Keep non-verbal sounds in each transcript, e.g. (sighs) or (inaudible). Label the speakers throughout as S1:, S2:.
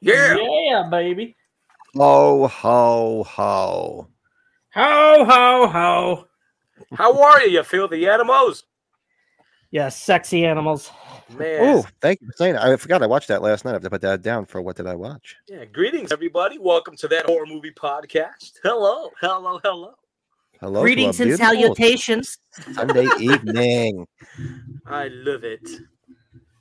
S1: Yeah.
S2: Yeah, baby.
S3: Ho, Oh, ho, ho.
S2: Ho, ho, ho.
S1: How are you? You feel the animals?
S2: Yeah, sexy animals.
S1: Man.
S3: Oh, thank you for saying that. I forgot I watched that last night. I have to put that down for what did I watch?
S1: Yeah. Greetings, everybody. Welcome to that horror movie podcast. Hello. Hello. Hello.
S3: Hello. to a
S4: Greetings and
S3: beautiful
S4: salutations.
S3: Sunday evening.
S1: I
S2: Mm.
S1: love it.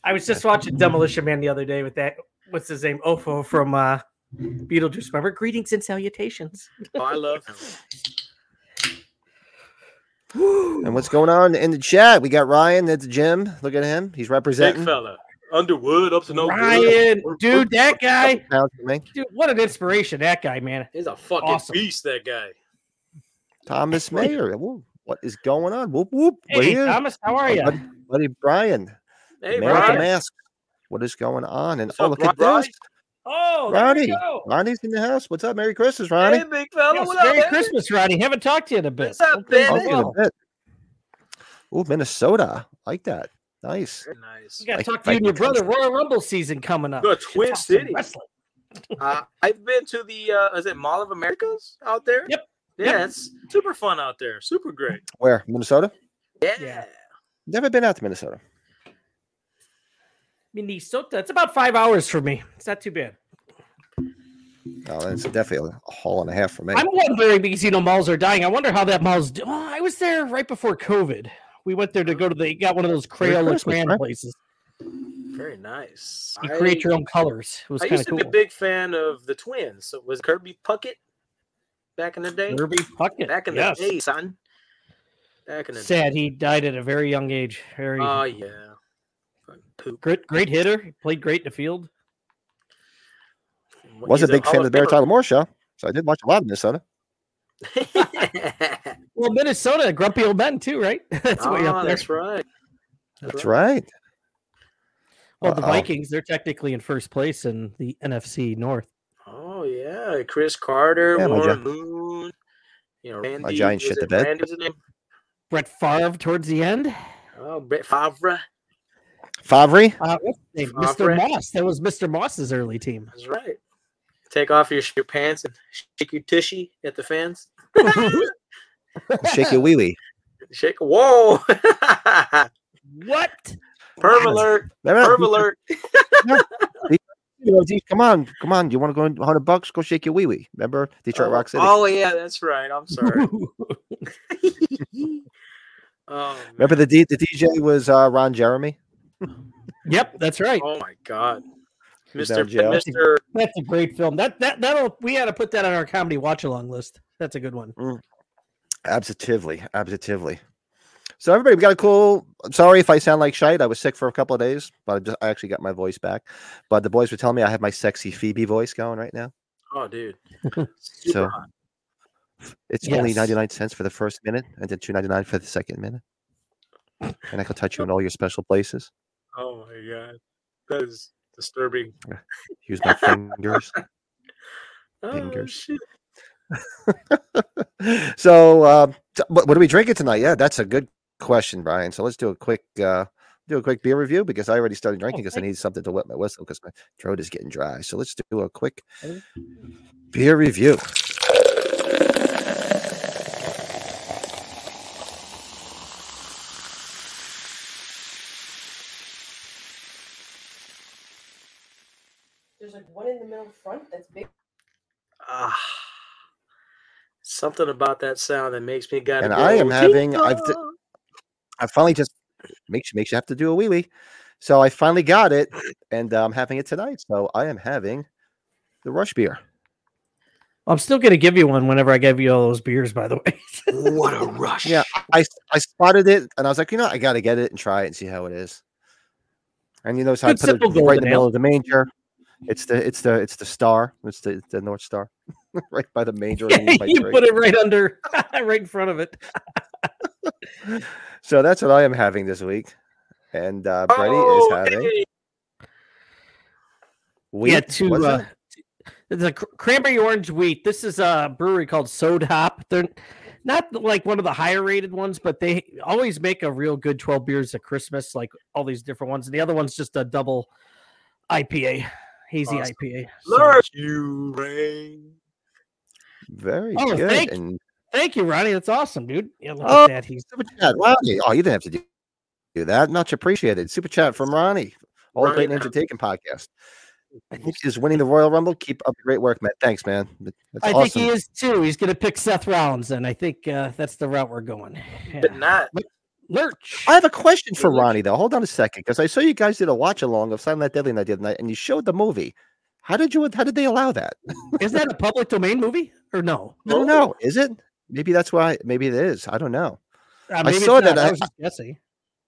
S2: I was just watching Demolition Man the other day with that. What's his name? Ofo from uh, Beetlejuice. Remember? Greetings
S4: (gasps)
S2: and salutations.
S1: Oh, I love him.
S3: And what's going on in the chat? We got Ryan at the gym. Look at him. He's
S1: Big
S3: representing.
S1: fella. Underwood up to no good.
S2: Ryan, dude, that guy,
S3: Sounds to me.
S2: dude, what an inspiration that guy, man.
S1: He's a fucking
S2: Awesome.
S1: beast, that guy.
S3: Thomas Mayer. Woo, What is going on? Whoop, whoop. We're
S2: Hey,
S3: here.
S2: Thomas, how are
S3: Oh,
S2: you?
S3: buddy, buddy Brian.
S1: Hey,
S3: Man with the
S2: Brian.
S3: mask. What is going on? And
S1: What's
S3: oh,
S1: up,
S3: look at
S1: Brian?
S3: this.
S2: Oh, there
S3: Rowdy.
S2: we go.
S3: Ronnie's in the house. What's up? Merry Christmas,
S1: Brian.
S3: Ronnie.
S1: Hey, big fella.
S2: Yes,
S1: what up,
S2: Merry
S1: baby?
S2: Christmas, Ronnie. Haven't talked to you in a bit.
S1: What's up,
S2: Hopefully
S3: Talk
S1: baby?
S2: all
S3: to you in a
S2: well.
S3: bit. Ooh, Minnesota. I like that. Nice.
S1: Very Nice.
S2: We got to
S3: Like-
S2: talk to you
S3: like
S2: and your
S3: the
S2: brother. Royal Rumble season coming up.
S1: Go to
S2: We should
S1: Twin
S2: talk some
S1: Cities.
S2: wrestling.
S1: Uh, I've been to the uh, is it Mall of Americas out there?
S2: Yep.
S1: Yeah,
S2: Yep.
S1: it's super fun out there. Super great.
S3: Where? Minnesota?
S1: Yeah.
S2: Yeah.
S3: Never been out to Minnesota.
S2: Minnesota. It's about five hours for me. It's not too bad.
S3: Oh, that's definitely a haul and a half for me.
S2: I'm wondering because you know malls are dying. I wonder how that mall's. Do- oh, I was there right before COVID. We went there to go to the. Got one of those
S3: Merry
S2: Crayola
S3: Christmas,
S2: crayon
S3: right?
S2: places.
S1: Very nice.
S2: You create
S1: I,
S2: your own colors. It was
S1: I
S2: kind
S1: used
S2: of
S1: to
S2: cool.
S1: be a big fan of the twins. So was Kirby Puckett back in the day?
S2: Kirby Puckett.
S1: Back in the
S2: yes.
S1: day, son. Back in the
S2: Sad he died at a very young age. Very
S1: day. Oh yeah. Fucking Poop.
S2: great, great hitter. He Played great in the field.
S3: Was
S1: He's
S3: a big fan
S1: Hall
S3: of the Bear
S1: Famer.
S3: Tyler Moore show. So I did watch a lot of Minnesota.
S1: (laughs)
S2: Well, Minnesota, grumpy old Ben too, right? (laughs) That's way
S1: Ah,
S2: up there.
S1: that's right.
S3: That's right.
S2: Well, the
S3: Uh-oh.
S2: Vikings, they're technically in first place in the NFC North.
S1: Oh yeah, Chris Carter,
S3: Yeah, my
S1: Warren
S3: Gi-
S1: Moon. You know, Randy.
S3: Giants
S1: was
S3: shit the
S1: it
S3: bed.
S1: Randy was his name?
S2: Brett Favre towards the end.
S1: Oh, Brett Favre.
S3: Favre.
S1: (laughs)
S2: Uh, what's his name?
S1: Favre.
S2: Mr. Moss. That was Mr. Moss's early team.
S1: That's right. Take off your, your pants and shake your tushy at the fans.
S3: Shake your wee wee.
S1: Shake. Whoa! (laughs)
S2: what?
S1: Perv alert!
S3: (laughs)
S1: Perv alert!
S3: Come on, come on. You want to go in 100 bucks? Go shake your wee wee. Remember Detroit
S1: oh,
S3: Rock City.
S1: Oh yeah, that's right. I'm
S3: (laughs)
S1: sorry. oh, man.
S3: Remember the D- the DJ was uh, Ron Jeremy.
S2: (laughs) yep, that's right.
S1: oh my god,
S3: Who's
S1: Mister
S3: down jail?
S1: Mister.
S2: That's a great film. That that that'll we had to put that on our comedy watch along list. That's a good one.
S3: Absolutely, absolutely. So everybody, we got a cool. I'm sorry if I sound like shite. I was sick for a couple of days, but I, just, I actually got my voice back. But the boys were telling me I have my sexy Phoebe voice going right now.
S1: Oh dude.
S3: (laughs) So-
S1: Super hot.
S3: It's only
S2: Yes.
S3: 99 cents for the first minute, and then 2.99 for the second minute. And I can touch you in all your special places.
S1: Oh my god, that is disturbing.
S3: Use
S1: (laughs)
S3: my fingers.
S1: Oh,
S3: Fingers.
S1: shit.
S3: so uh, t- what, what are we drinking tonight? Yeah, that's a good question, Brian. So let's do a quick uh, do a quick beer review because I already started drinking because I
S2: thank
S3: need something to wet my whistle because my throat is getting dry. So let's do a quick beer review.
S5: There's like one in the middle front that's big.
S1: Ah. Something about that sound that makes me gotta
S3: And
S1: go,
S3: I am having- I've d-
S1: "Ding-dong."
S3: I finally just makes makes you have to do a wee wee. So I finally got it, and uh, I'm having it tonight. So I am having the rush beer.
S2: I'm still gonna give you one whenever I give you all those beers, by the way.
S1: what
S3: (laughs)
S1: a rush!
S3: Yeah, I s- I spotted it and I was like, you know, I got to get it and try it and see how it is. And you notice how I
S2: Good
S3: put it
S2: simple
S3: right
S2: golden
S3: in the middle of the manger. It's the it's the it's the star. It's the the North Star, (laughs) right
S2: (laughs)
S3: by the manger. underneath my
S2: you
S3: tree.
S2: put it right under (laughs) right in front of it.
S3: So that's what I am having this week, and uh, Brady
S1: Oh,
S3: is having.
S1: hey,
S3: Wheat,
S2: yeah, two.
S3: was
S2: Uh,
S3: it?
S2: t- it's a cr- cranberry orange wheat. This is a brewery called Sod Hop. They're not like one of the higher rated ones, but they always make a real good twelve beers at Christmas, like all these different ones. And the other one's just a double IPA. hazy
S1: Awesome.
S2: IPA. so-
S1: Lord, you rain.
S3: Very
S2: Oh,
S3: good.
S2: thank-
S3: And
S2: Thank you, Ronnie. That's awesome, dude. Yeah, look
S3: Oh.
S2: at that. He's
S3: super chat, Ronnie. Oh, you didn't have to do, do that. Much appreciated. Super chat from Ronnie. All the great
S1: Ronnie.
S3: names are
S2: (laughs)
S3: taken podcast. I think is winning the Royal Rumble. Keep up the great work, Matt. Thanks, man. That's
S2: I
S3: awesome.
S2: think he is too. He's going to pick Seth Rollins, and I think uh, that's the route we're going.
S1: But
S2: Yeah.
S1: not.
S2: Lurch.
S3: I have a question for
S1: Really?
S3: Ronnie though. Hold on a second, because I saw you guys did a watch along of Silent Night Deadly Night the other night, and you showed the movie. How did you? How did they allow that?
S2: Is that a public domain movie or no?
S3: I don't
S1: Oh.
S3: know. Is it? Maybe that's why. Maybe it is. I don't know.
S2: Uh, maybe it's
S3: saw that.
S2: not. I
S3: I-
S2: was just guessing.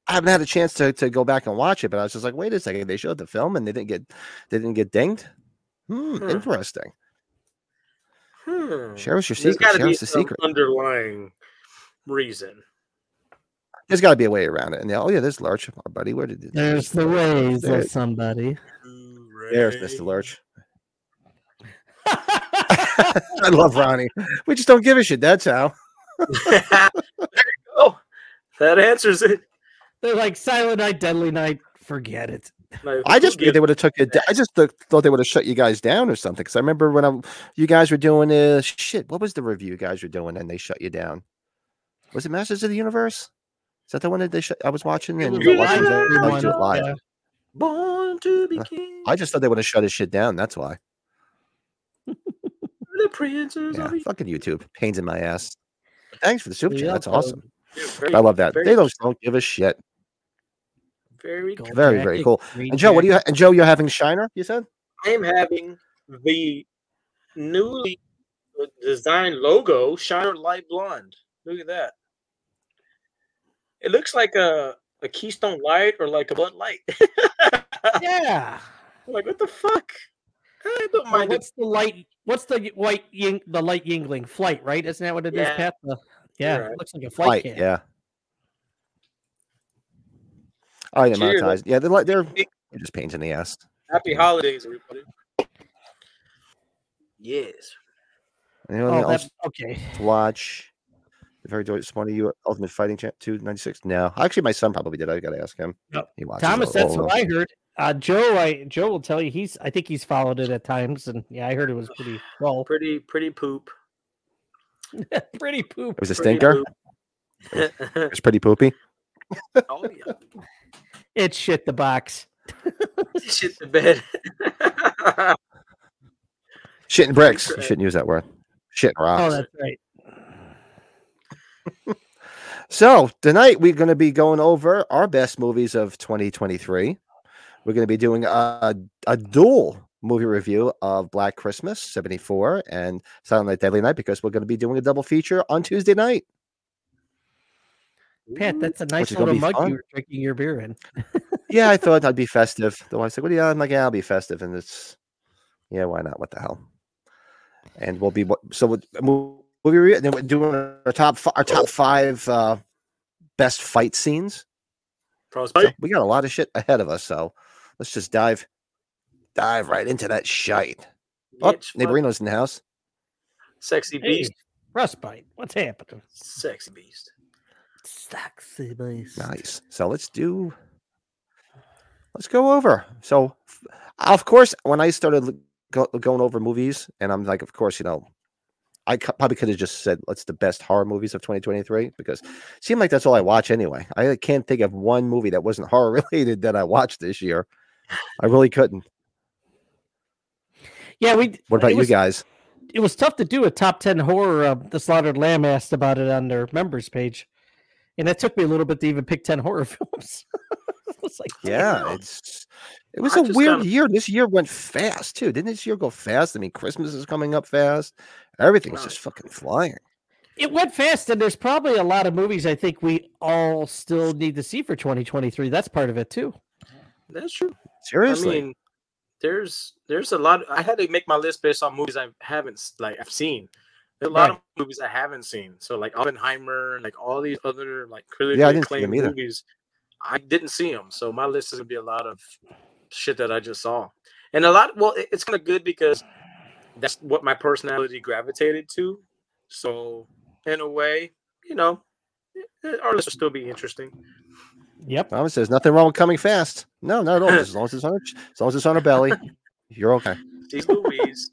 S3: I haven't had a chance to, to go back and watch it, but I was just like, wait a second. They showed the film and they didn't get they didn't get dinged. Hmm,
S1: Hmm.
S3: Interesting.
S1: Hmm.
S3: Share us your
S1: There's
S3: secret.
S1: got to
S3: Share
S1: be
S3: us the
S1: some
S3: secret.
S1: underlying reason.
S3: There's got to be a way around it. And yeah, oh yeah, there's Lurch, our buddy. Where did
S2: There's the ways
S3: There-
S2: of
S3: (laughs)
S2: somebody.
S3: There's Mr. Lurch. I love Ronnie. We just don't give a shit. That's how.
S1: there you go. That answers it.
S2: They're like Silent Night, Deadly Night. Forget it.
S1: Like,
S3: I
S1: who
S3: just figured they
S1: gives-
S3: would have took it. da- I just th- thought they would have shut you guys down or something. Because I remember when I you guys were doing uh, shit. What was the review you guys were doing and they shut you down? Was it Masters of the Universe? Is that the one that they shut? I was watching and
S1: was
S3: I
S1: a
S3: watched it was
S1: live
S3: on- I watched it
S1: one,
S3: live.
S2: yeah.
S1: born to be
S3: Uh,
S1: king.
S3: I just thought they would have shut his shit down. That's why.
S1: the princes
S3: Yeah,
S1: of
S3: fucking YouTube pains in my ass. Thanks for the super chat.
S2: Yeah,
S3: That's
S2: bro.
S3: awesome.
S1: Egypt.
S3: I love that.
S1: very-
S3: They don't, don't give a shit.
S1: Very
S2: Gold
S1: cool.
S3: Very, very
S2: jacket,
S3: cool.
S2: green
S3: And Joe, what do
S2: jacket.
S3: you? Ha- and Joe, you're having Shiner. You said
S1: I am having the newly designed logo, Shiner Light Blonde. Look at that. It looks like a, a Keystone Light or like a Bud Light. (laughs)
S2: Yeah.
S1: like, what the fuck? I don't
S2: Well,
S1: mind it.
S2: what's the light? What's the white ying, the light Yingling flight? Right? Isn't that what it is,
S1: Yeah.
S2: Pat? The- yeah,
S1: right.
S2: it looks like a flight.
S3: Right,
S2: can.
S3: Yeah. Oh, yeah,
S1: Cheer,
S3: monetized. Yeah, they're like they're, they're just pains in the ass.
S1: Happy holidays, everybody. Yes.
S3: Anyone
S2: Oh,
S3: else
S2: that, okay.
S3: to watch? The very joyous one of you, Ultimate Fighting Champ two ninety six. No, actually, my son probably did. I got to ask him.
S2: Yep.
S3: He watches
S2: Thomas,
S3: all-
S2: that's
S3: all of
S2: what I heard. Uh, Joe, I Joe will tell you he's. I think he's followed it at times, and yeah, I heard it was pretty (laughs) well,
S1: Pretty, pretty poop.
S2: pretty poop.
S3: It was a
S1: Pretty
S3: stinker.
S1: poop. oh, (laughs)
S3: It was pretty poopy.
S1: yeah.
S2: It shit the box.
S1: Shit the bed.
S3: Shit and bricks. You
S1: Stinker.
S3: shouldn't use that word. Shit
S2: Oh,
S3: and rocks.
S2: that's right.
S3: So tonight we're going to be going over our best movies of 2023. We're going to be doing a, a dual movie review of Black Christmas 74 and Silent Night Deadly Night because we're going to be doing a double feature on Tuesday night.
S2: Pat, that's a nice
S3: is gonna
S2: little mug
S3: be fun.
S2: you were drinking your beer in.
S3: Yeah, I thought I'd be festive. The wife's like, "What do you?" I'm like, "Yeah, I'll be festive," and it's yeah, why not? What the hell? And we'll be what- so we'll mo- movie review. and Then we're doing our top fi- our top five uh, best fight scenes. So we got a lot of shit ahead of us, so let's just dive dive right into that shite. Oh,
S1: Bitch, fuck,
S3: Neighborino's in the house.
S1: Sexy
S2: Hey,
S1: beast.
S2: Frostbite. What's happening?
S1: Sexy beast.
S2: Sexy beast.
S3: Nice. So let's do let's go over. So f- of course, when I started l- go, going over movies, and I'm like, of course, you know, I cou- probably could have just said, "Let's the best horror movies of 2023," because it seemed like that's all I watch anyway. I can't think of one movie that wasn't horror (laughs) related that I watched this year. I really couldn't.
S2: Yeah, we. uh,
S3: What about
S2: it
S3: you
S2: was-
S3: guys?
S2: It was tough to do a top ten horror. Uh, the Slaughtered Lamb asked about it on their members page, and it took me a little bit to even pick ten horror (laughs) films. It was like,
S3: Yeah,
S1: Damn.
S3: it's it was
S1: I
S3: a
S1: just
S3: weird
S1: kinda-
S3: year. This year went fast too. Didn't this year go fast? I mean, Christmas is coming up fast. Everything's
S1: Wow.
S3: just fucking flying.
S2: It went fast, and there's probably a lot of movies I think we all still need to see for 2023. That's part of it too.
S1: That's true.
S3: Seriously.
S1: I mean, there's there's a lot. I had to make my list based on movies I haven't s- like I've seen. There are a lot of movies I haven't seen. So like Oppenheimer and like all these other like critically
S3: Yeah, I didn't see
S1: acclaimed
S3: them either.
S1: movies, I didn't see them. So my list is gonna be a lot of shit that I just saw, and a lot. Well, it- it's kind of good because that's what my personality gravitated to. So in a way, you know, it- it- our list will still be interesting. (laughs)
S2: Yep.
S3: Thomas says nothing wrong with coming fast. No, not at all. As long as it's on her, as long as it's on her belly. You're okay.
S1: She's Louise.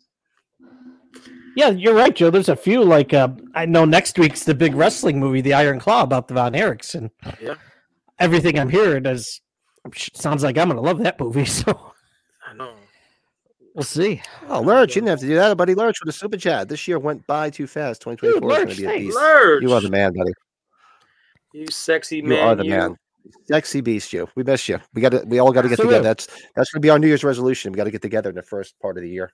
S2: Yeah, you're right, Joe. There's a few like uh, I know next week's the big wrestling movie, The Iron Claw, about the Von Erickson.
S1: Yeah.
S2: Everything I'm hearing is sounds like I'm gonna love that movie. (laughs) So
S1: I know.
S2: we'll see.
S3: Oh, Lurch, you didn't have to do that, buddy. Lurch with a super chat. This year went by too fast. 2024 is going
S2: Lurch,
S3: to be a
S2: thanks.
S3: beast.
S1: Lurch,
S3: You are the man, buddy.
S1: you sexy
S3: You
S1: man.
S3: are the man. Sexy beast, you. We miss you. We got to. We all got to get
S2: Absolutely.
S3: together. That's that's going to be our New Year's resolution. We got to get together in the first part of the year.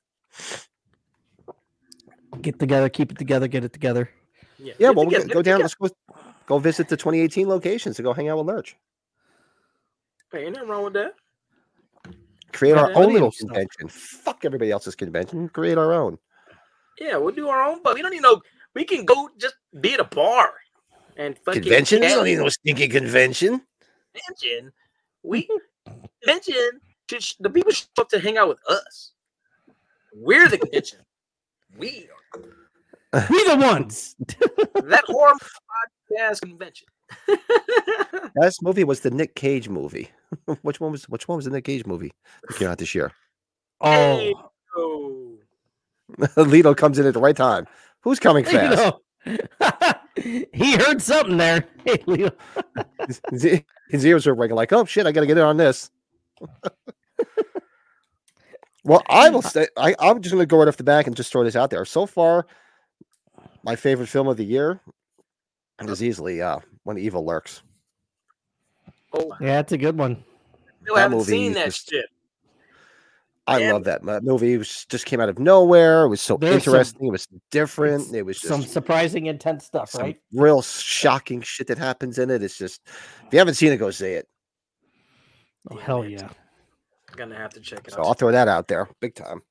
S2: Get together, keep it together, get it
S3: (laughs)
S2: together.
S3: Yeah,
S1: get
S3: well, we
S1: together,
S3: go
S1: get
S3: down.
S1: together.
S3: Let's go, go visit the 2018 locations and go hang out with Lurch.
S1: Hey, ain't nothing wrong with that.
S3: Create
S2: Yeah,
S3: our
S2: that
S3: own
S2: video
S3: little
S2: stuff.
S3: convention. Fuck everybody else's convention. Create our own.
S1: Yeah, we'll do our own, but we don't need no. We can go just be at a bar and fucking
S3: Conventions?
S1: chat.
S3: don't need no stinking convention.
S1: convention. We convention should sh- the people should show up to hang out with us. We're the convention. we
S2: We the ones.
S1: are that horror podcast convention. (laughs)
S3: Last movie was the Nick Cage movie. (laughs) which one was which one was the Nick Cage movie that came out this year? (laughs)
S1: Hey,
S2: Oh,
S1: yo.
S3: Lito comes in at the right time. Who's coming
S2: you
S3: fast?
S2: know. (laughs) he heard something there. (laughs) Hey, Leo.
S3: Z- His ears are ringing like, oh shit, I gotta get in on this. well,
S2: (laughs)
S3: I will say I, I'm just gonna go right off the back and just throw this out there. So far, my favorite film of the year is easily uh when evil lurks.
S1: Oh, I
S2: Yeah, that's a good one.
S1: still
S3: that
S1: haven't
S3: movie
S1: seen that
S3: just-
S1: shit.
S3: I
S1: Yeah.
S3: love that mo- movie. It was, just came out of nowhere. It was so
S2: There's some-
S3: interesting. it was different. It was just
S2: Some surprising intense stuff,
S3: some
S2: right?
S3: real shocking shit that happens in it. It's just if you haven't seen it, go see it.
S2: Oh,
S1: Yeah,
S2: hell
S1: man.
S2: yeah.
S1: Gonna have to check it
S3: So I'll
S1: out.
S3: throw that out there, big time.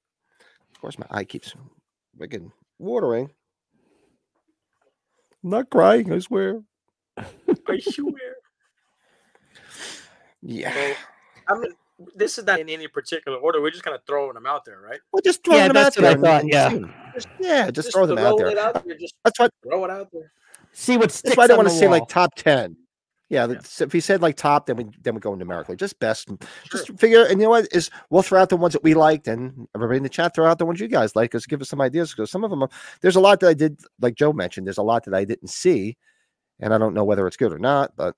S3: Of course, my eye keeps freaking watering. I'm not crying, I swear.
S1: Are you aware?
S3: Yeah,
S1: Well, I mean, this is not in any particular order. We're just kind of throwing them out there, right?
S3: well, just throw
S2: Yeah,
S3: them
S2: that's
S3: out
S2: what I
S3: there. and-
S2: thought,
S3: and
S2: yeah.
S3: see 'em. yeah, just, throw them out
S1: throw
S3: there.
S1: It out there. Just
S3: That's why.
S1: throw it out there.
S2: See what
S3: That's
S2: sticks.
S3: why I don't
S2: on
S3: want to
S2: the
S3: say like
S2: wall.
S3: top ten. Yeah,
S1: Yeah.
S3: that's- if we said like top, then we then we go numerically. Just best,
S1: Sure.
S3: just figure. And you know what is we'll throw out the ones that we liked, and everybody in the chat throw out the ones you guys like. Just give us some ideas because some of them, are, there's a lot that I did, like Joe mentioned, there's a lot that I didn't see, and I don't know whether it's good or not. But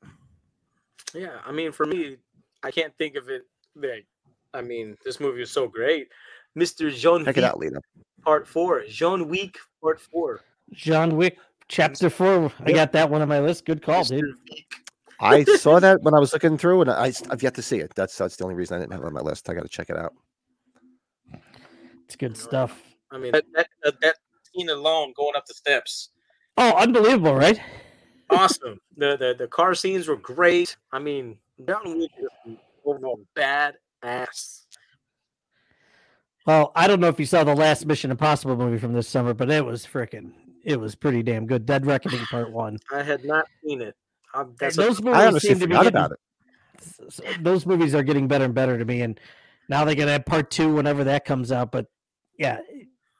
S1: Yeah, I mean, for me, I can't think of it. Like, I mean, this movie is so great. Mr. John Wick
S3: check
S2: Mm-hmm.
S3: it out, Lena.
S1: Part Four. John Wick Part Four.
S2: John Wick Chapter Four. I
S1: Yeah.
S2: got that one on my list. Good call,
S1: Mr.
S2: dude.
S1: Wick.
S3: I saw that when I was looking through, and I s- I've yet to see it. That's that's the only reason I didn't have it on my list. I got to check it out.
S2: It's good stuff.
S1: I mean, that that, that, that scene alone, going up the steps,
S2: Oh, unbelievable, right?
S1: awesome. (laughs) the, the the car scenes were great. I mean, John Wick is overall badass.
S2: Well, I don't know if you saw the last Mission Impossible movie from this summer, but it was freaking, it was pretty damn good. Dead Reckoning
S3: (sighs)
S2: Part One.
S1: I had not seen it. Um, that's a-
S2: those
S3: I
S2: movies
S3: honestly
S2: Oh, seem to be
S3: forgot
S2: getting,
S3: about it.
S2: s- s- those movies are getting better and better to me, and now they're gonna have Part Two whenever that comes out. But yeah,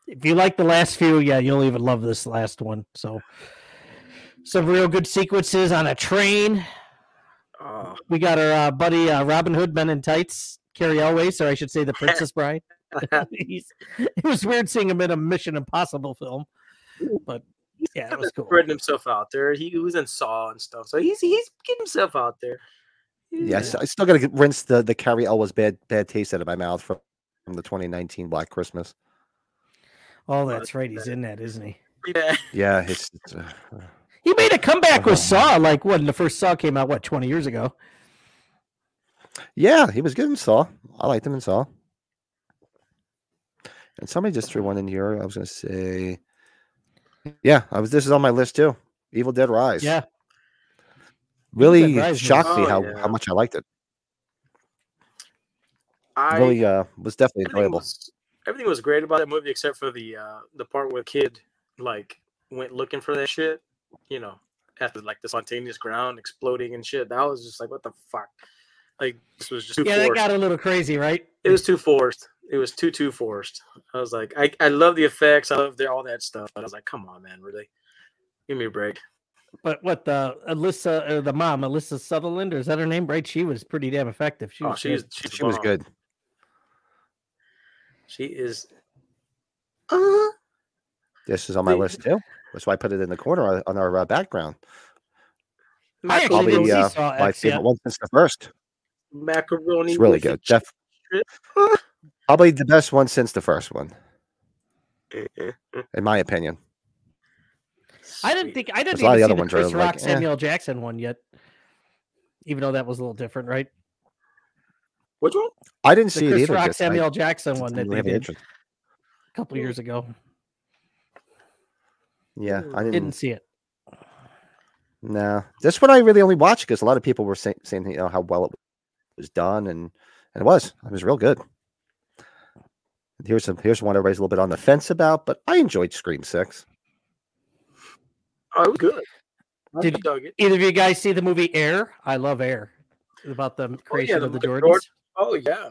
S2: if you like the last few, yeah, you'll even love this last one. So some real good sequences on a train.
S1: oh,
S2: We got our uh, buddy uh, Robin Hood, Men in Tights, Carrie Elways, or I should say the
S3: (laughs)
S2: Princess Bride.
S1: (laughs)
S2: (laughs) He's, it was weird seeing him in a Mission Impossible film, but yeah, it was cool.
S1: spreading himself out there. He was in Saw and stuff, so he's he's getting himself out there.
S3: Yes, I still got to rinse the the Carrie Elwes bad bad taste out of my mouth from, from the 2019 Black Christmas.
S2: Oh, that's right, he's in that, isn't he?
S1: Yeah.
S3: Yeah, it's, it's uh,
S2: He made a comeback with
S3: Uh-huh.
S2: Saw, like when the first Saw came out, what twenty years ago?
S3: yeah, he was good in Saw. I liked him in Saw. And somebody just threw one in here. I was gonna say, yeah, I was. This is on my list too. Evil Dead Rise.
S2: Yeah,
S3: really
S2: Rise was-
S3: shocked me
S1: Oh,
S3: how
S1: yeah.
S3: how much I liked it.
S1: (laughs) I
S3: really, uh, was definitely
S1: everything
S3: enjoyable.
S1: was, everything was great about that movie except for the uh the part where kid like went looking for that shit, you know, after like the spontaneous ground exploding and shit. That was just like what the fuck. Like this was just too
S2: yeah, that
S1: forced.
S2: got a little crazy, right?
S1: it was too forced. It was too too forced. I was like, I, I love the effects, I love the, all that stuff. But I was like, come on, man, really, give me a break.
S2: But what the Alyssa, uh, the mom, Alyssa Sutherland, or is that her name? Right, she was pretty damn effective. She
S1: Oh,
S2: was good.
S1: she's she's
S3: She was
S1: bomb.
S3: good.
S1: She is. Uh,
S3: Uh-huh. This is on my
S1: Dude.
S3: list too. That's why I put it in the corner on- on our uh, background.
S2: I actually
S1: macaroni,
S3: Probably,
S2: didn't
S3: uh,
S2: see Saw
S3: My
S2: X
S3: favorite
S2: yet.
S3: one since the first.
S1: macaroni.
S3: It's really
S1: with a
S3: good. Jeff. (laughs) Probably the best one since the first one,
S1: chicken.
S3: in my opinion.
S2: I didn't think I didn't
S3: There's a lot
S2: even
S3: of
S2: see
S3: other
S2: the
S3: ones where I
S2: Chris
S3: was like,
S2: Rock
S3: eh.
S2: Samuel Jackson one yet. Even though that was a little different, right?
S1: Which one?
S3: I didn't
S2: The
S3: see it
S2: Chris
S3: either.
S2: Rock
S3: just- I
S2: Samuel Jackson
S3: didn't
S2: one that
S3: really
S2: they
S3: have any
S2: did
S3: interest.
S2: a couple years ago.
S3: Yeah, I didn't.
S2: Didn't see it.
S3: No, this one I really only watched because a lot of people were saying, saying you know how well it was done, and and it was. It was real good. Here's some. Here's one everybody's a little bit on the fence about, but I enjoyed Scream Six.
S1: Oh, it was good. I
S2: Did-
S1: dug it.
S2: Either of you guys see the movie Air? I love Air. About
S3: Oh,
S2: the creation
S1: the
S2: of the
S1: Michael
S2: Jordans.
S1: Jordan. Oh yeah,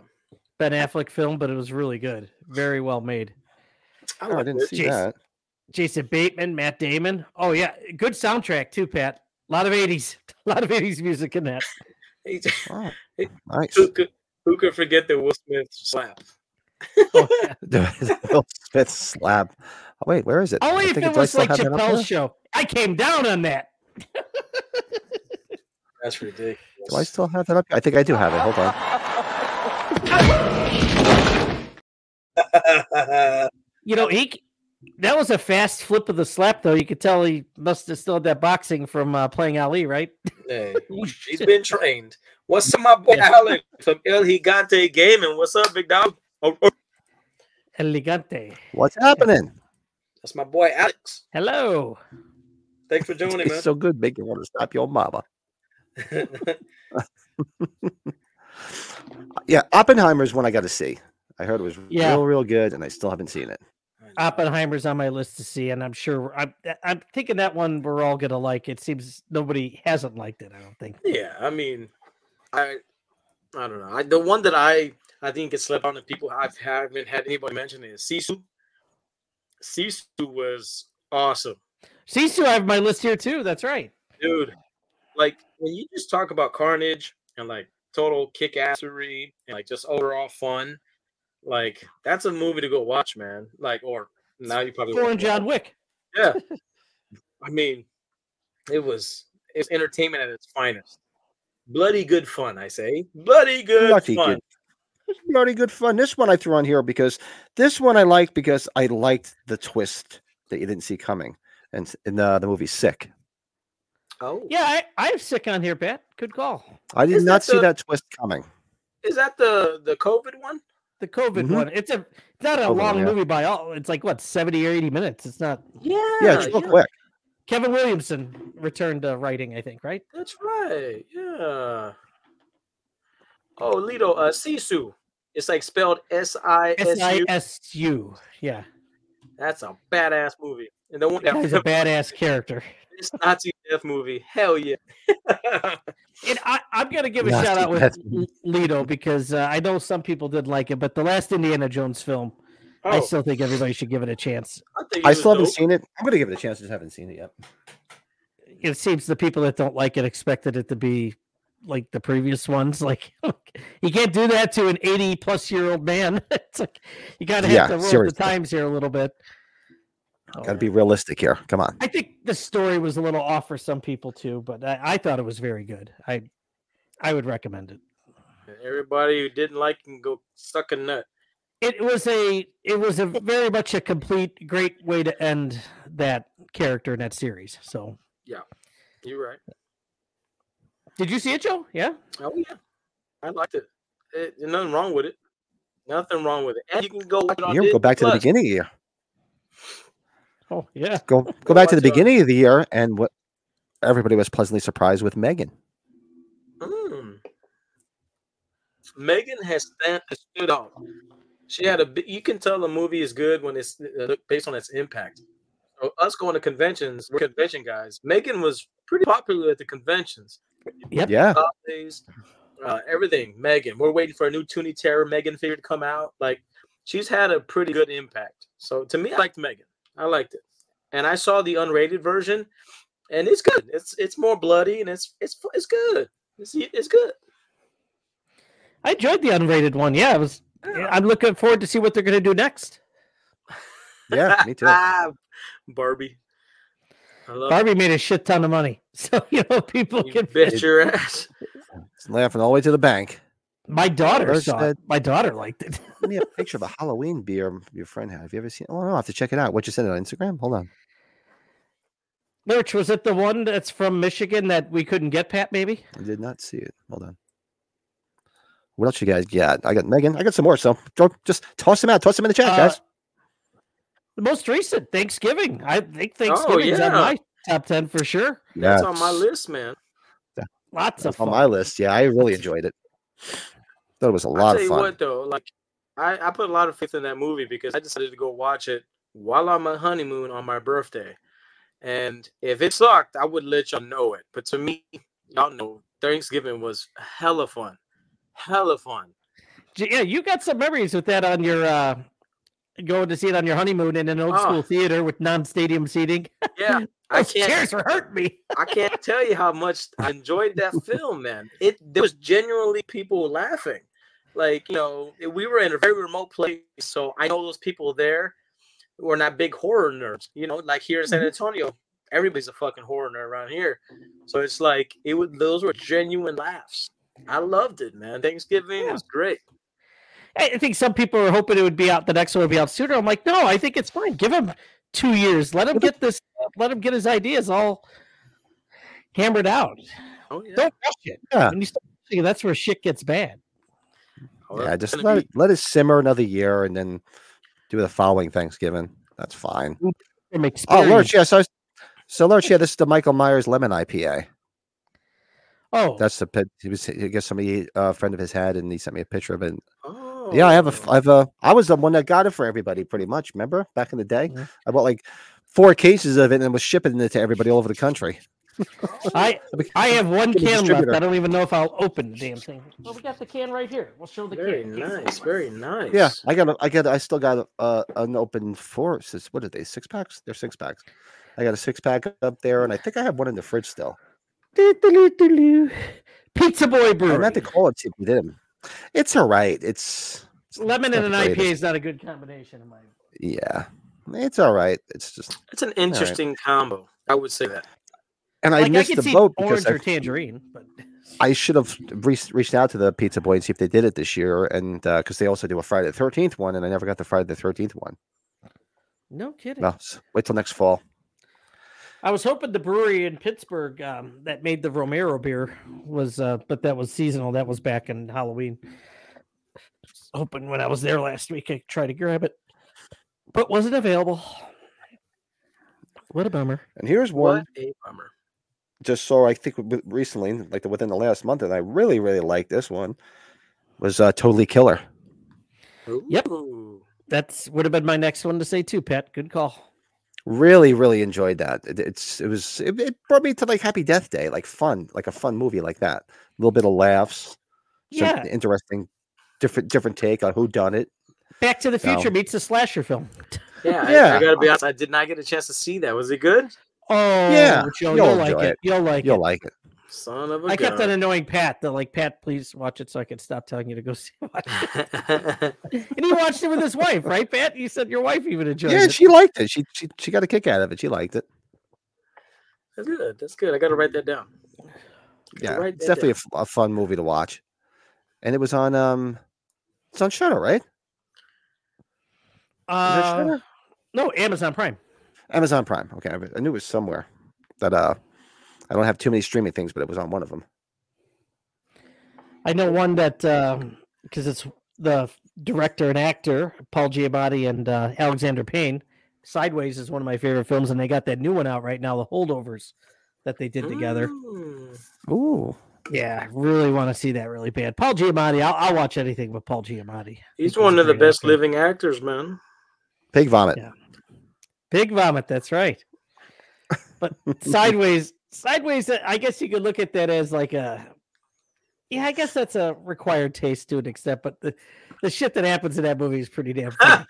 S2: Ben Affleck film, but it was really good. Very well made.
S1: I
S3: Oh, I
S1: liked
S3: didn't
S1: it.
S3: see
S2: Jason.
S3: that.
S2: Jason Bateman, Matt Damon. Oh yeah, good soundtrack too, Pat. A lot of 80s. (laughs) A lot of 80s music in that.
S1: Hey,
S3: Wow.
S1: It-
S3: Oh, Nice. (laughs)
S1: who could who could forget the Will Smith slap?
S2: Oh, yeah.
S3: Will Smith slap. Oh, wait, where is it?
S2: Only
S3: I
S2: if
S3: think-
S2: it
S3: do I
S2: was
S3: still
S2: like
S3: have that up there?
S2: Chappelle's show. I came down on that.
S1: That's ridiculous.
S3: Do I still have that up? I think I do have it. Hold on.
S2: (laughs) You know, he c- that was a fast flip of the slap though. You could tell he must have still had that boxing from uh, playing Ali, right?
S1: (laughs) Hey,
S2: (laughs)
S1: he's been trained. What's up, my boy Alec from El Gigante Gaming? What's up, big dog? Oh, oh,
S2: Elegante.
S3: What's happening?
S1: That's my boy Alex.
S2: Hello.
S1: Thanks for joining,
S3: It's
S1: man. (laughs)
S3: so good, make you want to stop your mama. Yeah, Oppenheimer's one I got to see. I heard it was
S2: Yeah.
S3: real, real good, and I still haven't seen it.
S2: Oppenheimer's on my list to see, and I'm sure I'm I'm thinking that one we're all gonna like. It seems nobody hasn't liked it. I don't think.
S1: yeah, I mean, I, I don't know. I, the one that I I think it slept on the people I've haven't had anybody mention is Sisu. Sisu was awesome.
S2: Sisu, I have my list here too. That's right.
S1: dude. Like when you just talk about carnage and like total kick assery and like just overall fun, like that's a movie to go watch, man. Like, or now you probably
S2: Four
S1: won't
S2: and
S1: watch
S2: John Wick.
S1: yeah. I mean, it was it's entertainment at its finest. Bloody good fun, I say. Bloody good
S3: Lucky
S1: fun.
S3: good. Pretty good fun. This one I threw on here because this one I liked because I liked the twist that you didn't see coming, and s- in the, the movie Sick.
S1: Oh,
S2: Yeah, I, I have sick on here, Pat. Good call.
S3: I did
S1: Is
S3: not
S1: that
S3: see
S1: the-
S3: that twist coming.
S1: Is that the the COVID one?
S2: The COVID
S3: Mhm.
S2: one. It's a it's not a
S3: COVID one,
S2: long
S3: yeah.
S2: movie by all. It's like what seventy or eighty minutes. It's not.
S1: Yeah,
S3: Yeah, it's real quick.
S2: Kevin Williamson returned to writing. I think right.
S1: That's right. Yeah. Oh, Lito, uh, Sisu. It's like spelled S I
S2: S
S1: S
S2: I
S1: U.
S2: S U. Yeah,
S1: That's a badass movie. And the one that (laughs)
S2: he's a badass character.
S1: this Nazi death movie. Hell yeah. (laughs)
S2: And I, I'm gonna give a
S3: Nasty
S2: shout out with
S3: Death
S2: L- Leto because uh, I know some people did like it, but the last Indiana Jones film,
S1: Oh,
S2: I still think everybody should give it a chance.
S1: think
S3: I
S1: it
S3: still
S1: was
S3: haven't
S1: dope.
S3: seen it. I'm gonna give it a chance. I just haven't seen it yet.
S2: It seems the people that don't like it expected it to be like the previous ones. (laughs) Like you can't do that to an 80 plus year old man. (laughs) it's like you gotta have
S3: Yeah,
S2: to roll with
S3: seriously.
S2: the times here a little bit.
S3: Got to be realistic here. Come on.
S2: I think the story was a little off for some people too, but I, I thought it was very good. I I would recommend it.
S1: Everybody who didn't like can go suck a nut.
S2: it was a it was a very much a complete great way to end that character in that series. So
S1: You're right.
S2: did you see it, Joe? Yeah.
S1: Oh yeah. I liked it. it there's nothing wrong with it. Nothing wrong with it. And you can go watch it on
S3: You go
S1: Disney
S3: back to the
S1: Plus.
S3: beginning of the year.
S2: Oh yeah.
S1: (laughs)
S3: Go go back
S1: Watch uh,
S3: to the
S1: out.
S3: beginning of the year, and what everybody was pleasantly surprised with Megan.
S1: Mm. Megan has stand, has stood out. She had a. bi- You can tell a movie is good when it's uh, based on its impact. So us going to conventions, we're convention guys. Megan was pretty popular at the conventions,
S2: Yep.
S3: Yeah,
S1: holidays, uh, everything. Megan, we're waiting for a new Toonie Terror Megan figure to come out. Like, she's had a pretty good impact. So to me, I liked Megan. I liked it, and I saw the unrated version, and it's good. It's it's more bloody and it's it's it's good. It's it's good.
S2: I enjoyed the unrated one. Yeah, it was Yeah, I'm looking forward to see what they're going to do next.
S3: Yeah,
S1: (laughs)
S3: me too.
S1: Barbie. I love
S2: Barbie made a shit ton of money, (laughs) so you know people
S1: You
S2: can.
S1: bet your
S3: (laughs)
S1: ass.
S3: It's laughing all the way to the bank.
S2: My daughter
S3: First,
S2: saw
S3: uh,
S2: it. My daughter liked it. (laughs)
S3: Send me a picture of a Halloween beer your friend had. Have you ever seen? Oh no, I have to check it out. What you send it on Instagram? Hold on.
S2: Lurch, was it the one that's from Michigan that we couldn't get, Pat? Maybe.
S3: I did not see it. Hold on. What else you guys got? I got Megan. I got some more. So don't just toss them out. Toss them in the chat,
S2: Uh,
S3: guys.
S2: The most recent Thanksgiving. I think Thanksgiving's
S1: Oh, yeah.
S2: on my top ten for sure.
S1: That's on my list, man.
S2: Lots of
S3: That's on
S2: fun.
S3: my list. Yeah, I really enjoyed it. Thought it was a
S1: I'll
S3: lot
S1: tell
S3: of
S1: you
S3: fun.
S1: what though, like I, I put a lot of faith in that movie because I decided to go watch it while on my honeymoon on my birthday. And if it sucked, I would let y'all know it. But to me, y'all know Thanksgiving was hella fun. Hella fun.
S2: J- Yeah, you got some memories with that on your uh going to see it on your honeymoon in an old
S1: Oh.
S2: school theater with non-stadium seating.
S3: (laughs)
S1: Yeah. (laughs) I
S2: Those
S1: can't
S2: chairs were hurting me.
S1: I can't tell you how much I enjoyed that film, man. It there was genuinely people laughing. Like, you know, we were in a very remote place, so I know those people there were not big horror nerds. You know, like here in
S3: Mm-hmm.
S1: San Antonio, everybody's a fucking horror nerd around here. So it's like it was those were genuine laughs. I loved it, man. Thanksgiving
S2: Yeah.
S1: was great.
S2: I I think some people are hoping it would be out. The next one would be out sooner. I'm like, no, I think it's fine. Give him two years. Let him get this. Let him get his ideas all hammered out.
S1: Oh yeah.
S2: Don't rush it.
S3: Yeah.
S2: When you start rushing it, that's where shit gets bad.
S1: Oh,
S3: Yeah,
S1: it's
S3: just
S1: gonna
S3: let
S1: be-
S3: it, let it simmer another year and then do the following Thanksgiving. That's fine.
S2: From
S3: Oh,
S2: experience.
S3: Lurch, yeah. So, so Lurch, yeah, this is the Michael Myers Lemon IPA.
S2: Oh,
S3: That's the pit. He was, I guess somebody, a friend of his had, and he sent me a picture of it.
S1: oh.
S3: Yeah, I have a, f- I have a, I was the one that got it for everybody pretty much. Remember back in the day?
S2: Mhm.
S3: I bought like four cases of it and was shipping it to everybody all over the country.
S1: oh,
S2: I I have one
S3: Give me
S2: can left.
S3: distributor.
S2: I don't even know if I'll open the damn thing. Well, we got the can right here. We'll show the
S1: very
S2: can.
S1: nice, very nice.
S3: Yeah, I got, a, I got, a- I still got a, uh, an open four. Six, what are they? Six packs? They're six packs. I got a six pack up there, and I think I have one in the fridge still.
S2: Doo-doo-doo-doo-doo. Pizza Boy Brewery.
S3: I'm not the quality we did him. It's all right. It's it's not-
S2: Lemon
S3: it's
S2: and an
S3: not the
S2: IPA
S3: greatest.
S2: is not a good combination in my.
S3: Yeah, it's all right. It's just,
S1: It's an interesting combo. I would say that.
S3: and I
S2: Like I
S3: missed
S2: can
S3: the
S2: see
S3: boat
S2: orange
S3: because
S2: or
S3: I, (laughs)
S2: tangerine, but
S3: I should have re- reached out to the Pizza Boy and see if they did it this year, and because they also do a Friday the Thirteenth one, and I never got the Friday the Thirteenth one.
S2: no kidding.
S3: Well, s- wait till next fall.
S2: I was hoping the brewery in Pittsburgh um, that made the Romero beer was, uh, but that was seasonal. That was back in Halloween. Hoping when I was there last week, I tried to grab it, but wasn't available. What a bummer!
S3: And here's one
S1: What a bummer.
S3: just saw. I think w- recently, like the, within the last month, and I really, really like this one. Was uh, totally killer.
S2: Yep.
S1: Ooh.
S2: That's would have been my next one to say too, Pat. Good call.
S3: really really enjoyed that it, it's it was it, it brought me to like happy death day like fun like a fun movie like that a little bit of laughs some
S2: Yeah,
S3: interesting different different take on who done it
S2: Back to the Future
S3: No.
S2: meets a slasher film.
S1: Yeah, I- I,
S3: Yeah.
S1: gotta be honest. I did not get a chance to see that. Was it good?
S2: Oh,
S3: Yeah,
S2: Joe,
S3: you'll
S2: you'll, like
S3: enjoy
S2: it.
S3: it.
S2: You'll like
S3: you'll
S2: it.
S3: like it
S1: Son of a
S2: I kept on
S1: gun.
S2: annoying Pat. They're like, Pat, please watch it so I can stop telling you to go (laughs) see watch it. And he watched it with his wife, right, Pat? You said your wife even enjoyed
S3: yeah
S2: it.
S3: she liked it she, she she got a kick out of it she liked it
S1: (laughs) That's good. That's good. I gotta write that down.
S3: yeah
S1: write
S3: it's
S1: that
S3: definitely a, f- a fun movie to watch and it was on um it's on shutter right Is it
S2: Uh,
S3: Shudder?
S2: no, Amazon Prime.
S3: amazon prime okay I, I knew it was somewhere that uh i don't have too many streaming things but it was on one of them
S2: I know one that because it's the director and actor Paul Giamatti and uh, Alexander Payne. Sideways is one of my favorite films, and they got that new one out right now, The Holdovers, that they did together.
S1: Mm.
S3: Ooh.
S2: Yeah, I really want to see that really bad. Paul Giamatti, I'll, I'll watch anything with Paul Giamatti.
S1: He's
S2: He's
S1: one
S2: a
S1: of the
S2: great
S1: best
S2: actor.
S1: living actors, man. (laughs)
S3: pig vomit
S2: Yeah. Big vomit.
S1: (laughs)
S2: That's right. But sideways, sideways. uh, I guess you could look at that as like a. Yeah, I guess that's a required taste to an extent, but the, the shit that happens in that movie is pretty
S1: (laughs)
S2: damn funny.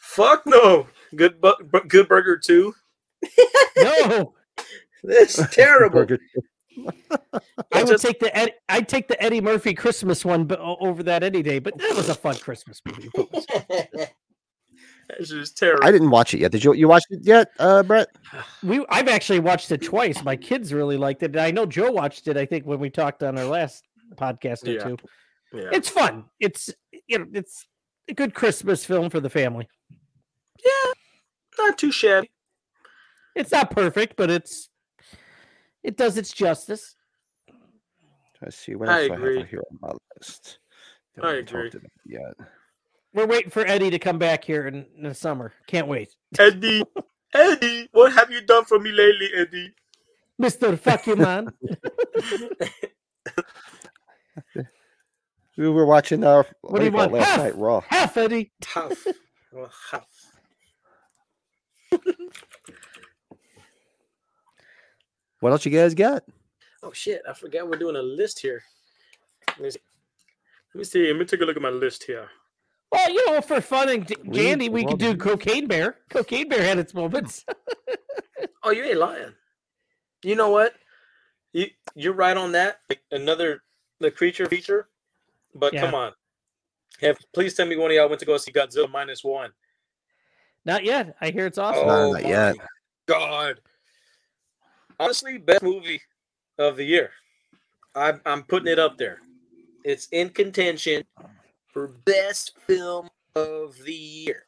S1: Fuck no. Good, bu- bu- good burger too.
S2: no,
S1: (laughs) That's terrible.
S3: Burger-
S2: I would
S1: just-
S2: take the Ed, I'd take the Eddie Murphy Christmas one, but over that any day. But that was a fun Christmas movie. folks.
S1: It's just terrible.
S3: I didn't watch it yet. Did you? You watched it yet, uh, Brett?
S2: we I've actually watched it twice. My kids really liked it. And I know Joe watched it. I think when we talked on our last podcast or
S1: Yeah.
S2: two.
S1: yeah.
S2: It's fun. It's you know it's a good Christmas film for the family.
S1: yeah, not too shabby.
S2: It's not perfect, but it's it does its justice.
S3: Let's see what
S1: I
S3: else I, have
S1: agree.
S3: on here on my list. that
S1: I
S3: we haven't
S1: agree.
S3: talked about Yet.
S2: We're waiting for Eddie to come back here in, in the summer. Can't wait.
S1: Eddie, Eddie, what have you done for me lately, Eddie?
S2: Mr. Fuck you, man.
S3: (laughs) We were watching uh,
S2: do
S3: what,
S2: you
S3: do you call it,
S2: want?
S3: last
S2: Half.
S3: night Raw.
S2: Half Eddie.
S1: Tough. (laughs) Well, tough.
S3: What else you guys got?
S1: Oh shit! I forgot we're doing a list here. Let me see. Let me see. Let me take a look at my list here.
S2: Well, you know, for fun and d-
S3: We-
S2: dandy, we could do
S3: well-
S2: Cocaine Bear. Cocaine Bear had its moments. (laughs)
S1: Oh, you ain't lying. You know what? You you're right on that. Like another the creature feature, but
S2: Yeah.
S1: come on. If, please tell me one of y'all went to go see Godzilla minus one.
S2: Not yet. I hear it's awesome.
S3: No, not yet.
S1: Oh my God. Honestly, best movie of the year. I'm I'm putting it up there. It's in contention for best film of the year.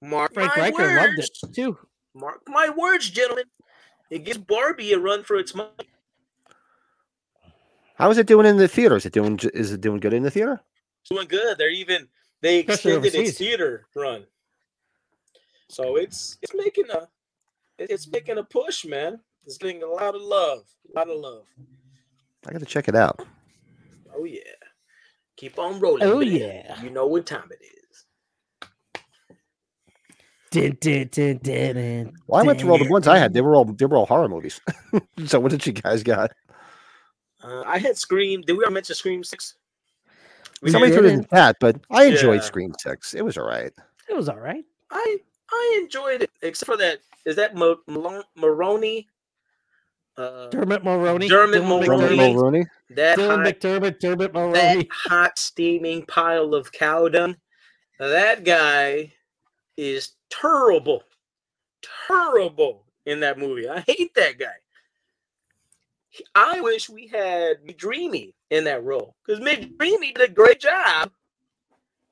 S1: Mark
S2: Frank
S1: my
S2: Reicher loved
S1: words.
S2: it too.
S1: Mark my words, gentlemen. It gives Barbie a run for its money.
S3: How is it doing in the theater? Is it doing? j- Is it doing good in the theater?
S1: doing good. They're even they
S2: Especially
S1: extended
S2: overseas.
S1: its theater run. So it's it's making a it- it's making a push, man. It's getting a lot of love. A lot of love.
S3: I got to check it out.
S1: Oh yeah. Keep on rolling.
S2: Oh,
S1: man.
S2: yeah.
S1: You know what time it is.
S2: Dun, dun, dun, dun, dun.
S3: Well, I went through all the
S2: Dun.
S3: ones I had. They were all they were all horror movies. (laughs) so what did you guys got?
S1: Uh, I had Scream. Did we all mention Scream Six? We
S3: Somebody
S1: did.
S3: threw it in the chat, but I enjoyed
S1: Yeah.
S3: Scream Six. It was all right.
S2: It was all right.
S1: I I enjoyed it, except for that. Is that Mo- Malone, Maroney? Uh,
S2: Dermot Mulroney.
S1: Dermot
S2: Dylan
S1: Mulroney.
S2: McDermott,
S3: Mulroney.
S1: that
S2: Dylan
S1: high-
S2: McDermott.
S1: that
S2: Dermot Mulroney.
S1: hot steaming pile of cow dung. That guy is terrible, terrible in that movie. I hate that guy. He- I wish we had Dreamy in that role because McDreamy did a great job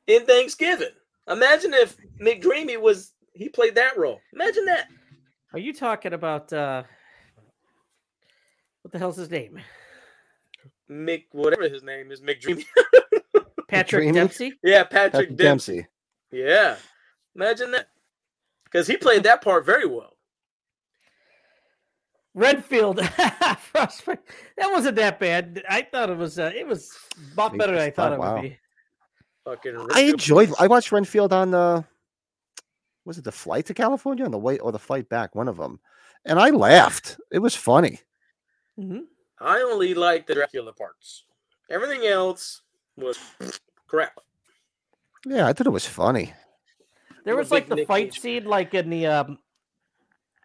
S1: in Thanksgiving. Imagine if McDreamy was he played that role. Imagine that.
S2: Are you talking about uh what the hell's his
S3: (laughs)
S2: name?
S1: Mick, whatever his name is, McDreamy.
S2: Patrick
S3: Dreamy?
S2: Dempsey?
S1: (laughs) yeah, Patrick,
S3: Patrick
S1: Dempsey.
S3: Dempsey.
S1: Yeah. Imagine that. Because he played that part very well.
S2: Redfield. (laughs) Frostbite. That wasn't that bad. I thought it was uh, it was a lot
S3: It
S2: better than
S3: was
S2: I thought
S3: not-
S2: it
S3: wow.
S2: would be.
S1: Fucking
S3: I
S1: Richard-
S3: enjoyed. I watched Renfield on the was it the flight to California on the way or the flight back, one of them, and I laughed. It was funny.
S2: Mhm.
S1: I only like the Dracula parts. Everything else was crap.
S3: Yeah, I thought it was funny.
S2: There
S1: I'm a
S2: was like
S1: big
S2: the
S1: Nick
S2: fight
S1: Cage
S2: scene like in the um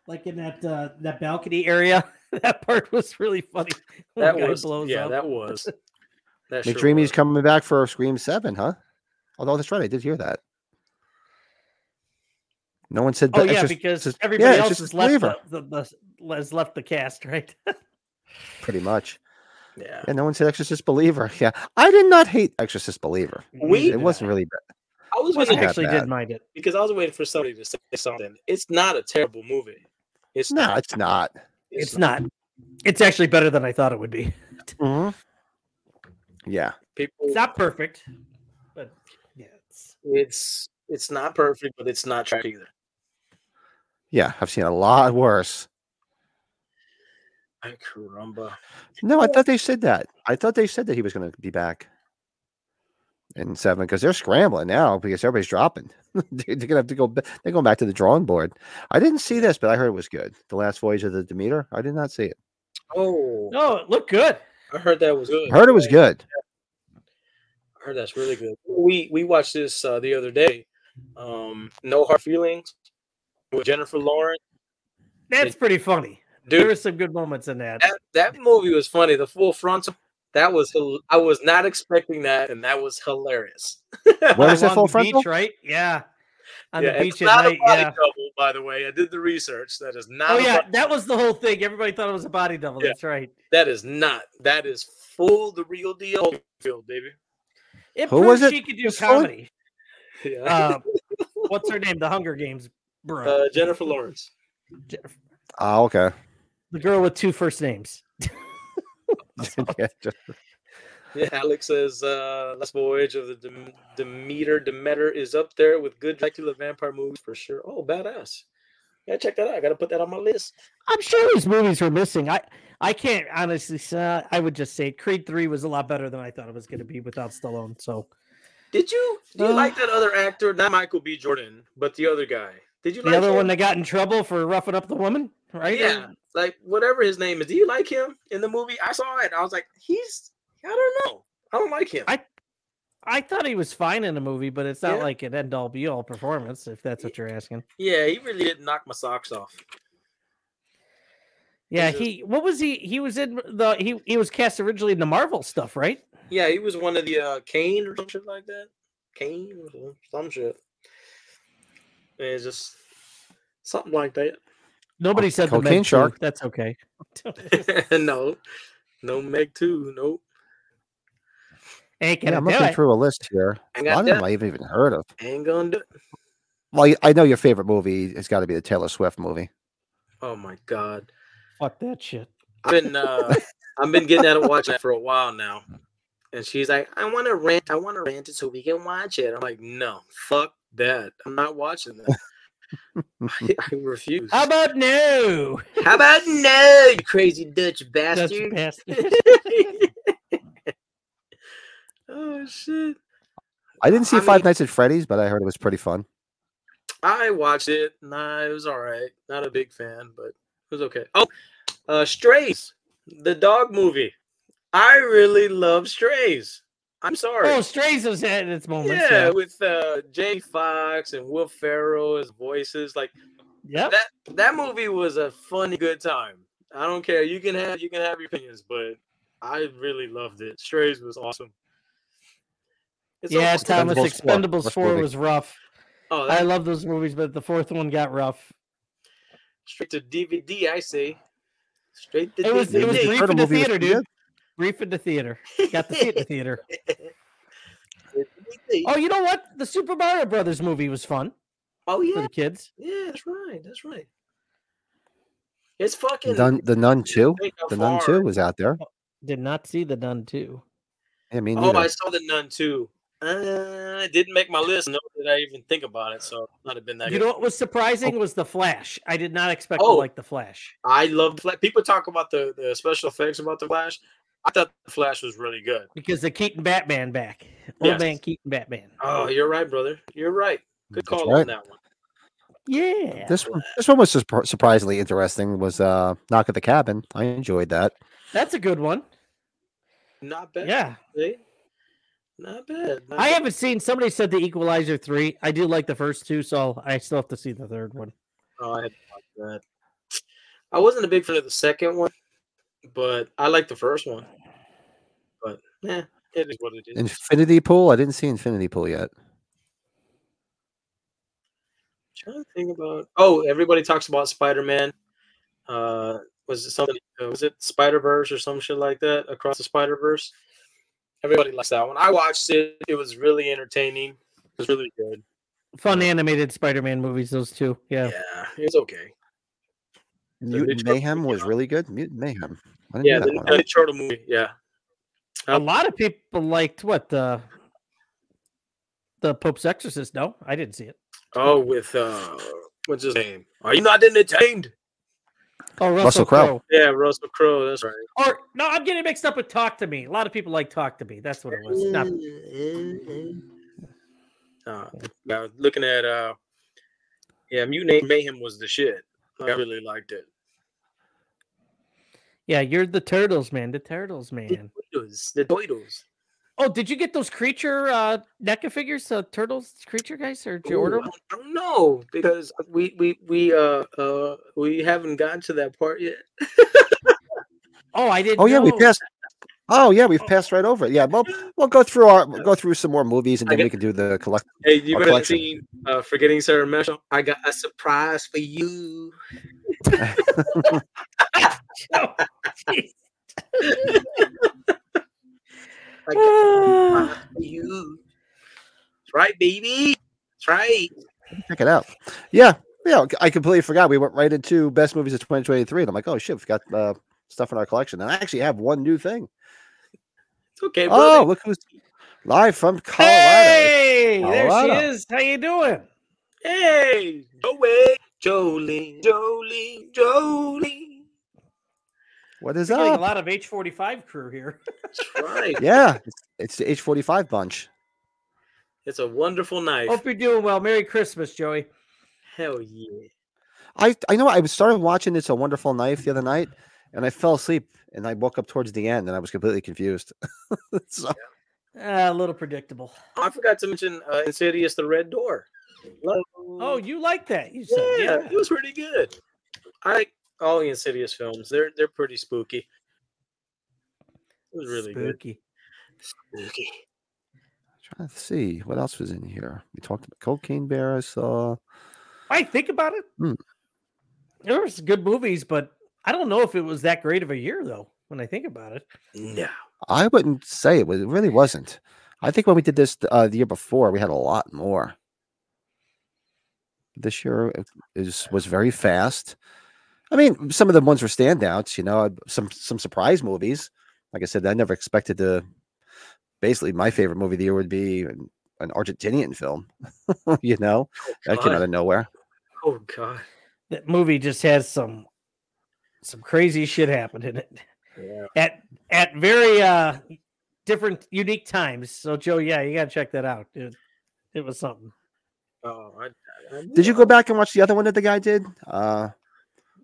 S2: like in that uh that balcony area. (laughs) that part was really funny. (laughs) When
S1: That
S2: the guy
S1: was yeah, that was.
S2: (laughs)
S1: That sure
S3: McDreamy's
S1: was.
S3: coming back for Scream Seven, huh? Although that's right, I did hear that. No one said.
S2: Oh
S3: the
S2: yeah,
S3: Exorc-
S2: because
S3: just- yeah,
S2: everybody
S3: it's
S2: else
S3: just
S2: has
S3: a
S2: left
S3: flavor,
S2: the, the, the- has left the cast, right?
S3: pretty much,
S1: Yeah.
S3: and no one said Exorcist Believer. (laughs) Yeah, I did not hate Exorcist Believer.
S1: We-
S3: It wasn't really bad.
S1: I was
S2: I
S3: wasn't
S1: waiting
S3: that
S2: actually
S3: bad.
S2: did mind it.
S1: because I was waiting for somebody to say something. It's not a terrible movie. It's
S3: No,
S1: not.
S3: it's (laughs) not.
S2: It's not. It's actually better than I thought it would be.
S3: Mm-hmm. Yeah,
S1: People
S2: It's not perfect, but yeah, it's
S1: it's it's not perfect, but it's not trash either.
S3: yeah, I've seen a lot worse.
S1: Ay, caramba.
S3: No, I thought they said that. I thought they said that he was going to be back in seven because they're scrambling now because everybody's dropping. (laughs) they're going to have to go. ba- They're going back to the drawing board. I didn't see this, but I heard it was good. The last voyage of the Demeter. I did not see it.
S1: Oh,
S2: no, it looked good.
S1: I heard that was good.
S3: I heard it was good.
S1: I heard that's really good. We we watched this uh, the other day. Um, no hard feelings with Jennifer Lawrence.
S2: That's pretty funny. There were
S1: Dude,
S2: some good moments in that.
S1: that, that movie was funny. The full frontal. That was hil- I was not expecting that, and that was hilarious.
S3: Where (laughs) was that
S2: Along
S3: full
S2: the
S3: frontal?
S2: Beach, right? Yeah. On
S1: Yeah,
S2: the
S1: it's
S2: beach
S1: not
S2: at
S1: a
S2: night.
S1: body
S2: Yeah.
S1: double, by the way. I did the research. That is not.
S2: Oh
S1: a
S2: yeah,
S1: body-
S2: that was the whole thing. Everybody thought it was a body double.
S1: Yeah.
S2: That's right.
S1: that is not. That is full the real deal, field, baby.
S2: It
S3: Who was
S2: proved
S3: it
S2: she could do
S3: was calling?
S2: comedy.
S1: Yeah.
S2: Um, what's her name? The Hunger Games,
S1: (laughs)
S2: bro.
S1: uh, Jennifer Lawrence.
S3: Oh, okay.
S2: the girl with two first names.
S3: (laughs) Yeah, just-
S1: Yeah, Alex says uh, Last Voyage of the Dem- Demeter. Demeter is up there with good Dracula vampire movies for sure. Oh, badass. Yeah, check that out. I got to put that on my list.
S2: I'm sure these movies were missing. I I can't honestly. Say, I would just say Creed Three was a lot better than I thought it was going to be without Stallone. So
S1: Did you do you
S2: Uh,
S1: like that other actor? Not Michael B. Jordan, but the other guy. Did you
S2: the
S1: like
S2: other
S1: him?
S2: one that got in trouble for roughing up the woman, right?
S1: Yeah, like whatever his name is. Do you like him in the movie? I saw it. I was like, he's. I don't know. I don't like him.
S2: I- I thought he was fine in the movie, but it's not
S1: Yeah.
S2: like an end all be all performance. If that's what you're asking.
S1: yeah, he really did knock my socks off.
S2: Yeah,
S1: He's a-
S2: he. What was he? He was in the. He he was cast originally in the Marvel stuff, right?
S1: Yeah, he was one of the uh, Kane or some shit like that. Kane or some- some shit. And it's just something like
S2: Nobody said the
S3: Oh, Cocaine
S2: Meg two.
S3: Shark.
S2: That's okay.
S1: that. (laughs) no, no Meg two. Nope.
S2: Ain't
S3: yeah,
S2: gonna
S3: I'm
S2: do
S3: looking
S2: it.
S3: through a list here.
S1: I
S3: A
S1: got
S3: lot of them
S1: that.
S3: I haven't even heard of.
S1: Ain't gonna do. It.
S3: Well, y- I know your favorite movie has got to be the Taylor Swift movie.
S1: Oh my god.
S2: Fuck that shit.
S1: I've been uh, I've been getting out of watching that for a while now. And she's like, I want to rent, I want to rent it so we can watch it. I'm like, no, fuck that. I'm not watching that. (laughs) I, I refuse.
S2: How about no?
S1: How about no, you crazy Dutch
S2: That's
S1: bastard? (laughs)
S2: (laughs) bastard.
S1: oh shit!
S3: I didn't see
S1: I
S3: Five
S1: mean- Nights
S3: Nights at Freddy's, but I heard it was pretty fun.
S1: I watched it. Nah, it was all right. Not a big fan, but it was okay. Oh, uh, Strays, the dog movie. I really love Strays. I'm sorry.
S2: Oh, Strays was at its moments.
S1: yeah,
S2: Yeah.
S1: with uh, Jay Fox and Will Ferrell as voices. Like
S2: Yep.
S1: that. That movie was a funny, good time. I don't care. You can have you can have your opinions, but I really loved it. Strays was awesome. It's
S2: yeah,
S1: almost-
S2: Thomas.
S3: Expendables four.
S2: Expendables
S3: Worst
S2: 4
S3: movie.
S2: was rough.
S1: Oh, that
S2: I love those movies, but the fourth one got rough.
S1: straight to DVD. I say, straight to
S2: It was,
S1: DVD.
S2: it was
S3: the
S2: grief
S3: Turtle
S2: in the
S3: movie was
S2: theater,
S3: pretty
S2: dude. Grief in the theater. Got to see it in the
S1: (laughs)
S2: theater.
S1: DVD.
S2: Oh, you know what? The Super Mario Brothers movie was fun
S1: Oh
S2: for
S1: yeah,
S2: the kids.
S1: yeah, that's right, that's right. It's fucking.
S3: Nun, the Nun Two,
S1: think how
S3: the Nun
S1: far-
S3: Two was out there.
S2: Did not see the Nun 2.
S3: Yeah, me
S1: Oh,
S3: neither.
S1: I saw the nun too. Uh, it didn't make my list. Nor did I even think about it, so it might have been that.
S2: You
S1: good.
S2: know what was surprising was The Flash. I did not expect
S1: Oh.
S2: to like The Flash.
S1: I love Flash. People talk about the, the special effects about the Flash. I thought the Flash was really good.
S2: Because the Keaton Batman back. Old
S1: Yes.
S2: man Keaton Batman.
S1: Oh, you're right, brother. You're right. Good
S3: That's
S1: call on
S3: right.
S1: that one.
S2: Yeah.
S3: This one, this one was surpri- surprisingly interesting. Was uh, Knock at the Cabin. I enjoyed that.
S2: That's a good one.
S1: Not bad.
S2: Yeah.
S1: see? Not bad. not
S2: I
S1: bad.
S2: haven't seen somebody said the Equalizer 3. I do like the first two, so I still have to see the third one.
S1: Oh, I had to watch that. I wasn't a big fan of the second one, but I like the first one. But yeah, it is what it is.
S3: Infinity Pool. I didn't see Infinity Pool yet.
S1: trying to think about. Oh, everybody talks about Spider Man. Uh, was it something? uh, Was it Spider Verse or some shit like that? Across the Spider Verse. Everybody likes that one. I watched it. It was really entertaining. It was really good.
S2: Fun animated Spider-Man movies, those two. Yeah.
S1: it was okay.
S3: Mutant
S1: Turtle
S3: Mayhem
S1: movie
S3: was
S1: out.
S3: really good. Mutant Mayhem. I didn't
S1: Yeah,
S3: do that
S1: the,
S3: one.
S1: the turtle movie. Yeah,
S2: A lot of people liked what the the Pope's Exorcist. No, I didn't see it.
S1: Oh, with uh, what's his name? Are you not entertained?
S2: Oh, Russell,
S3: Russell
S2: Crowe.
S3: Crowe.
S1: Yeah, Russell Crowe. That's right.
S2: Or no, I'm getting mixed up with Talk to Me. A lot of people like Talk to Me. That's what it was.
S1: Mm.
S2: Not,
S1: Mm-hmm. Uh, now looking at uh, yeah, Mutant Mayhem was the shit. I really liked it.
S2: yeah, you're the Turtles, man. The Turtles, man.
S1: Turtles, the Turtles.
S2: Oh, did you get those creature uh NECA figures, uh, turtles creature guys, or did you
S1: Ooh,
S2: order?
S1: I
S2: 'em?
S1: don't know because we we we uh uh we haven't gotten to that part yet.
S2: Oh, I didn't.
S3: Oh yeah, we
S2: know. (sighs)
S3: passed. Oh yeah, we've passed right over it. Yeah, well, we'll go through our we'll go through some more movies and
S1: I
S3: then we can do the collect.
S1: Hey, you
S3: Our
S1: better have
S3: collection.
S1: seen uh, Forgetting Sarah Marshall. I got a surprise for
S2: (laughs)
S1: you. (laughs)
S2: Jeez.
S1: I got
S2: (sighs)
S1: a
S2: Ah.
S1: surprise for you. That's right, baby. That's right.
S3: Check it out. Yeah, yeah. I completely forgot. We went right into best movies of 2023, and I'm like, oh shit, we've got uh, stuff in our collection. And I actually have one new thing.
S1: It's okay.
S3: Oh,
S1: brother.
S3: look who's live from Colorado.
S2: Hey, there
S3: Colorado.
S2: she is. How you doing?
S1: Hey, Joey, Jolie, Jolie, Jolie.
S3: What is
S2: Getting a
S3: up?
S2: lot of H45 crew here.
S1: That's right.
S3: Yeah, it's, it's the H45 bunch.
S1: It's a wonderful night.
S2: Hope you're doing well. Merry Christmas, Joey.
S1: Hell yeah.
S3: I I know I started watching It's a Wonderful Knife the other night, and I fell asleep, and I woke up towards the end, and I was completely confused. (laughs) so,
S2: Uh, a little predictable.
S1: I forgot to mention uh, Insidious the Red Door. Love-
S2: Oh, you like that? You said,
S1: yeah,
S2: yeah.
S1: it was pretty good. I like all the Insidious films. They're they're pretty spooky. It was really
S2: Spooky.
S1: good. Spooky.
S3: trying to see what else was in here. We talked about Cocaine Bear. I saw.
S2: I think about it.
S3: Hmm.
S2: There was good movies, but I don't know if it was that great of a year though. When I think about it,
S1: No.
S3: I wouldn't say it was. It really wasn't. I think when we did this uh, the year before, we had a lot more. This year it is was very fast. I mean, some of the ones were standouts. You know, uh, some some surprise movies. Like I said, I never expected to. Basically, my favorite movie of the year would be an, an Argentinian film. (laughs) you know, that came
S1: God.
S3: out of nowhere.
S1: Oh god.
S2: that movie just has some some crazy shit happen in it
S1: Yeah.
S2: at at very uh different, unique times. So, Joe, yeah, you gotta check that out. It, it was something.
S1: Oh, I, I- I knew
S3: Did you
S1: I-
S3: go back and watch the other one that the guy did? Uh,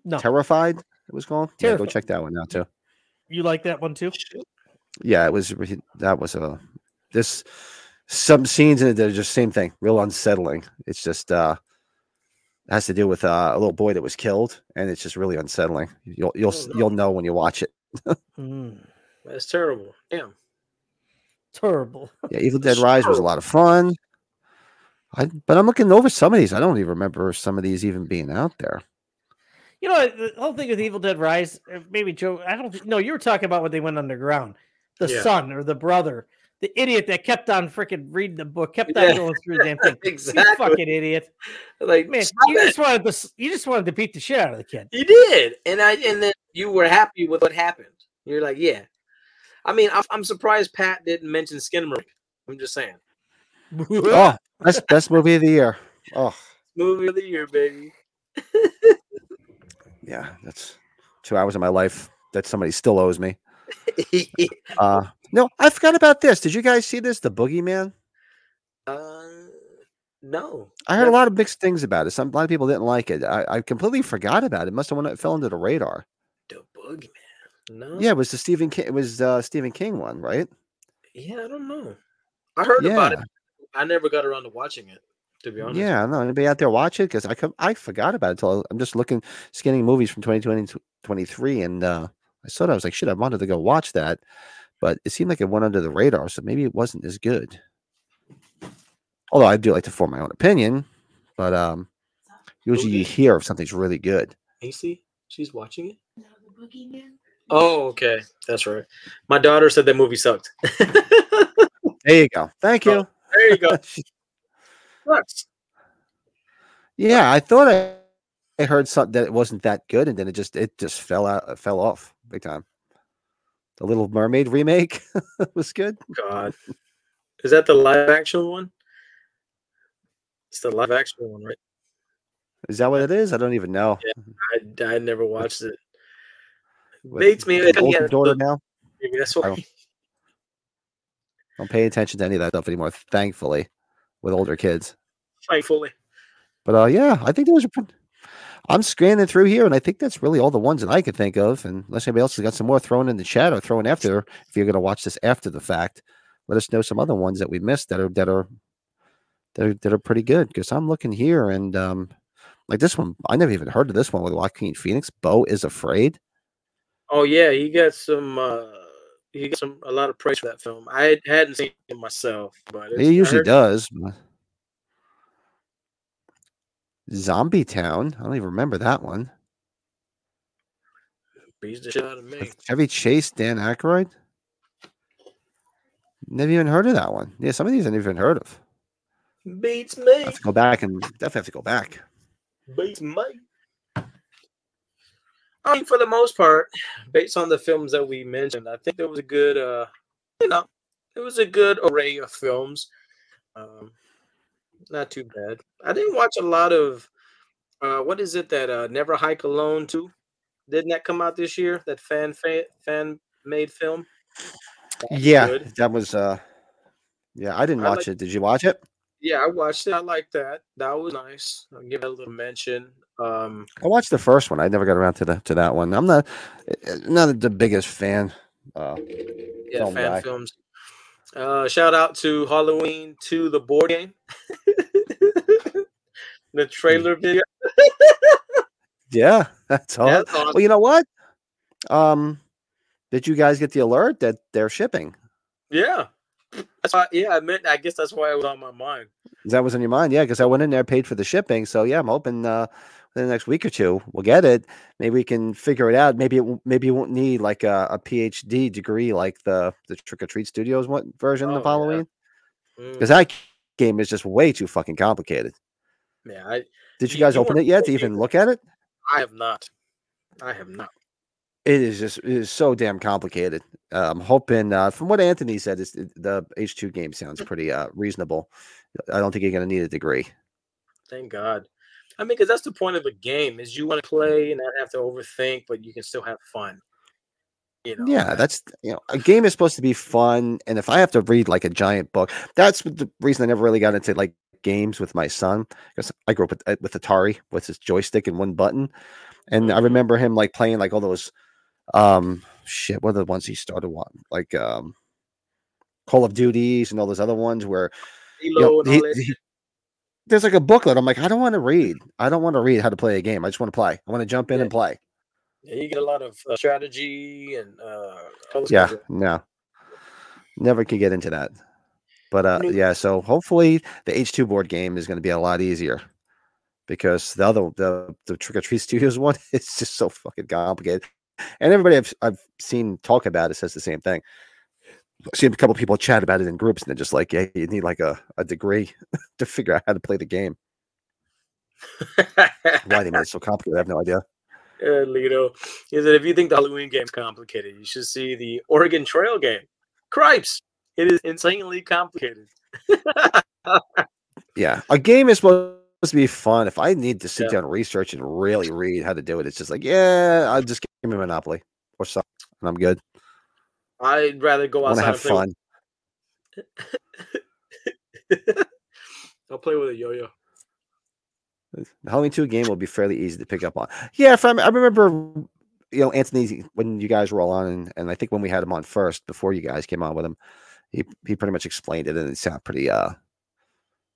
S2: No,
S3: Terrified. It was called. Yeah, go
S2: Terrified.
S3: check that one out too.
S2: you like that one
S1: Oh,
S2: too?
S3: yeah, it was re- that was a this some scenes in it that are just same thing, real unsettling. It's just uh has to do with uh, a little boy that was killed, and it's just really unsettling. You'll you'll s
S1: no.
S3: you'll know when you watch it.
S2: Mm,
S1: That's terrible. (laughs) Damn.
S2: terrible.
S3: Yeah, Evil Dead Rise was a lot of fun. I but I'm looking over some of these. I don't even remember some of these even being out there.
S2: You know, the whole thing with Evil Dead Rise, uh, maybe Joe, I don't know. You were talking about when they went underground, the
S1: Yeah.
S2: son or the brother, the idiot that kept on freaking reading the book, kept on
S1: Yeah.
S2: going through the
S1: (laughs)
S2: damn thing. You
S1: Exactly.
S2: fucking idiot,
S1: Like
S2: man!
S1: stop
S2: You
S1: it.
S2: just wanted to, s- you just wanted to beat the shit out of
S1: (laughs)
S2: the kid.
S1: You did, and I and then you were happy with what happened. You're like, yeah. I mean, I'm, I'm surprised Pat didn't mention Skinnamarink. I'm just saying,
S3: oh, best best movie of the year. Oh
S1: movie of the year, baby.
S3: yeah, that's two hours of my life that somebody still owes me. Uh no, I forgot about this. Did you guys see this? The Boogeyman.
S1: (laughs) uh, no,
S3: I heard a lot of mixed things about it. Some a lot of people didn't like it. I, I completely forgot about it. Must have went it fell under the radar.
S1: the boogeyman. No,
S3: Yeah, it was the Stephen King. It was uh, Stephen King one, right?
S1: yeah. I don't know. I heard about it.
S3: Yeah.
S1: I never got around to watching it. To be honest,
S3: Yeah, I don't know. Anybody out there watch it? Because I com- I forgot about it. Till I'm just looking scanning movies from 2023, and uh, I saw that I was like, shit, I wanted to go watch that, but it seemed like it went under the radar. So maybe it wasn't as good. Although I do like to form my own opinion, but um, usually you
S1: Boogie.
S3: hear if something's really good.
S1: Macy, she's watching it.
S5: No, the boogeyman.
S1: Oh, okay, that's right. My daughter said that movie sucked. there
S3: There you go. Thank
S1: Oh,
S3: you.
S1: you
S3: (laughs)
S1: go. Sucks.
S3: Yeah, I thought I, I heard something that it wasn't that good, and then it just it just fell out it fell off big time. The Little Mermaid remake (laughs) was good.
S1: God. Is that the live action one? It's the live action one, right?
S3: Is that what it is? I don't even know.
S1: I, I never watched it.
S3: With
S1: Bates me.
S3: the
S1: (laughs) Yeah,
S3: older
S1: it's
S3: daughter
S1: the-
S3: now.
S1: maybe that's why. (laughs)
S3: Oh. Don't pay attention to any of that stuff anymore, thankfully, with older kids.
S1: Thankfully.
S3: But uh, yeah, I think those are. pret- I'm scanning through here, and I think that's really all the ones that I could think of. And unless anybody else has got some more thrown in the chat or thrown after, if you're going to watch this after the fact, let us know some other ones that we missed that are that are that are, that are pretty good. Because I'm looking here and um, like this one, I never even heard of this one with Joaquin Phoenix. Bo is afraid.
S1: Oh yeah, he got some. uh He got some a lot of praise for that film. I had- hadn't seen it myself, but it's,
S3: He usually
S1: I heard-
S3: does. but- Zombie Town. I don't even remember that one.
S1: beats the shit out of me.
S3: With Chevy Chase, Dan Aykroyd. Never even heard of that one. Yeah, some of these I never even heard of.
S1: Beats me.
S3: I have to go back and definitely have to go back.
S1: Beats me. I mean, for the most part, based on the films that we mentioned, I think there was a good, uh you know, it was a good array of films. Um, not too bad. I didn't watch a lot of. Uh, what is it that uh, Never Hike Alone two? Didn't that come out this year? That fan fan, fan made film.
S3: yeah,
S1: good.
S3: that was. uh Yeah, I didn't
S1: I
S3: watch
S1: like-
S3: it. Did you watch it?
S1: Yeah, I watched it. I like that. That was nice. I'll give it a little mention. Um,
S3: I watched the first one. I never got around to the to that one. I'm not uh, not the biggest fan. Uh,
S1: yeah,
S3: film
S1: fan
S3: guy.
S1: films. Uh, shout out to Halloween to the board game. (laughs)
S3: Hmm.
S1: the trailer video.
S3: Oh, yeah, (laughs) that's all.
S1: That's awesome.
S3: Well, you know what? Um, did you guys get the alert that they're shipping?
S1: Yeah. That's why yeah, I meant I guess that's why it was on my mind.
S3: That was in your mind, yeah? Because I went in there, paid for the shipping. So yeah, I'm hoping uh, within the next week or two we'll get it. Maybe we can figure it out. Maybe it won't- maybe you won't need like a, a PhD degree like the the Trick or Treat Studios one version
S1: Oh,
S3: of
S1: yeah.
S3: Halloween
S1: Mm,
S3: because that game is just way too fucking complicated.
S1: yeah, I,
S3: Did you
S1: You-
S3: guys
S1: you
S3: open
S1: were
S3: it yet to
S1: way
S3: even look at it?
S1: I have not. I have not.
S3: It is just it is so damn complicated. Uh, I'm hoping uh, from what Anthony said, is the H2 game sounds pretty uh, reasonable. I don't think you're gonna need a degree.
S1: Thank God. I mean, because that's the point of a game is you want to play and not have to overthink, but you can still have fun. You know.
S3: Yeah, that's you know, a game is supposed to be fun, and if I have to read like a giant book, that's what the reason I never really got into like games with my son because I grew up with uh, with Atari with his joystick and one button, and I
S1: Mhm.
S3: remember him like playing like all those, um, shit. What are the ones he started on like um, Call of Duties and all those other ones where you know,
S1: Halo and all
S3: he-
S1: that
S3: he-
S1: shit.
S3: there's like a booklet. I'm like, I don't want to read. I don't want to read how to play a game. I just want to play. I want to jump in
S1: Yeah.
S3: and play.
S1: Yeah, you get a lot of uh, strategy and uh, all this
S3: yeah
S1: kinds of-
S3: no never could get into that but uh
S1: mean-
S3: yeah so hopefully the h2 board game is going to be a lot easier because the other the, the trick or treat (laughs) studios one it's just so fucking complicated and everybody I've, I've seen talk about it says the same thing I've seen a couple people chat about it in groups and they're just like yeah you need like a, a degree (laughs) to figure out how to play the game
S1: (laughs)
S3: why they made it so complicated i have no idea
S1: Yeah, Lito. He said, if you think the Halloween game's complicated, you should see the Oregon Trail game. Cripes! It is insanely complicated.
S3: Yeah, a game is supposed to be fun. If I need to sit
S1: Yeah.
S3: down and research and really read how to do it, it's just like, yeah, I'll just give me Monopoly or something, and I'm good.
S1: I'd rather go
S3: I want
S1: outside
S3: to have
S1: and play with-
S3: fun.
S1: I'll play with a yo-yo.
S3: The Halloween two game will be fairly easy to pick up on. Yeah, if I'm, I remember, you know, Anthony when you guys were all on, and, and I think when we had him on first before you guys came on with him, he he pretty much explained it, and it sounded pretty uh,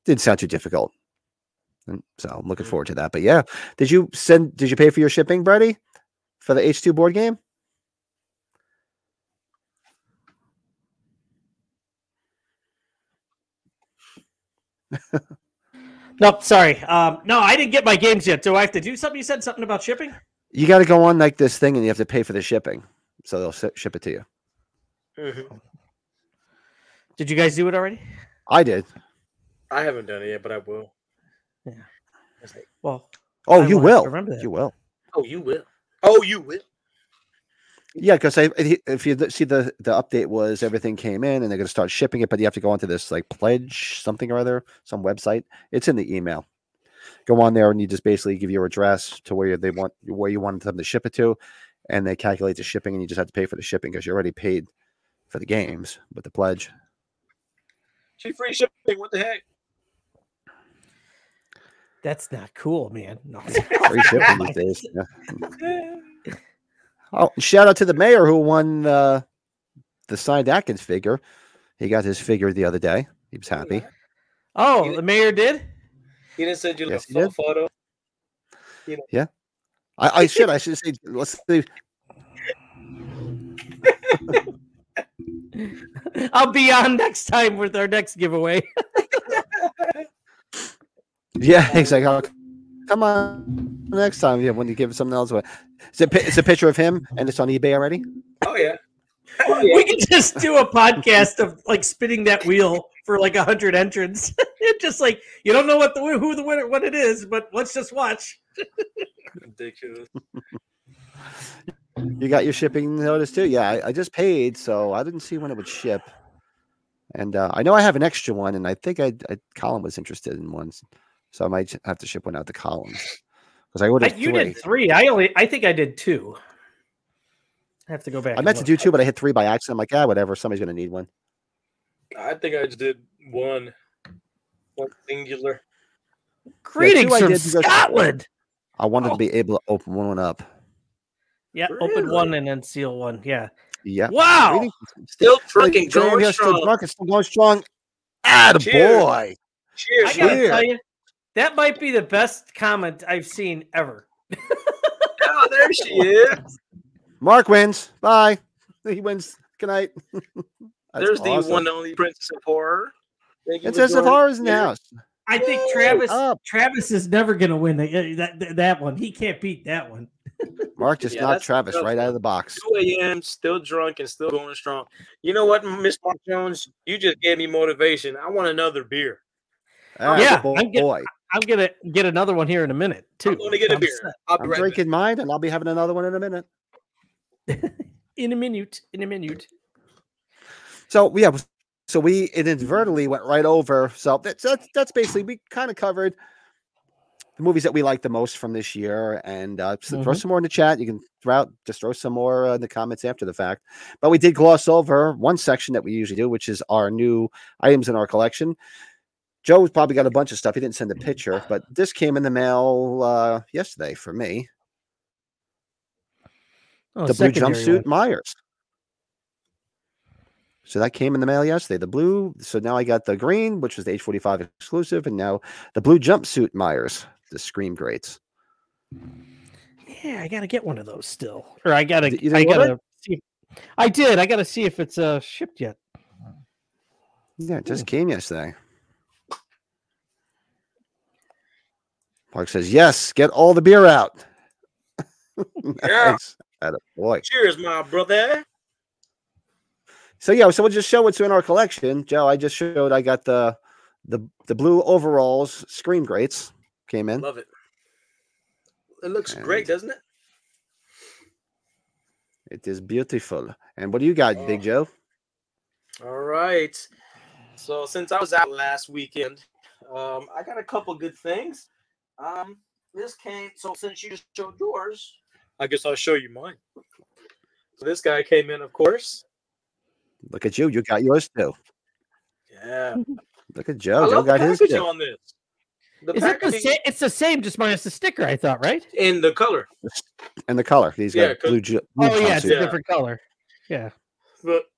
S3: didn't sound too difficult. And so I'm looking
S1: Mhm.
S3: forward to that. But yeah, did you send? Did you pay for your shipping, Brady, for the H two board game?
S2: Nope, sorry. Um, no, I didn't get my games yet. Do I have to do something? You said something about shipping?
S3: you got to go on like this thing and you have to pay for the shipping so they'll si- ship it to you
S1: Mhm.
S2: Did you guys do it already?
S3: i did
S1: I haven't done it yet, but I will.
S2: Yeah.
S1: It's like,
S2: Well,
S3: oh
S2: I
S3: you
S2: wanted to
S3: will
S2: remember that.
S3: you will
S1: oh, you will. Oh, you will.
S3: yeah because I, it- if you th- see the the update was everything came in and they're going to start shipping it but you have to go onto this like pledge something or other some website it's in the email go on there and you just basically give your address to where they want where you want them to ship it to and they calculate the shipping and you just have to pay for the shipping because you already paid for the games with the pledge
S1: She free shipping. What the heck?
S2: That's not cool, man.
S1: (laughs)
S2: (laughs) No.
S3: free shipping these days yeah. Oh, shout out to the mayor who won uh, the signed Atkins figure. He got his figure the other day. He was happy.
S2: Oh, the mayor did.
S1: He didn't send you
S3: Yes, he
S1: the full
S3: did.
S1: photo.
S3: I, I should. I should say. Let's see.
S2: I'll be on next time with our next giveaway.
S3: Yeah, (laughs) exactly. I'll- Come on, next time. Yeah, when you give something else away. It's a, pi- it's a picture of him, and it's on eBay already.
S1: Oh yeah.
S2: We could just do a podcast of like spinning that wheel for like a hundred entrants. (laughs) It's just like you don't know what the who the winner what it is, but let's just watch.
S1: Ridiculous.
S3: You got your shipping notice too. Yeah, I, I just paid, so I didn't see when it would ship. And uh, I know I have an extra one, and I think I, I Colin was interested in one, so I might j- have to ship one out to Colin because I ordered
S2: I-
S3: three.
S2: you did three. I only I think I did two. I have to go back.
S3: I
S2: and
S3: meant to
S2: look.
S3: do two, but I hit three by accident. I'm like, ah, whatever. Somebody's gonna need one.
S1: I think I just did one, one singular.
S2: Greetings
S3: two I
S2: from
S3: did because-
S2: Scotland.
S3: I wanted
S2: Oh.
S3: to be able to open one up.
S2: Yeah, open
S1: Really?
S2: one and then seal one. Yeah.
S3: Yeah.
S2: Wow.
S3: Reading-
S1: Still
S3: Hey,
S1: freaking
S3: Johnny,
S1: going
S3: you're
S1: strong.
S3: Still drunk. It's still going strong. Ah, the
S1: Cheers.
S3: boy.
S1: Cheers.
S2: I gotta
S1: man.
S3: Weird.
S2: tell you, that might be the best comment I've seen ever.
S1: Oh, there she is.
S3: Mark wins. Bye. (laughs) He wins. Good night. (laughs) That's
S1: There's the
S3: awesome.
S1: one and only Princess of Horror. Thank you
S3: It
S1: for
S3: says the
S1: joining
S3: bar
S1: us
S3: is in the
S1: here.
S3: house.
S2: I think
S1: Woo!
S2: Travis
S3: Up.
S2: Travis is never gonna win the, that, that that one. He can't beat that one.
S3: Mark just
S1: Yeah,
S3: knocked
S1: that's-
S3: Travis
S1: that's-
S3: right out of the box.
S1: 2 a.m., still drunk and still going strong. You know what, Miss Mark Jones? You just gave me motivation. I want another beer.
S3: Ah,
S2: Yeah,
S3: the boy.
S2: I'm get- I'm gonna get another one here in a minute too.
S1: I'm going to get a
S2: I'm
S1: beer.
S2: set.
S1: I'll be
S3: I'm
S1: right
S3: drinking mine, and I'll be having another one in a minute.
S2: in a minute. In a minute.
S3: So yeah, so we inadvertently went right over. So that's that's, that's basically we kind of covered the movies that we like the most from this year, and uh, so throw
S2: Mhm.
S3: some more in the chat. You can throw out just throw some more uh, in the comments after the fact. But we did gloss over one section that we usually do, which is our new items in our collection. Joe's probably got a bunch of stuff. He didn't send a picture, but this came in the mail uh, yesterday for me.
S2: Oh,
S3: the blue
S2: secondary one.
S3: jumpsuit Myers. So that came in the mail yesterday. The blue. So now I got the green, which was the H45 exclusive, and now the blue jumpsuit Myers, the Scream Greats.
S2: Yeah, I gotta get one of those still, or I gotta.
S3: Did you
S2: I
S3: order
S2: gotta see. If, I did. I gotta see if it's uh shipped yet.
S3: Yeah, it just came yesterday. Mark says, "Yes, get all the beer out." (laughs)
S1: Yeah.
S3: Atta boy.
S1: Cheers, my brother.
S3: So yeah, so we'll just show what's in our collection. Joe, I just showed I got the the the blue overalls Scream Greats came in.
S1: Love it. It looks great,
S3: And-
S1: doesn't it?
S3: It is beautiful. And what do you got,
S1: Oh.
S3: Big Joe?
S1: All right. So since I was out last weekend, um, I got a couple good things. Um, this came so since you showed yours, I guess I'll show you mine. So this guy came in, of course.
S3: Look at you. You got yours too.
S1: Yeah,
S3: Look at
S1: I
S3: Joe.
S1: love
S3: Joe
S1: the
S3: Oh, got his
S1: packaging
S3: too.
S1: on this. The
S2: Is it the
S1: packaging
S2: same? It's the same, just minus the sticker. I thought, right?
S1: and the color,
S3: And the color. He's got
S1: Yeah, 'cause-
S3: blue, ju- blue
S2: Oh yeah, it's
S3: jumpsuit.
S2: a
S1: Yeah.
S2: different color. Yeah.
S1: but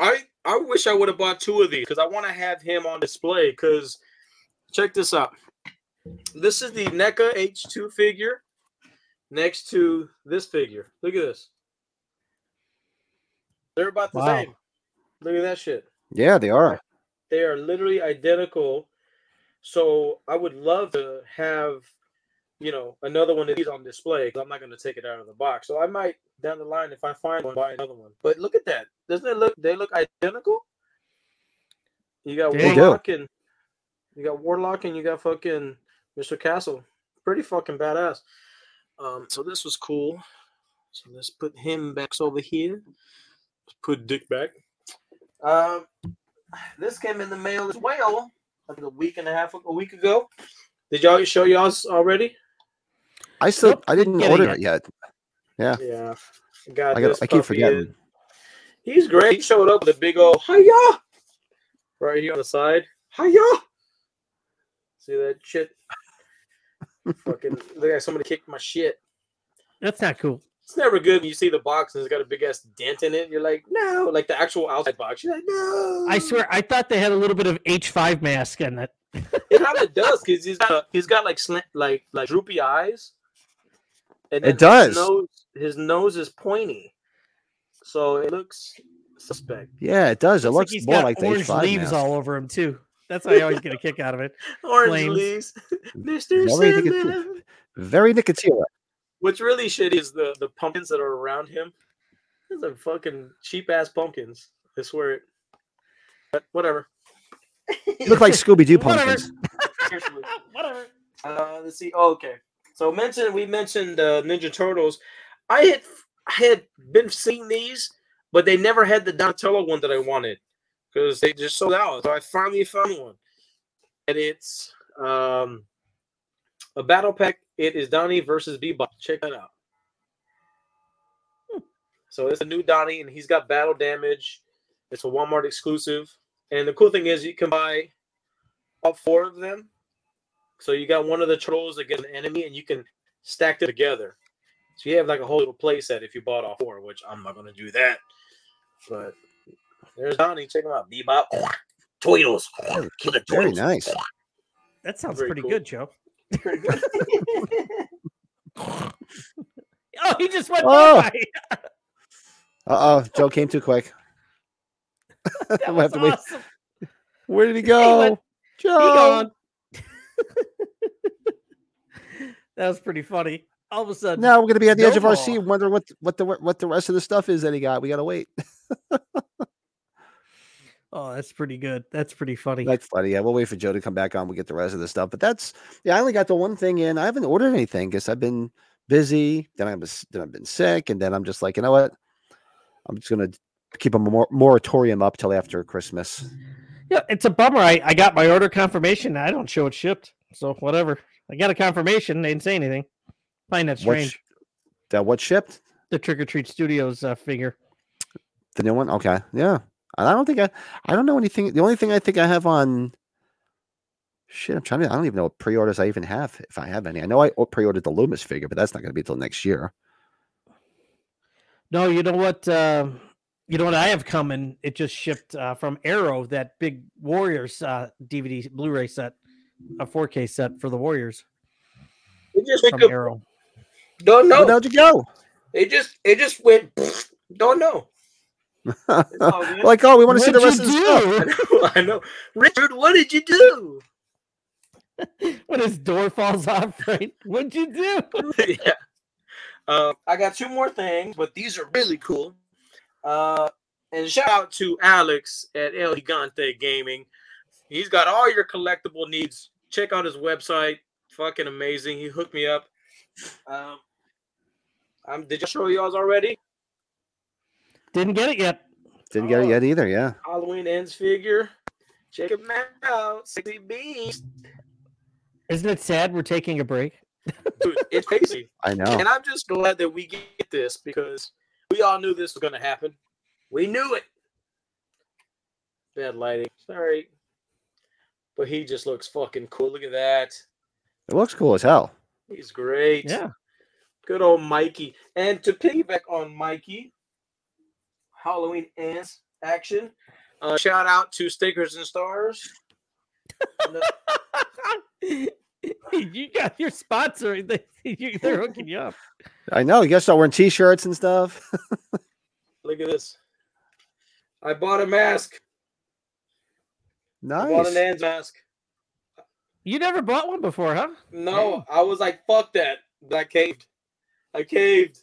S1: I I wish I would have bought two of these because I want to have him on display. Because check this out, this is the E NECA H2 figure next to this figure. Look at this. They're about the
S2: Wow.
S1: same. Look at that shit.
S3: Yeah, they are.
S1: They are literally identical. So I would love to have, you know, another one of these on display. 'cause I'm not going to take it out of the box. So I might down the line if I find one, buy another one. But look at that. Doesn't it look? They look identical. You got
S2: They do.
S1: Warlock and you got Warlock and you got fucking Mr. Castle. Pretty fucking badass. Um, so this was cool. So let's put him back over here. Let's put Dick back. Um, this came in the mail as well, like a week and a half, a week ago. Did y'all show y'all's already?
S3: I still
S2: Nope,
S3: I didn't
S2: didn't get it
S3: order it yet.
S1: Yeah, got
S3: I got
S1: this
S3: I keep
S1: puppy
S3: forgetting.
S1: in. He's great. He showed up with a big old hiya right here on the side. Hiya. See that
S3: (laughs)
S1: shit? Fucking look like somebody kicked my shit.
S2: That's not cool.
S1: It's never good when you see the box and it's got a big ass dent in it. You're like, no, like the actual outside box. You're like, no.
S2: I swear, I thought they had a little bit of H5 mask in it.
S1: it kind of does because he's got a, he's got like slant, like like droopy eyes. And then
S3: It does.
S1: His nose, his nose is pointy, so it looks suspect.
S3: Yeah, it does. It
S2: Looks
S3: looks
S2: he's
S3: more
S2: got
S3: like the
S2: orange
S3: H5
S2: leaves
S3: mask.
S2: all over him too. That's why I always get a kick out of it.
S1: Orange
S2: Flames.
S1: leaves, (laughs) Mister
S3: Well, I think it's-
S1: Sandman.
S2: (laughs)
S3: Very Nicotero.
S1: What's really shitty is the the pumpkins that are around him. Those are fucking cheap ass pumpkins. I swear it. But whatever.
S3: You look like Scooby Doo
S2: Whatever.
S3: pumpkins.
S1: Seriously.
S2: (laughs) Whatever.
S1: Uh, let's see. Oh, okay. So mentioned we mentioned uh, Ninja Turtles. I had I had been seeing these, but they never had the Donatello one that I wanted because they just sold out. So I finally found one, and it's um a battle pack. It is Donnie versus Bebop. Check that out. So it's a new Donnie, and he's got battle damage. It's a Walmart exclusive, and the cool thing is you can buy all four of them so you got one of the trolls against an enemy, and you can stack them together. So you have like a whole little play set if you bought all four, which I'm not gonna do that. But there's Donnie. Check him out. Bebop. Toiles. Kill the
S3: Very
S1: Toiles.
S3: nice.
S2: That sounds
S1: Very
S2: pretty
S1: cool.
S2: good, Joe. (laughs)
S5: Pretty good.
S2: Oh, he just went
S3: Oh,
S2: by.
S3: Uh oh, Joe came too quick.
S2: (laughs) That
S3: we'll
S2: was
S3: have to wait.
S2: awesome.
S3: (laughs)
S2: (laughs)
S3: Where did he
S2: went-
S3: go?
S2: He
S3: Joe.
S2: gone. (laughs) that was pretty funny. All of a sudden,
S3: Now we're gonna be at the edge of our
S2: Snowball.
S3: seat, wondering what what the what the rest of the stuff is that he got. We gotta wait.
S2: oh, that's pretty good. That's pretty funny.
S3: That's funny. Yeah, we'll wait for Joe to come back on. We'll get the rest of the stuff. But that's yeah, I only got the one thing in. I haven't ordered anything because I've been busy. Then I'm s- then I've been sick, and then I'm just like, you know what? I'm just gonna keep a mor- moratorium up till after Christmas.
S2: Mm, yeah, it's a bummer. I, I got my order confirmation. I don't show it shipped, so whatever. I got a confirmation. They didn't say anything. Find that
S3: What
S2: strange.
S3: sh- that what shipped?
S2: the Trick or Treat Studios uh, figure.
S3: The new one? Okay. Yeah. And I don't think I I don't know anything. The only thing I think I have on shit, I'm trying to I don't even know what pre-orders I even have, if I have any. I know I o- pre-ordered the Loomis figure, but that's not gonna be till next year.
S2: No, you know what? Uh, you know what I have coming? It just shipped uh, from Arrow, that big Warriors uh, DVD Blu ray set, a 4K set for the Warriors
S1: It just
S2: from Arrow.
S1: don't
S3: Where the
S1: know.
S3: hell you go?
S1: It just it just went. (laughs) Don't know. It's (laughs) all good.
S3: like, oh, we want to see the
S2: What'd
S3: rest
S2: you
S3: of the stuff.
S2: do?
S1: I know, Richard. What did you do?
S2: when his door falls off, right? What'd you do?
S1: (laughs) yeah. Uh, I got two more things, but these are really cool. Uh, and shout out to Alex at El Gigante Gaming. He's got all your collectible needs. Check out his website. Fucking amazing. He hooked me up. Um, I'm, did you show y'all's already?
S2: Didn't get it yet.
S3: Didn't get it
S1: Oh.
S3: yet either, yeah.
S1: Halloween ends figure. Check him out. Sexy Beast.
S2: Isn't it sad we're taking a break?
S1: Dude, it's crazy.
S3: I know.
S1: And I'm just glad that we get this because we all knew this was going to happen. We knew it. Bad lighting. Sorry. But he just looks fucking cool. Look at that.
S3: It looks cool as hell.
S1: He's great.
S2: Yeah.
S1: Good old Mikey. And to piggyback on Mikey, Halloween ends action. Uh, shout out to Stickers and Stars.
S2: (laughs) you got your sponsoring. They, you- they're hooking you up.
S3: I know. You guys start wearing t-shirts and stuff. (laughs)
S1: Look at this. I bought a mask. I bought
S3: nice.
S1: an Ann's mask.
S2: You never bought one before, huh?
S1: No, I was like, fuck that. But I caved. I caved.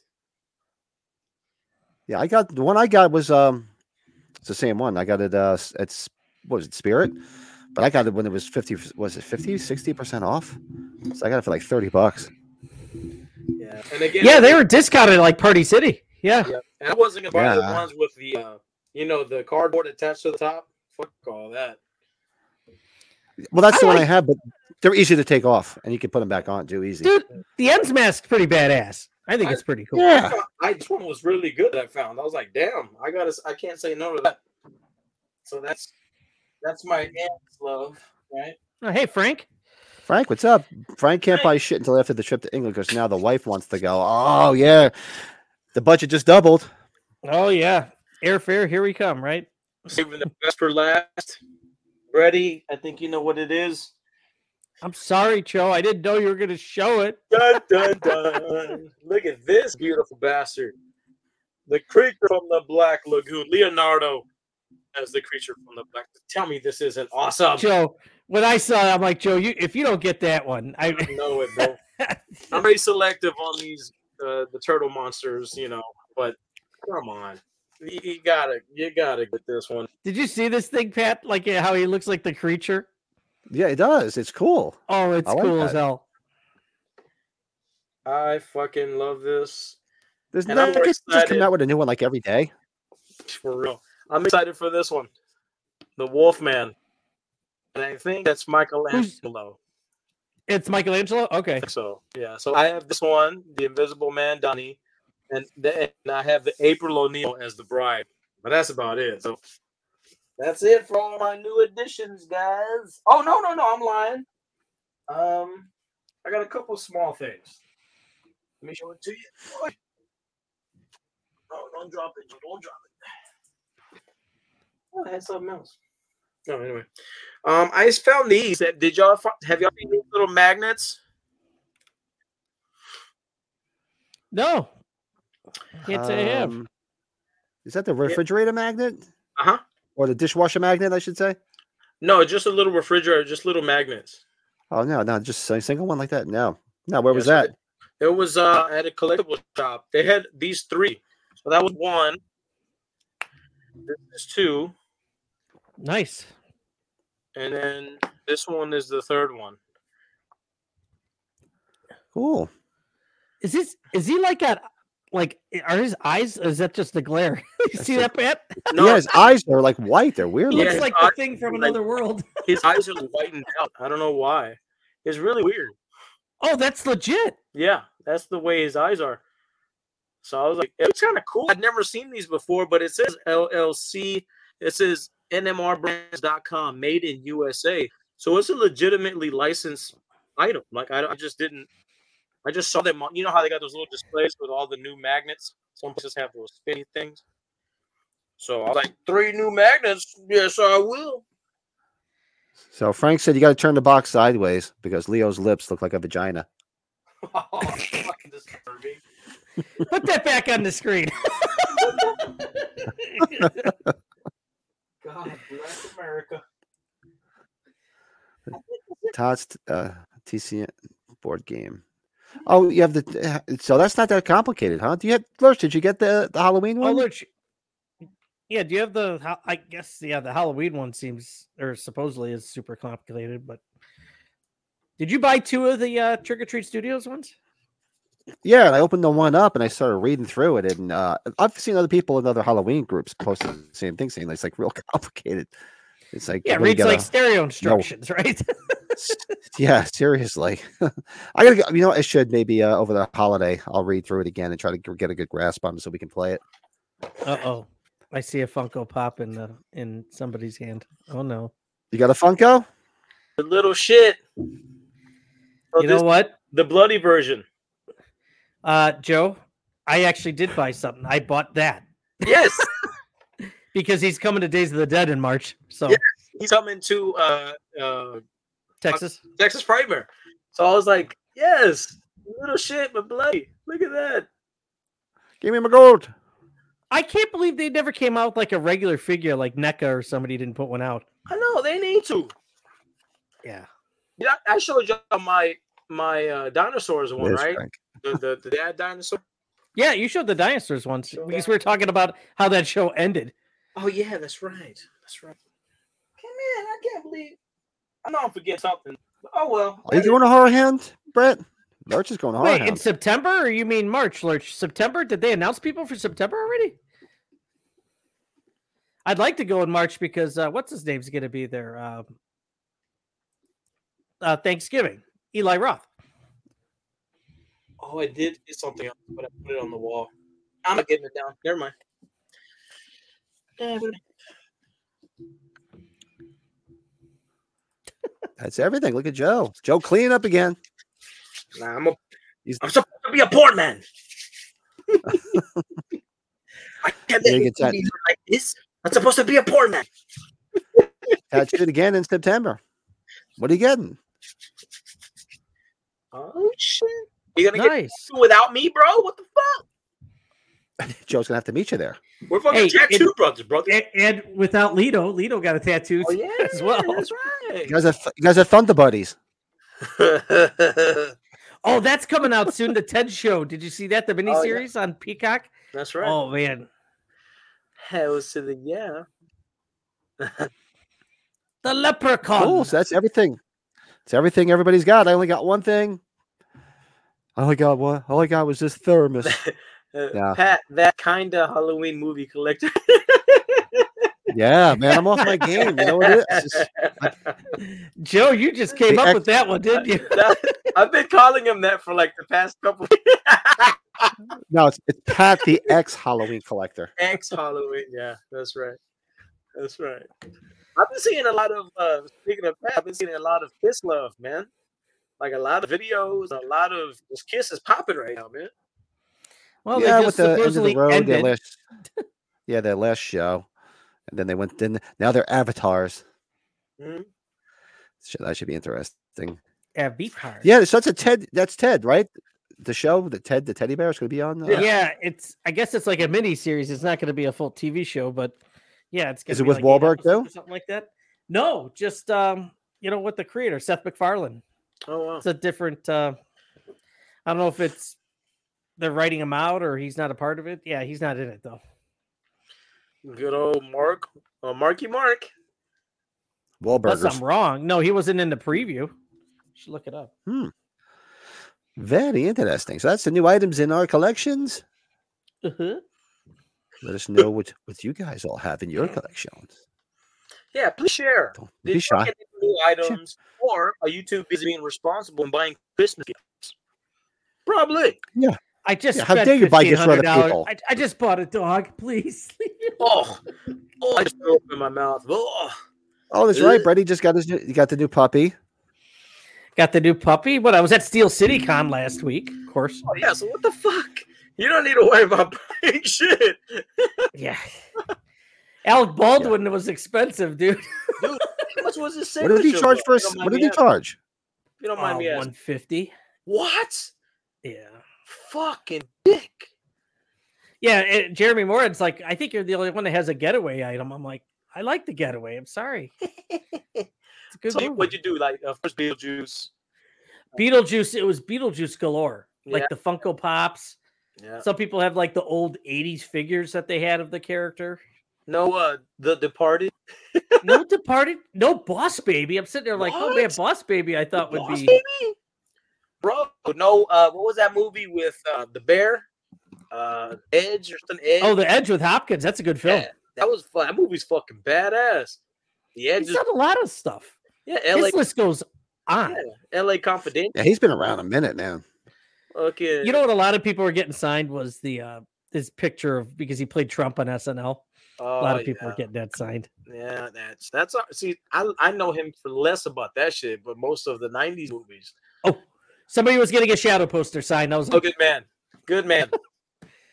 S3: Yeah, I got the one I got was um it's the same one. I got it uh s- it's what was it, Spirit? But I got it when it was 50 was it 50 60% off? So I got it for like 30 bucks.
S1: Yeah. And again,
S2: Yeah, they were discounted like Party City. Yeah.
S1: And I wasn't gonna buy
S3: Yeah.
S1: the ones with the, uh, you know, the cardboard attached to the top. Fuck all that.
S3: Well, that's
S2: I
S3: the one I
S2: like-
S3: have, but they're easy to take off and you can put them back on too easy.
S2: Dude, the ends mask's pretty badass. I think it's pretty cool.
S1: I
S3: Yeah.
S1: found- I, this one was really good. I found. I was like, damn, I gotta. s- I can't say no to that. So that's that's my aunt's love, right?
S2: Oh, hey, Frank.
S3: Frank, what's up? Frank can't buy shit until after the trip to England because now the wife wants to go. Oh yeah. The budget just doubled.
S2: Oh yeah, airfare. Here we come. Right.
S1: Saving the best for last. Ready? I think you know what it is.
S2: I'm sorry, Cho. I didn't know you were going to show it.
S1: Dun, dun, dun. Look at this beautiful bastard. The creature from the Black Lagoon. Leonardo as the creature from the Black. Tell me this isn't awesome.
S2: Joe, when I saw it, I'm like, Joe, you if you don't get that one, I
S1: I know it, bro. I'm very selective on these uh, the turtle monsters, you know. But come on, you, you gotta you gotta get this one.
S2: did you see this thing, Pat? Like uh, how he looks like the creature?
S3: Yeah, it does. It's cool.
S2: Oh, it's
S3: I like
S2: cool as
S3: that.
S2: hell.
S1: I fucking love this
S3: There's
S1: And
S3: no,
S1: I'm
S3: they just just come
S1: excited.
S3: out with a new one like every day.
S1: for real. I'm excited for this one, the Wolfman, and I think that's Michelangelo.
S2: It's Michelangelo. Okay.
S1: So yeah, so I have this one, the Invisible Man, Donnie, and the, and I have the April O'Neil as the bride, but that's about it. So that's it for all my new additions, guys. Oh no, no, no, I'm lying. Um, I got a couple small things. Let me show it to you. Boy. Oh, don't drop it! You don't drop it. Oh, I had something else. No, anyway, um, I just found these. That did y'all fi- have y'all seen these little magnets?
S2: No. Can't say I have.
S3: Um, Is that the refrigerator magnet?
S1: Uh-huh.
S3: Or the dishwasher magnet, I should say.
S1: No, just a little refrigerator, just little magnets.
S3: Oh no, no, just a single one like that. No, no. Where was
S1: Yes,
S3: that?
S1: It was uh at a collectible shop. They had these three. So that was one. This is two,
S2: Nice.
S1: and then this one is the third one.
S3: Cool.
S2: Is this is he like that? Like eh, are his eyes? Is that just the glare? (laughs) you
S3: That's
S2: see
S3: a-
S2: that, Pat?
S1: No,
S3: Yeah, his eyes are like white. They're weird.
S2: He
S1: Yeah,
S3: Looking.
S2: looks
S1: his
S2: like
S1: eyes
S2: the thing from
S1: like-
S2: another world.
S1: his eyes are whitened out. I don't know why. It's really weird.
S2: Oh, that's legit.
S1: Yeah, that's the way his eyes are. So I was like, it's kind of cool. I'd never seen these before, but it says LLC. It says NMRBrands.com, made in USA. So it's a legitimately licensed item. Like I, I just didn't. I just saw them on. You know how they got those little displays with all the new magnets. Some places have those spinny things. So I was like, three new magnets. Yes, I will. (laughs)
S3: So Frank said you got to turn the box sideways because Leo's lips look like a vagina.
S1: Fucking disturbing.
S2: Put that back on the
S3: (laughs)
S2: screen. (laughs)
S1: God bless America.
S3: Todd's uh, TCN board game. Oh, you have the so that's not that complicated, huh? Do you have Lurch? Did you get the, the Halloween
S2: Oh,
S3: one?
S2: look. sh- Yeah, do you have the? ha- I guess yeah, the Halloween one seems or supposedly is super complicated. But did you buy two of the uh, Trick or Treat Studios ones?
S3: Yeah, and I opened the one up and I started reading through it, and uh, I've seen other people in other Halloween groups posting the same thing, saying it's like real (laughs) complicated. It's like
S2: Yeah,
S3: you really
S2: reads like
S3: gotta-
S2: stereo instructions, (laughs) right?
S3: yeah, seriously. (laughs) I gotta, go- you know, what, I should maybe uh, over the holiday I'll read through it again and try to g- get a good grasp on it so we can play it.
S2: uh oh, I see a Funko Pop in the in somebody's hand. Oh no!
S3: You got a Funko?
S1: The little shit. So
S2: You know
S1: this-
S2: what,
S1: the bloody version.
S2: uh, Joe? I actually did buy something. I bought that
S1: Yes, (laughs)
S2: because he's coming to Days of the Dead in March. So
S1: Yeah. he's coming to uh, uh,
S2: Texas.
S1: Texas Primer. So I was like, yes, little shit, but bloody. Look at that.
S3: Give me my gold.
S2: I can't believe they never came out with like a regular figure, like NECA or somebody didn't put one out.
S1: I know they need to.
S2: Yeah.
S1: Yeah, I showed you my my uh, dinosaurs one,
S3: There's
S1: right?
S3: Frank.
S1: The, the the dad dinosaur.
S2: Yeah, you showed the dinosaurs once
S1: Showed
S2: because
S1: that.
S2: we were talking about how that show ended.
S1: Oh yeah, that's right. That's right. Come in. I can't believe. I know I'm forgetting something. Oh well.
S3: Are you doing a horror hand, Brett? Lurch is
S1: Oh,
S3: going a horror
S2: Wait, in
S3: hand.
S2: September or you mean March, Lurch? September? Did they announce people for September already? I'd like to go in March because uh, what's his name's going to be there? Um, uh, Thanksgiving, Eli Roth.
S1: Oh, I did get something else, but I put it on the wall. I'm not getting it down. Never mind. Never
S3: That's everything. Look at Joe. Joe clean up again.
S1: Nah, I'm a.
S3: He's-
S1: I'm supposed to be a poor man. I can't
S3: Yeah,
S1: let
S3: you
S1: you
S3: get that.
S1: be like this. That's supposed to be a porn man.
S3: Catch it again in September. What are you getting?
S1: Oh shit! You gonna get
S2: nice.
S1: tattooed without me, bro? What the fuck?
S3: Joe's gonna have to meet you there.
S1: We're fucking
S2: Hey,
S1: tattoo brothers, brother.
S2: And, and without Lito, Lito got a tattoo.
S1: oh yeah,
S2: as well.
S1: That's
S3: You guys are th- you guys are Thunder buddies.
S1: (laughs) right.
S2: Oh, that's coming out soon. The Ted Show. Did you see that? The
S1: Oh, yeah.
S2: miniseries on Peacock.
S1: that's right.
S2: Oh man,
S1: Hell to the yeah.
S2: the Leprechaun.
S3: Cool. So that's everything. It's everything everybody's got. I only got one thing. All I got what? All I got was this
S2: (laughs)
S3: thermos.
S1: Uh,
S3: Yeah.
S1: Pat, that kind of Halloween movie collector.
S3: yeah, man, I'm off my game. You know what it is?
S2: (laughs)
S3: It's-
S2: Joe, you just came
S3: The
S2: up
S3: ex-
S2: with that one, didn't you?
S1: (laughs) I've been calling him that for like the past couple (laughs)
S3: no, it's, it's Pat the ex Halloween collector.
S1: ex Halloween. Yeah, that's right. That's right. I've been seeing a lot of uh speaking of Pat, I've been seeing a lot of kiss love, man. Like a lot of videos, a lot of this kiss is popping right now, man.
S2: Well,
S3: yeah,
S2: they just
S3: with the end of
S2: supposedly
S3: the road, their
S2: ended.
S3: last, yeah, their last show, and then they went. Then now they're avatars.
S2: Hmm.
S1: Mhm.
S3: Shit, that should be interesting.
S2: Yeah, beef heart.
S3: Yeah, so that's a Ted. That's Ted, right? The show, the Ted, the teddy bear is going to be on. uh,
S2: yeah. it's. I guess it's like a mini series. It's not going to be a full TV show, but yeah, it's. Gonna
S3: Is it
S2: be
S3: with
S2: like eight
S3: Wahlberg,
S2: episodes
S3: too?
S2: or something like that? No, just um, you know what the creator Seth MacFarlane.
S1: Oh wow.
S2: It's a different. Uh, I don't know if it's they're writing him out or he's not a part of it. Yeah, he's not in it though.
S1: Good old Mark uh, Marky Mark.
S3: Wahlburgers.
S2: Unless I'm wrong. No, he wasn't in the preview. Should look it up.
S3: Very interesting. So that's the new items in our collections. Uh-huh. Let us know what what you guys all have in your collections.
S1: Yeah, please share.
S3: Don't
S1: Did
S3: be
S1: you
S3: shy.
S1: get any new items or are you too busy being responsible and buying Christmas gifts? Probably.
S2: I just
S3: Yeah, how
S2: spent
S3: dare you buy gifts for other
S2: $1,500.
S3: people?
S2: I, I just bought a dog. (laughs) Please.
S1: Oh, oh I just threw up in my mouth. Oh,
S3: Oh, that's right. Brady just got his new, he got the new puppy.
S2: Got the new puppy. What I was at Steel City Con last week, of course.
S1: Mm-hmm. (laughs) oh, yeah, so what the fuck? You don't need to worry about buying shit.
S2: Yeah. Alec Baldwin was expensive, dude.
S1: How much was his
S3: What did he
S1: signature
S3: charge for?
S1: bill? You don't mind me
S3: a s- What did he
S1: asking-
S3: charge?
S1: You don't mind me asking.
S2: One fifty.
S1: What?
S2: Yeah.
S1: Fucking dick.
S2: Yeah. and Jeremy Morin's like, I think you're the only one that has a getaway item. I'm like, I like the getaway.
S1: (laughs)
S2: I'm sorry. It's a good
S1: So you-
S2: movie.
S1: what'd you do? Like, uh, first Beetlejuice.
S2: Beetlejuice. It was Beetlejuice galore, like
S1: Yeah.
S2: the Funko Pops.
S1: Yeah.
S2: Some people have like the old '80s figures that they had of
S1: (laughs)
S2: the character.
S1: No, uh, The Departed.
S2: No Departed, no Boss Baby. I'm sitting there like, oh man,
S1: What?
S2: Boss Baby. I thought would
S1: Boss
S2: be
S1: Baby? Bro, no, uh, what was that movie with uh, the bear? Uh, Edge or something? Edge?
S2: oh the Edge with Hopkins. That's a good film.
S1: Yeah, that was fun. That movie's fucking badass. The Edge
S2: He's
S1: is
S2: done a lot of stuff.
S1: yeah,
S2: His
S1: LA,
S2: list goes on.
S1: yeah, LA Confidential.
S3: Yeah, he's been around a minute now.
S1: Okay,
S2: You know what? A lot of people were getting signed was the uh his picture of because he played Trump on SNL. A lot
S1: oh,
S2: of people were getting that signed.
S1: Yeah, that's that's all- see, I I know him for less about that shit, but most of the '90s movies.
S2: Somebody was getting a shadow poster signed. I was
S1: Oh,
S2: like,
S1: good man, good man.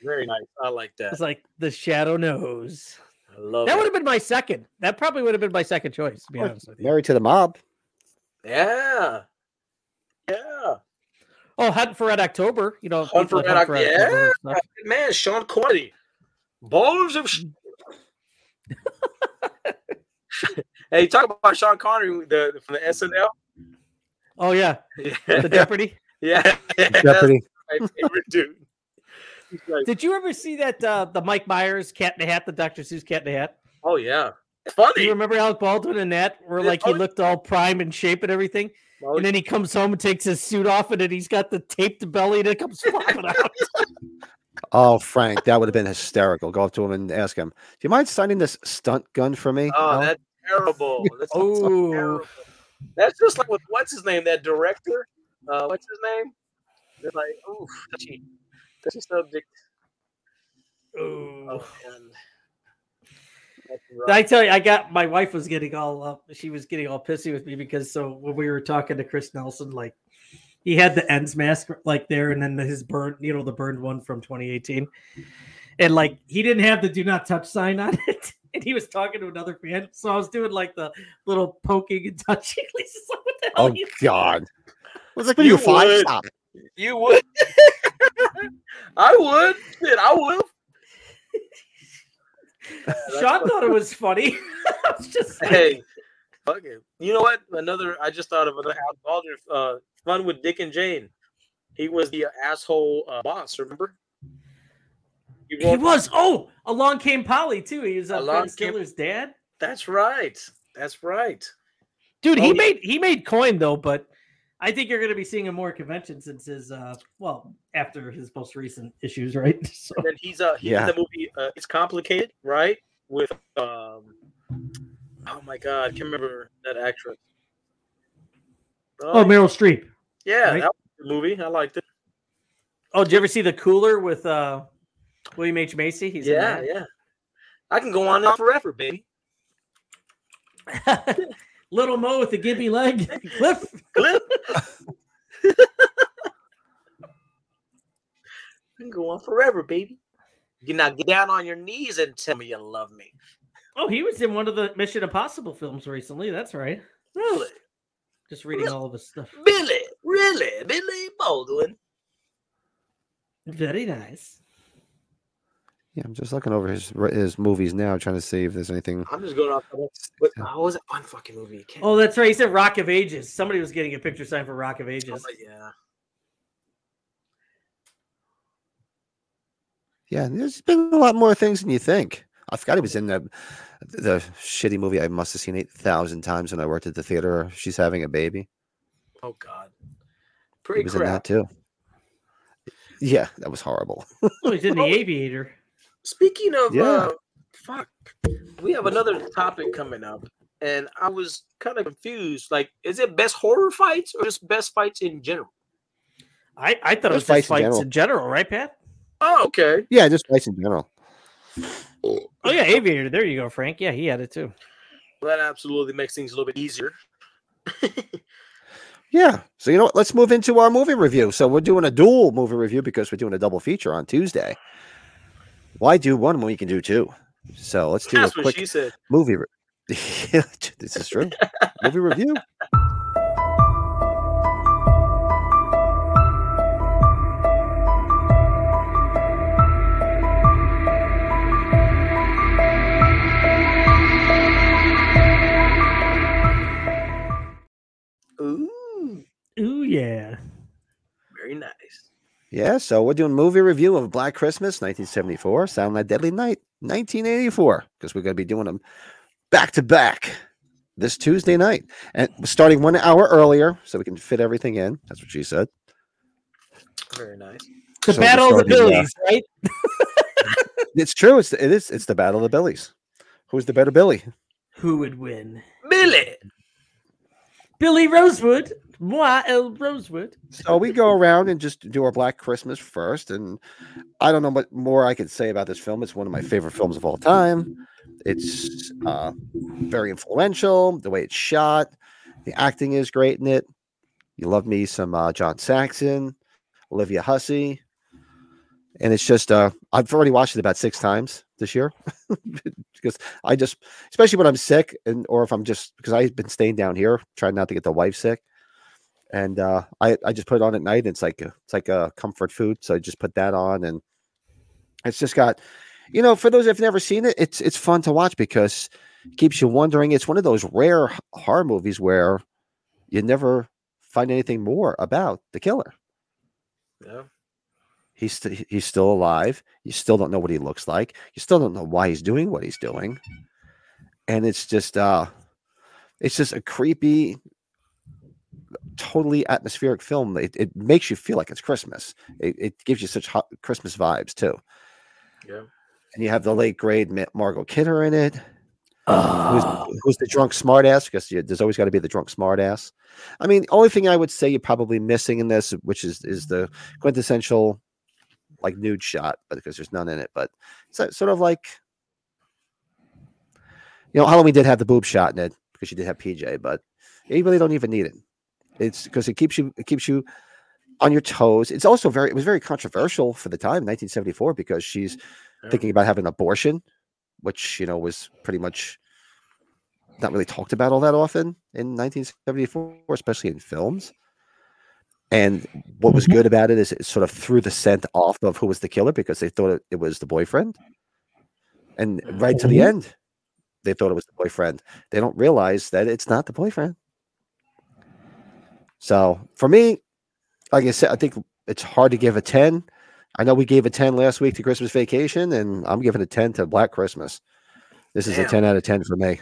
S1: Very nice. I like
S2: I
S1: that.
S2: was like, the shadow knows.
S1: I love
S2: That would
S1: it.
S2: have been my second. That probably would have been my second choice, to be honest with you.
S3: Married to the mob.
S1: Yeah, yeah.
S2: Oh, Hunt for Red October. You know,
S1: Hunt
S2: people
S1: for
S2: at
S1: Red Oc-
S2: October and stuff.
S1: Good man, Sean Connery. Balls of. sh- (laughs) hey, talk about Sean Connery the, from the SNL. (laughs)
S2: Oh yeah, the
S1: Yeah,
S2: Jeopardy.
S1: yeah,
S2: (laughs)
S1: that's
S3: Jeopardy.
S1: my favorite dude. He's like,
S2: Did you ever see that uh, the Mike Myers Cat in the Hat, the Dr. Seuss Cat in the Hat?
S1: oh yeah, It's
S2: Do you
S1: funny.
S2: remember Alec Baldwin and that, where
S1: Yeah,
S2: like he
S1: oh,
S2: looked all prime and shape and everything,
S1: Oh,
S2: and then he comes home and takes his suit off, and then he's got the taped belly and it comes (laughs) flopping out.
S3: Oh, Frank, that would have been hysterical. Go up to him and ask him, "Do you mind signing this stunt gun for me?"
S1: oh,
S3: Al?"
S1: that's (laughs) terrible. That's
S2: Oh,
S1: terrible. That's just like with what's his name, that director. Uh, what's his name? They're like, ooh, touchy, touchy subject. Oh, man. That's rough.
S2: I tell you, I got my wife uh, was getting all up. She was getting all pissy with me because so when we were talking to Chris Nelson, like he had the ends mask like there, and then the, his burned, you know, the burned one from 2018, and like he didn't have the do not touch sign on (laughs) it, and he was talking to another fan, so I was doing like the little poking and (laughs) touching. He's just like, what the hell?
S3: Oh
S2: are you-"
S1: (laughs)
S3: God! I was like, what are you
S1: You
S3: five?
S1: would.
S3: Stop.
S1: You would. (laughs) I would. Shit, I will.
S2: Sean thought it was funny. (laughs) I was just like,
S1: Hey, fuck it. You know what? Another. I just thought of another Al Balder. Uh, fun with Dick and Jane. He was the asshole uh, boss. Remember? You
S2: he was. Oh, along came Polly too. He was uh,
S1: Along
S2: Ben
S1: Came-
S2: Stiller's dad.
S1: That's right. That's right.
S2: Dude,
S1: Oh,
S2: he
S1: yeah.
S2: made he made coin though, but I think you're going to be seeing him more at conventions since his uh well after his most recent issues, right? (laughs) So
S1: And then he's uh he's
S3: Yeah.
S1: in the movie. Uh, it's complicated, right? With um, oh my god, I can't remember that actress.
S2: oh, Meryl Streep.
S1: yeah,
S2: right?
S1: that was a good movie. I liked it.
S2: Oh, did you ever see the cooler with uh William H Macy? He's in
S1: yeah, yeah. I can go on now forever, baby. (laughs)
S2: that. (laughs) Little Mo with the gimpy leg. Cliff. (laughs)
S1: Clip. I can go on forever, baby. You now get down on your knees and tell me you love me.
S2: Oh, he was in one of the Mission Impossible films recently. That's right.
S1: Really?
S2: Just reading all of his stuff.
S1: Billy, really? Billy Baldwin.
S2: Very nice.
S3: Yeah, I'm just looking over his his movies now, trying to see if there's anything.
S1: I'm just going off. of that. What, what was that one fucking movie? I can't-
S2: Oh, that's right. He said Rock of Ages. Somebody was getting a picture signed for Rock of Ages.
S1: Oh, yeah.
S3: Yeah, there's been a lot more things than you think. I forgot he was in the the shitty movie I must have seen eight thousand times when I worked at the theater. She's having a baby.
S1: Oh God.
S3: He
S1: Pretty
S3: was in that
S1: crap.
S3: too. Yeah, that was horrible.
S2: Oh, (laughs) he's in The Aviator.
S1: Speaking of,
S3: Yeah.
S1: uh, fuck, we have another topic coming up, and I was kind of confused. Like, is it best horror fights or just best fights in general?
S2: I, I thought it was
S3: Just
S2: just fights
S3: fights in
S2: in general, right, Pat?
S1: Oh, okay.
S3: Yeah, just lights in general.
S2: Oh yeah, Aviator. There you go, Frank. Yeah, he had it too.
S1: Well, that absolutely makes things a little bit easier.
S3: Yeah. So you know what? Let's move into our movie review. So we're doing a dual movie review because we're doing a double feature on Tuesday. Why do one when we can do two? So let's do a
S1: That's what
S3: quick
S1: she said.
S3: movie. Re- (laughs) this is true. movie review.
S1: Ooh,
S2: Ooh yeah.
S1: very nice.
S3: Yeah, so we're doing movie review of Black Christmas, 1974, Silent Night, Deadly Night, 1984, because we're going to be doing them back to back this Tuesday night, and we're starting one hour earlier, so we can fit everything in. That's what she said.
S1: Very nice.
S2: The
S3: So we
S2: Battle of the
S3: started, uh,
S2: Billies, right?
S3: It's true. It's it is. It's the Battle of the Billies. Who's the better Billy?
S2: Who would win?
S1: Billy.
S2: Billy Rosewood. Moi El Rosewood.
S3: So we go around and just do our Black Christmas first, and I don't know what more I could say about this film. It's one of my favorite films of all time. It's uh, very influential. The way it's shot, the acting is great in it. You love me some uh, John Saxon, Olivia Hussey, and it's just uh, I've already watched it about six times this year (laughs) because I just, especially when I'm sick and or if I'm just because I've been staying down here trying not to get the wife sick and uh, I I just put it on at night. And it's like a, it's like a comfort food, so I just put that on, and it's just got, you know, for those that've never seen it, it's it's fun to watch because it keeps you wondering. It's one of those rare h- horror movies where you never find anything more about the killer.
S1: Yeah.
S3: He's st- he's still alive. You still don't know what he looks like. You still don't know why he's doing what he's doing, and it's just uh, it's just a creepy, totally atmospheric film. It, it makes you feel like it's Christmas. It, it gives you such hot Christmas vibes too.
S1: Yeah.
S3: And you have the late grade Ma- Margot Kidder in it. Who's,
S2: Ah.
S3: who's the drunk smartass? Because you- there's always got to be the drunk smartass. I mean, the only thing I would say you're probably missing in this, which is is the quintessential like nude shot, but because there's none in it. But it's a- sort of like you know, Halloween did have the boob shot in it because she did have PJ, but you really don't even need it. It's because it keeps you it keeps you on your toes. It's also very it was very controversial for the time, 1974, because she's
S1: Yeah.
S3: thinking about having an abortion, which you know was pretty much not really talked about all that often in 1974, especially in films. And what was good about it is it sort of threw the scent off of who was the killer because they thought it, it was the boyfriend. And right to the
S2: Mhm.
S3: end, they thought it was the boyfriend. They don't realize that it's not the boyfriend. So for me, like I said, I think it's hard to give a 10. I know we gave a 10 last week to Christmas vacation, and I'm giving a 10 to Black Christmas. This is a
S1: Damn.
S3: 10 out of 10 for me.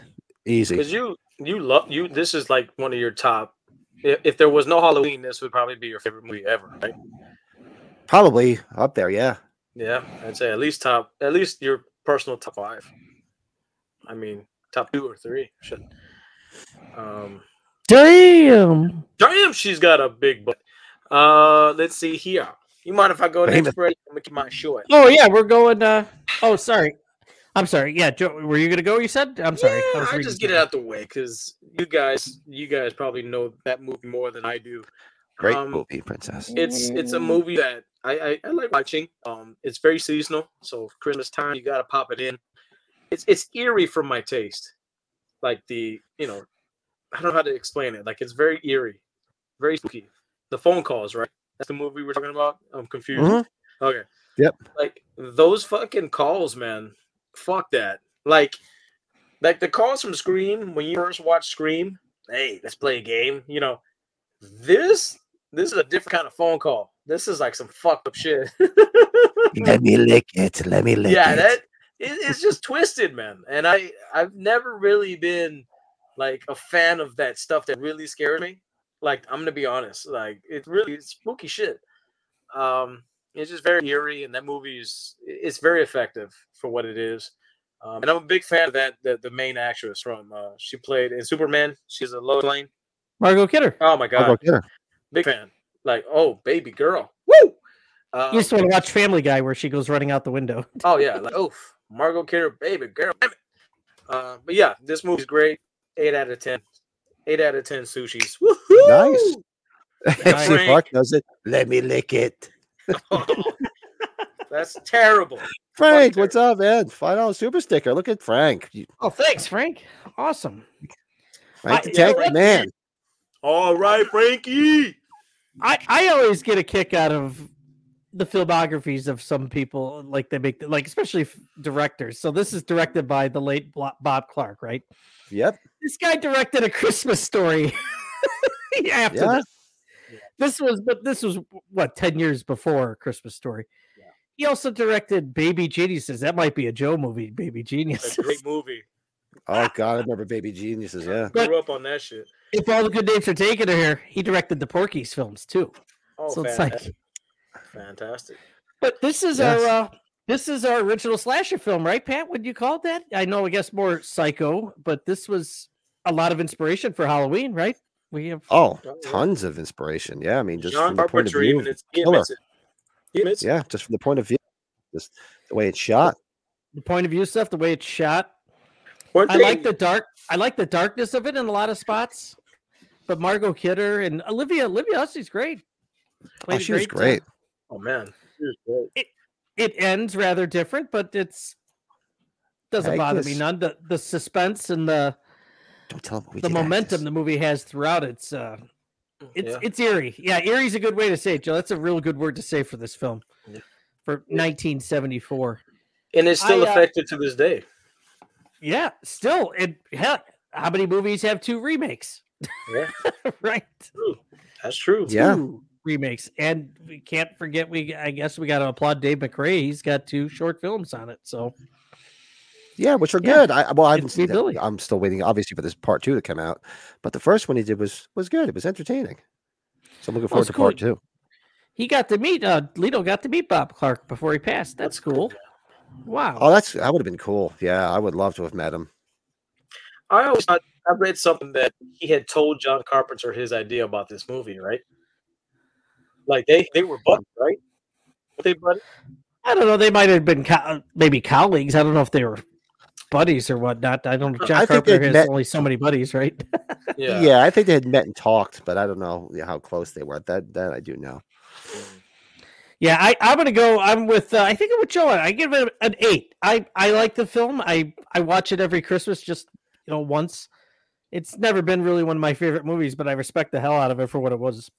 S3: Easy.
S1: Because you you love you. This is like one of your top. If, if there was no Halloween, this would probably be your favorite movie ever, right?
S3: Probably up there, yeah.
S1: Yeah, I'd say at least top, at least your personal top five. I mean, top two or three. Shit. Um,
S2: Damn.
S1: damn, she's got a big butt. Uh, let's see here. You mind if I go
S3: Wait a
S1: next, Brett? I'm gonna keep mine short.
S2: Oh yeah, we're going. uh Oh, sorry. I'm sorry. Yeah, Joe, were you gonna go? You said. I'm sorry.
S1: Yeah,
S2: was
S1: I
S2: reading
S1: just get it
S2: something.
S1: out the way because you guys, you guys probably know that movie more than I do.
S3: Great
S1: Um,
S3: movie, Princess.
S1: it's it's a movie that I, I I like watching. Um, it's very seasonal, so Christmas time you gotta pop it in. It's it's eerie for my taste, like the you know, I don't know how to explain it. Like it's very eerie, very spooky. The phone calls, right? That's the movie we're talking about. I'm confused.
S3: Mhm.
S1: Okay.
S3: Yep.
S1: Like those fucking calls, man. Fuck that. Like, like the calls from Scream when you first watch Scream. Hey, let's play a game. You know, this this is a different kind of phone call. This is like some fucked up shit. (laughs)
S3: Let me lick it. Let me lick
S1: yeah,
S3: it.
S1: that it, it's just twisted, man. And I I've never really been like a fan of that stuff that really scared me. Like I'm gonna be honest, like it's really it's spooky shit. Um, it's just very eerie, and that movie is it's very effective for what it is. Um, and I'm a big fan of that the, the main actress from uh, she played in Superman. She's a Lois Lane.
S2: Margot Kidder.
S1: Oh my
S3: I'll
S1: god,
S3: go get her.
S1: big fan. Like oh baby girl, woo. Um,
S2: You just want to watch Family Guy where she goes running out the window.
S1: Oh yeah, like oof, Margot Kidder, baby girl. Damn it. Uh, but yeah, this movie's great. Eight out of ten. Eight out of ten sushis. Woohoo!
S3: Nice. (laughs)
S1: Nice.
S3: See, Mark does it. Let me lick it.
S2: Oh.
S1: That's terrible.
S3: Frank,
S1: Fuck
S3: what's up, man? Five dollar super sticker. Look at Frank. You-
S2: Oh, thanks, Frank. Awesome.
S3: Frank
S2: I-
S3: the
S2: you know
S3: Tank
S1: what?
S3: Man.
S1: All right, Frankie.
S2: I, I always get a kick out of the filmographies of some people, like they make, like especially f- directors. So this is directed by the late Blo- Bob Clark, right?
S3: Yep.
S2: This guy directed a Christmas story. (laughs) after
S3: Yeah.
S2: this, this was, but this was what ten years before Christmas story.
S1: Yeah.
S2: He also directed Baby Geniuses. That might be a Joe movie, Baby
S1: It's a
S2: Geniuses.
S1: great movie. Ah.
S3: Oh God, I remember Baby Geniuses. Yeah.
S2: But-
S1: Grew up on that shit.
S2: if all the good names are taken here, he directed the Porky's films too.
S1: Oh,
S2: so it's
S1: fantastic.
S2: like,
S1: fantastic.
S2: but this is
S3: Yes.
S2: our uh, this is our original slasher film, right, Pat? Would you call it that? I know, I guess more psycho, but this was a lot of inspiration for Halloween, right? We have
S3: Oh,
S1: Oh, yeah.
S3: tons of inspiration. Yeah. I mean, just
S1: John
S3: from the point of
S1: Carpenter
S3: view.
S1: even
S3: of-
S1: it's, he
S3: killer.
S1: admits it. He admits it.
S3: Yeah, just from the point of view, just the way it's shot.
S2: the point of view stuff, the way it's shot.
S1: One
S2: I like
S1: thing-
S2: the dark. I like the darkness of it in a lot of spots. But Margot Kidder and Olivia, Olivia Hussey's great.
S3: Oh,
S2: Played a uh,
S3: she was
S2: job.
S3: great.
S1: Oh man. He was great.
S2: it ends rather different, but it's doesn't
S3: Heck,
S2: bother me
S3: this-
S2: none. The the suspense and the
S3: Don't tell them what we
S2: the
S3: did, actors.
S2: momentum the movie has throughout it's uh it's
S1: Yeah.
S2: it's eerie. Yeah, eerie's a good way to say it, Joe. That's a real good word to say for this film.
S1: Yeah.
S2: For 1974.
S1: and it's still
S2: I, uh,
S1: effective to this day.
S2: Yeah, still it hell, how many movies have two remakes?
S1: Yeah.
S2: (laughs) right.
S1: True. That's true.
S3: Yeah.
S2: Two remakes. And we can't forget we I guess we gotta applaud Dave McRae. He's got two short films on it. So
S3: Yeah, which are
S2: Yeah.
S3: good. I well, I haven't
S2: It's
S3: seen
S2: Free
S3: that.
S2: Billy.
S3: I'm still waiting, obviously, for this part two to come out. But the first one he did was was good. It was entertaining. So I'm looking forward
S2: Oh, it's
S3: to part
S2: cool.
S3: two.
S2: He got to meet uh Lito got to meet Bob Clark before he passed. That's cool. Wow.
S3: Oh, that's that would have been cool. Yeah, I would love to have met him.
S1: I always thought I read something that he had told John Carpenter his idea about this movie, right? Like they they were buddies, right? Were They buddies?
S2: I don't know. They might have been co- maybe colleagues. I don't know if they were buddies or whatnot. I don't know. John
S3: I think
S2: Carpenter
S3: they've
S2: has
S3: met-
S2: only so many buddies, right? (laughs)
S3: Yeah. I think they had met and talked, but I don't know how close they were. That that I do know.
S2: Yeah, I, I'm gonna go. I'm with. Uh, I think I'm with Joe. I give it an eight. I I like the film. I I watch it every Christmas, just you know once. It's never been really one of my favorite movies, but I respect the hell out of it for what it was.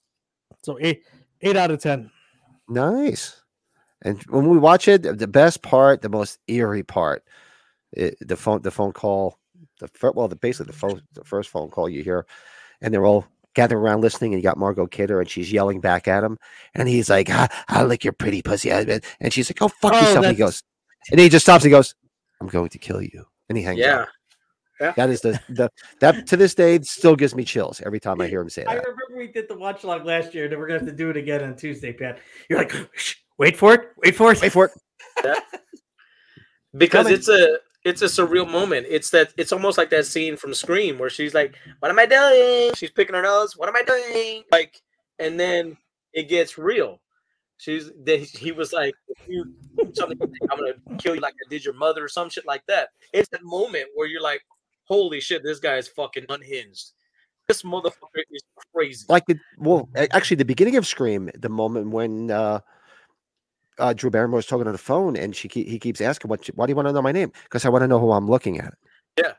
S2: So eight eight out of ten.
S3: Nice. And when we watch it, the best part, the most eerie part, it, the phone, the phone call, the fir- well, the basically the phone, the first phone call you hear, and they're all gathered around listening. And you got Margot Kidder, and she's yelling back at him, and he's like, "I, I lick your pretty pussy," and and she's like, "Go fuck
S2: Oh,
S3: yourself." And he
S2: that's-
S3: goes, and then he just stops. and goes, "I'm going to kill you," and he hangs.
S1: yeah.
S3: up. that is the, the that to this day it still gives me chills every time
S2: (laughs)
S3: I hear him say
S2: I
S3: that.
S2: remember we did the watch log last year, and we're gonna have to do it again on Tuesday, Pat. You're like, Shh, wait for it, wait for it.
S3: Wait for it.
S1: because
S3: Coming.
S1: it's a it's a surreal moment. It's that it's almost like that scene from Scream where she's like, "What am I doing?" She's picking her nose. What am I doing? Like, and then it gets real. She's then he was like, if you do something, I'm gonna kill you like I did your mother or some shit like that. It's that moment where you're like, "Holy shit, this guy is fucking unhinged. This motherfucker is crazy."
S3: Like the well, a- actually, the beginning of Scream, the moment when uh, uh, Drew Barrymore's talking on the phone, and she ke- he keeps asking, "What? Why do you want to know my name?" Because I want to know who I'm looking at.
S1: Yeah.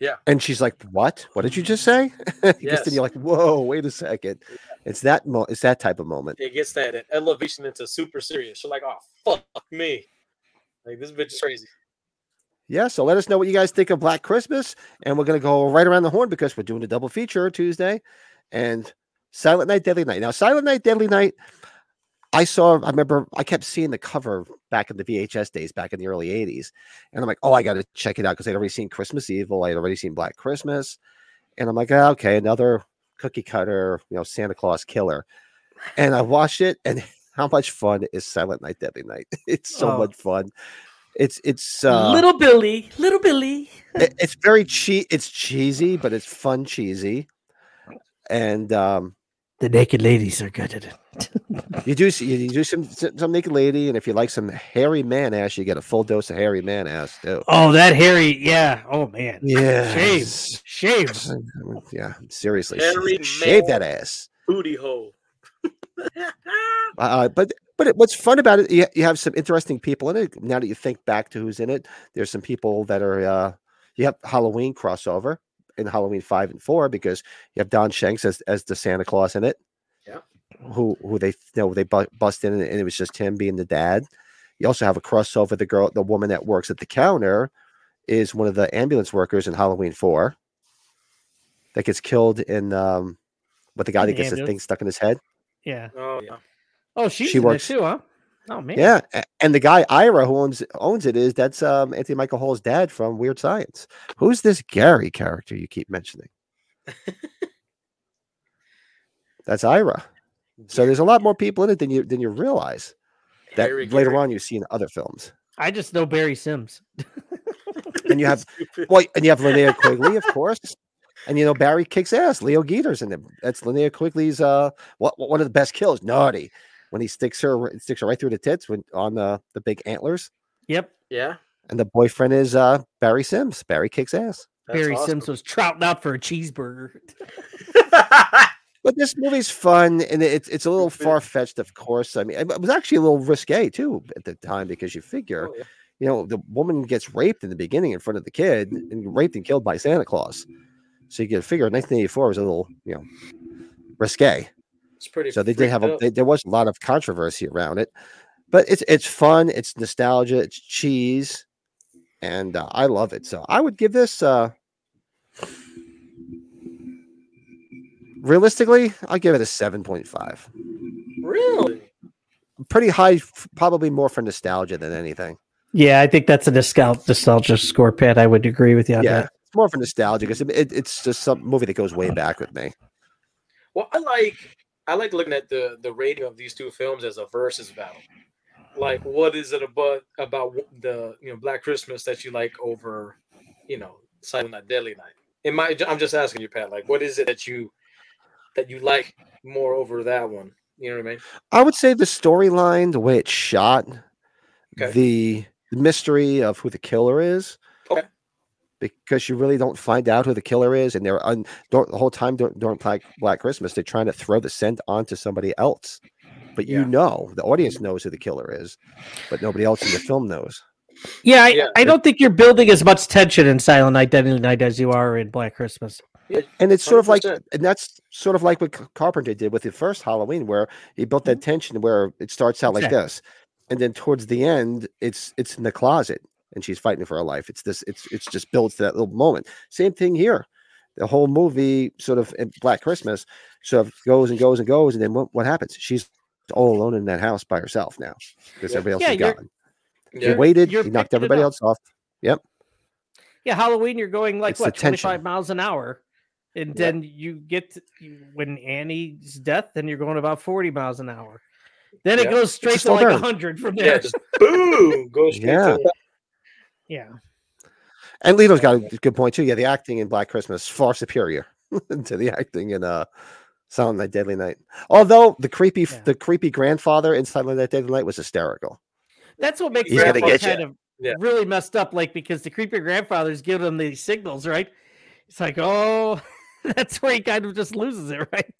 S1: Yeah.
S3: And she's like, "What? What did you just say?" (laughs) Because
S1: Yes.
S3: then you're like, "Whoa, wait a second. It's that mo- it's that type of moment.
S1: it gets that elevation into super serious. You're like, "Oh fuck me." Like this bitch is crazy.
S3: Yeah, so let us know what you guys think of Black Christmas, and we're gonna go right around the horn because we're doing a double feature Tuesday and Silent Night, Deadly Night. Now, Silent Night, Deadly Night, I saw. I remember I kept seeing the cover back in the VHS days, back in the early '80s, and I'm like, oh, I gotta check it out because I'd already seen Christmas Evil, I'd already seen Black Christmas, and I'm like, ah, okay, another cookie cutter, you know, Santa Claus killer, and I watched it, and (laughs) how much fun is Silent Night, Deadly Night? (laughs) It's so
S2: Oh.
S3: much fun. It's it's uh,
S2: little Billy, little Billy.
S3: it- it's very cheap. It's cheesy, but it's fun cheesy. And um,
S2: The naked ladies are good at it.
S3: you do see you do some some naked lady, and if you like some hairy man ass, you get a full dose of hairy man ass too.
S2: oh, that hairy, yeah. Oh man,
S3: Yeah,
S2: Shave. shave. (laughs)
S3: yeah. Seriously,
S1: Hairy
S3: shave
S1: man.
S3: that ass.
S1: booty hole.
S3: Uh, but but it, what's fun about it? You, you have some interesting people in it. Now that you think back to who's in it, there's some people that are. Uh, you have Halloween crossover in Halloween five and four because you have Don Shanks as as the Santa Claus in it.
S1: Yeah.
S3: Who who they you know they bu- bust in and it was just him being the dad. You also have a crossover. The girl, the woman that works at the counter, is one of the ambulance workers in Halloween four. That gets killed in um, but the guy
S2: In
S3: that
S2: the
S3: gets the
S2: ambulance?
S3: thing stuck in his head.
S2: Yeah.
S1: oh yeah.
S2: Oh, she's
S3: She
S2: in
S3: works-
S2: it too, huh? Oh man.
S3: Yeah, a- and the guy Ira who owns owns it is that's um, Anthony Michael Hall's dad from Weird Science. Who's this Gary character you keep mentioning? that's Ira. So there's a lot more people in it than you than you realize. That
S1: Harry
S3: later
S1: Carey.
S3: on you see in other films,
S2: I just know Barry Sims.
S3: and you have
S1: (laughs) Stupid.
S3: well, and you have Linnea Quigley, of course, and you know Barry kicks ass. Leo Geeter's in it. That's Linnea Quigley's uh, what one of the best kills, naughty, when he sticks her sticks her right through the tits when on the the big antlers.
S2: Yep.
S1: yeah.
S3: and the boyfriend is uh Barry Sims. Barry kicks ass.
S1: that's
S2: Barry
S1: awesome. (laughs)
S2: Sims was trouting out for a cheeseburger.
S1: Oh,
S3: But this movie's fun, and it's it's a little
S1: Mhm.
S3: far fetched, of course. I mean, it was actually a little risque too at the time because you figure,
S1: Oh, yeah.
S3: you know, the woman gets raped in the beginning in front of the kid, and raped and killed by Santa Claus. So you get figure 1984 was a little, you know, risque.
S1: It's pretty.
S3: So they did
S1: freaked
S3: have a
S1: up.
S3: they, there was a lot of controversy around it, but it's it's fun, it's nostalgia, it's cheese, and uh, I love it. So I would give this uh realistically, I'll give it a seven point five.
S1: really.
S3: Pretty high, f- probably more for nostalgia than anything.
S2: Yeah, I think that's a discount nostalgia score, Pat. I would agree with you on
S3: yeah,
S2: that.
S3: it's more for nostalgia because it, it- it's just some movie that goes way back with me.
S1: Well, I like I like looking at the the rating of these two films as a versus battle. Like, what is it about about wh- the you know Black Christmas that you like over, you know, Silent Night Deadly Night? It might. I'm just asking you, Pat. Like, what is it that you that you like more over that one? You know what I mean?
S3: I would say the storyline, the way it's shot, the mystery of who the killer is.
S1: Okay.
S3: Because you really don't find out who the killer is, and they're un, dur- the whole time dur- during Black, Black Christmas, they're trying to throw the scent onto somebody else. But
S1: Yeah. Mm-hmm.
S3: you know, the audience knows who the killer is, but nobody else in the film knows.
S2: Yeah, I,
S1: Yeah.
S2: I don't think you're building as much tension in Silent Night, Deadly Night as you are in Black Christmas.
S3: And it's sort of like,
S1: 100%.
S3: and that's sort of like what C- Carpenter did with the first Halloween, where he built that tension where it starts out like
S2: Mm-hmm. Exactly.
S3: this, and then towards the end, it's it's in the closet and she's fighting for her life. It's this, it's it's just builds to that little moment. Same thing here. The whole movie, sort of in Black Christmas, sort of goes and goes and goes, and then what, what happens? She's all alone in that house by herself now because
S1: Yeah.
S3: everybody else
S2: Yeah,
S3: is
S2: you're-
S3: gone.
S1: Yeah.
S3: He waited.
S2: you're
S3: He knocked
S2: picking it
S3: everybody
S2: up.
S3: else off.
S2: Yeah, Halloween, you're going like
S3: It's the
S2: what twenty
S3: tension.
S2: five miles an hour, and
S3: Yeah.
S2: then you get to, you- when Annie's death, then you're going about forty miles an hour. Then it
S1: Yeah.
S2: goes straight to
S3: slow
S2: like
S3: burn.
S2: hundred from
S1: Yeah,
S2: there.
S1: just boom, go straight.
S3: Yeah.
S1: To it.
S2: Yeah,
S3: And Leto's got a good point too. Yeah, the acting in Black Christmas is far superior (laughs) to the acting in uh Silent Night Deadly Night. Although the creepy
S2: Yeah.
S3: the creepy grandfather in Silent Night Deadly Night was hysterical.
S2: that's what makes
S1: He's gonna
S2: Grandpa
S3: get ya.
S2: kind of
S1: Yeah.
S2: really messed up. Like because the creepy grandfathers give him the signals, right? It's like, oh, (laughs) that's where he kind of just loses it, (laughs) right?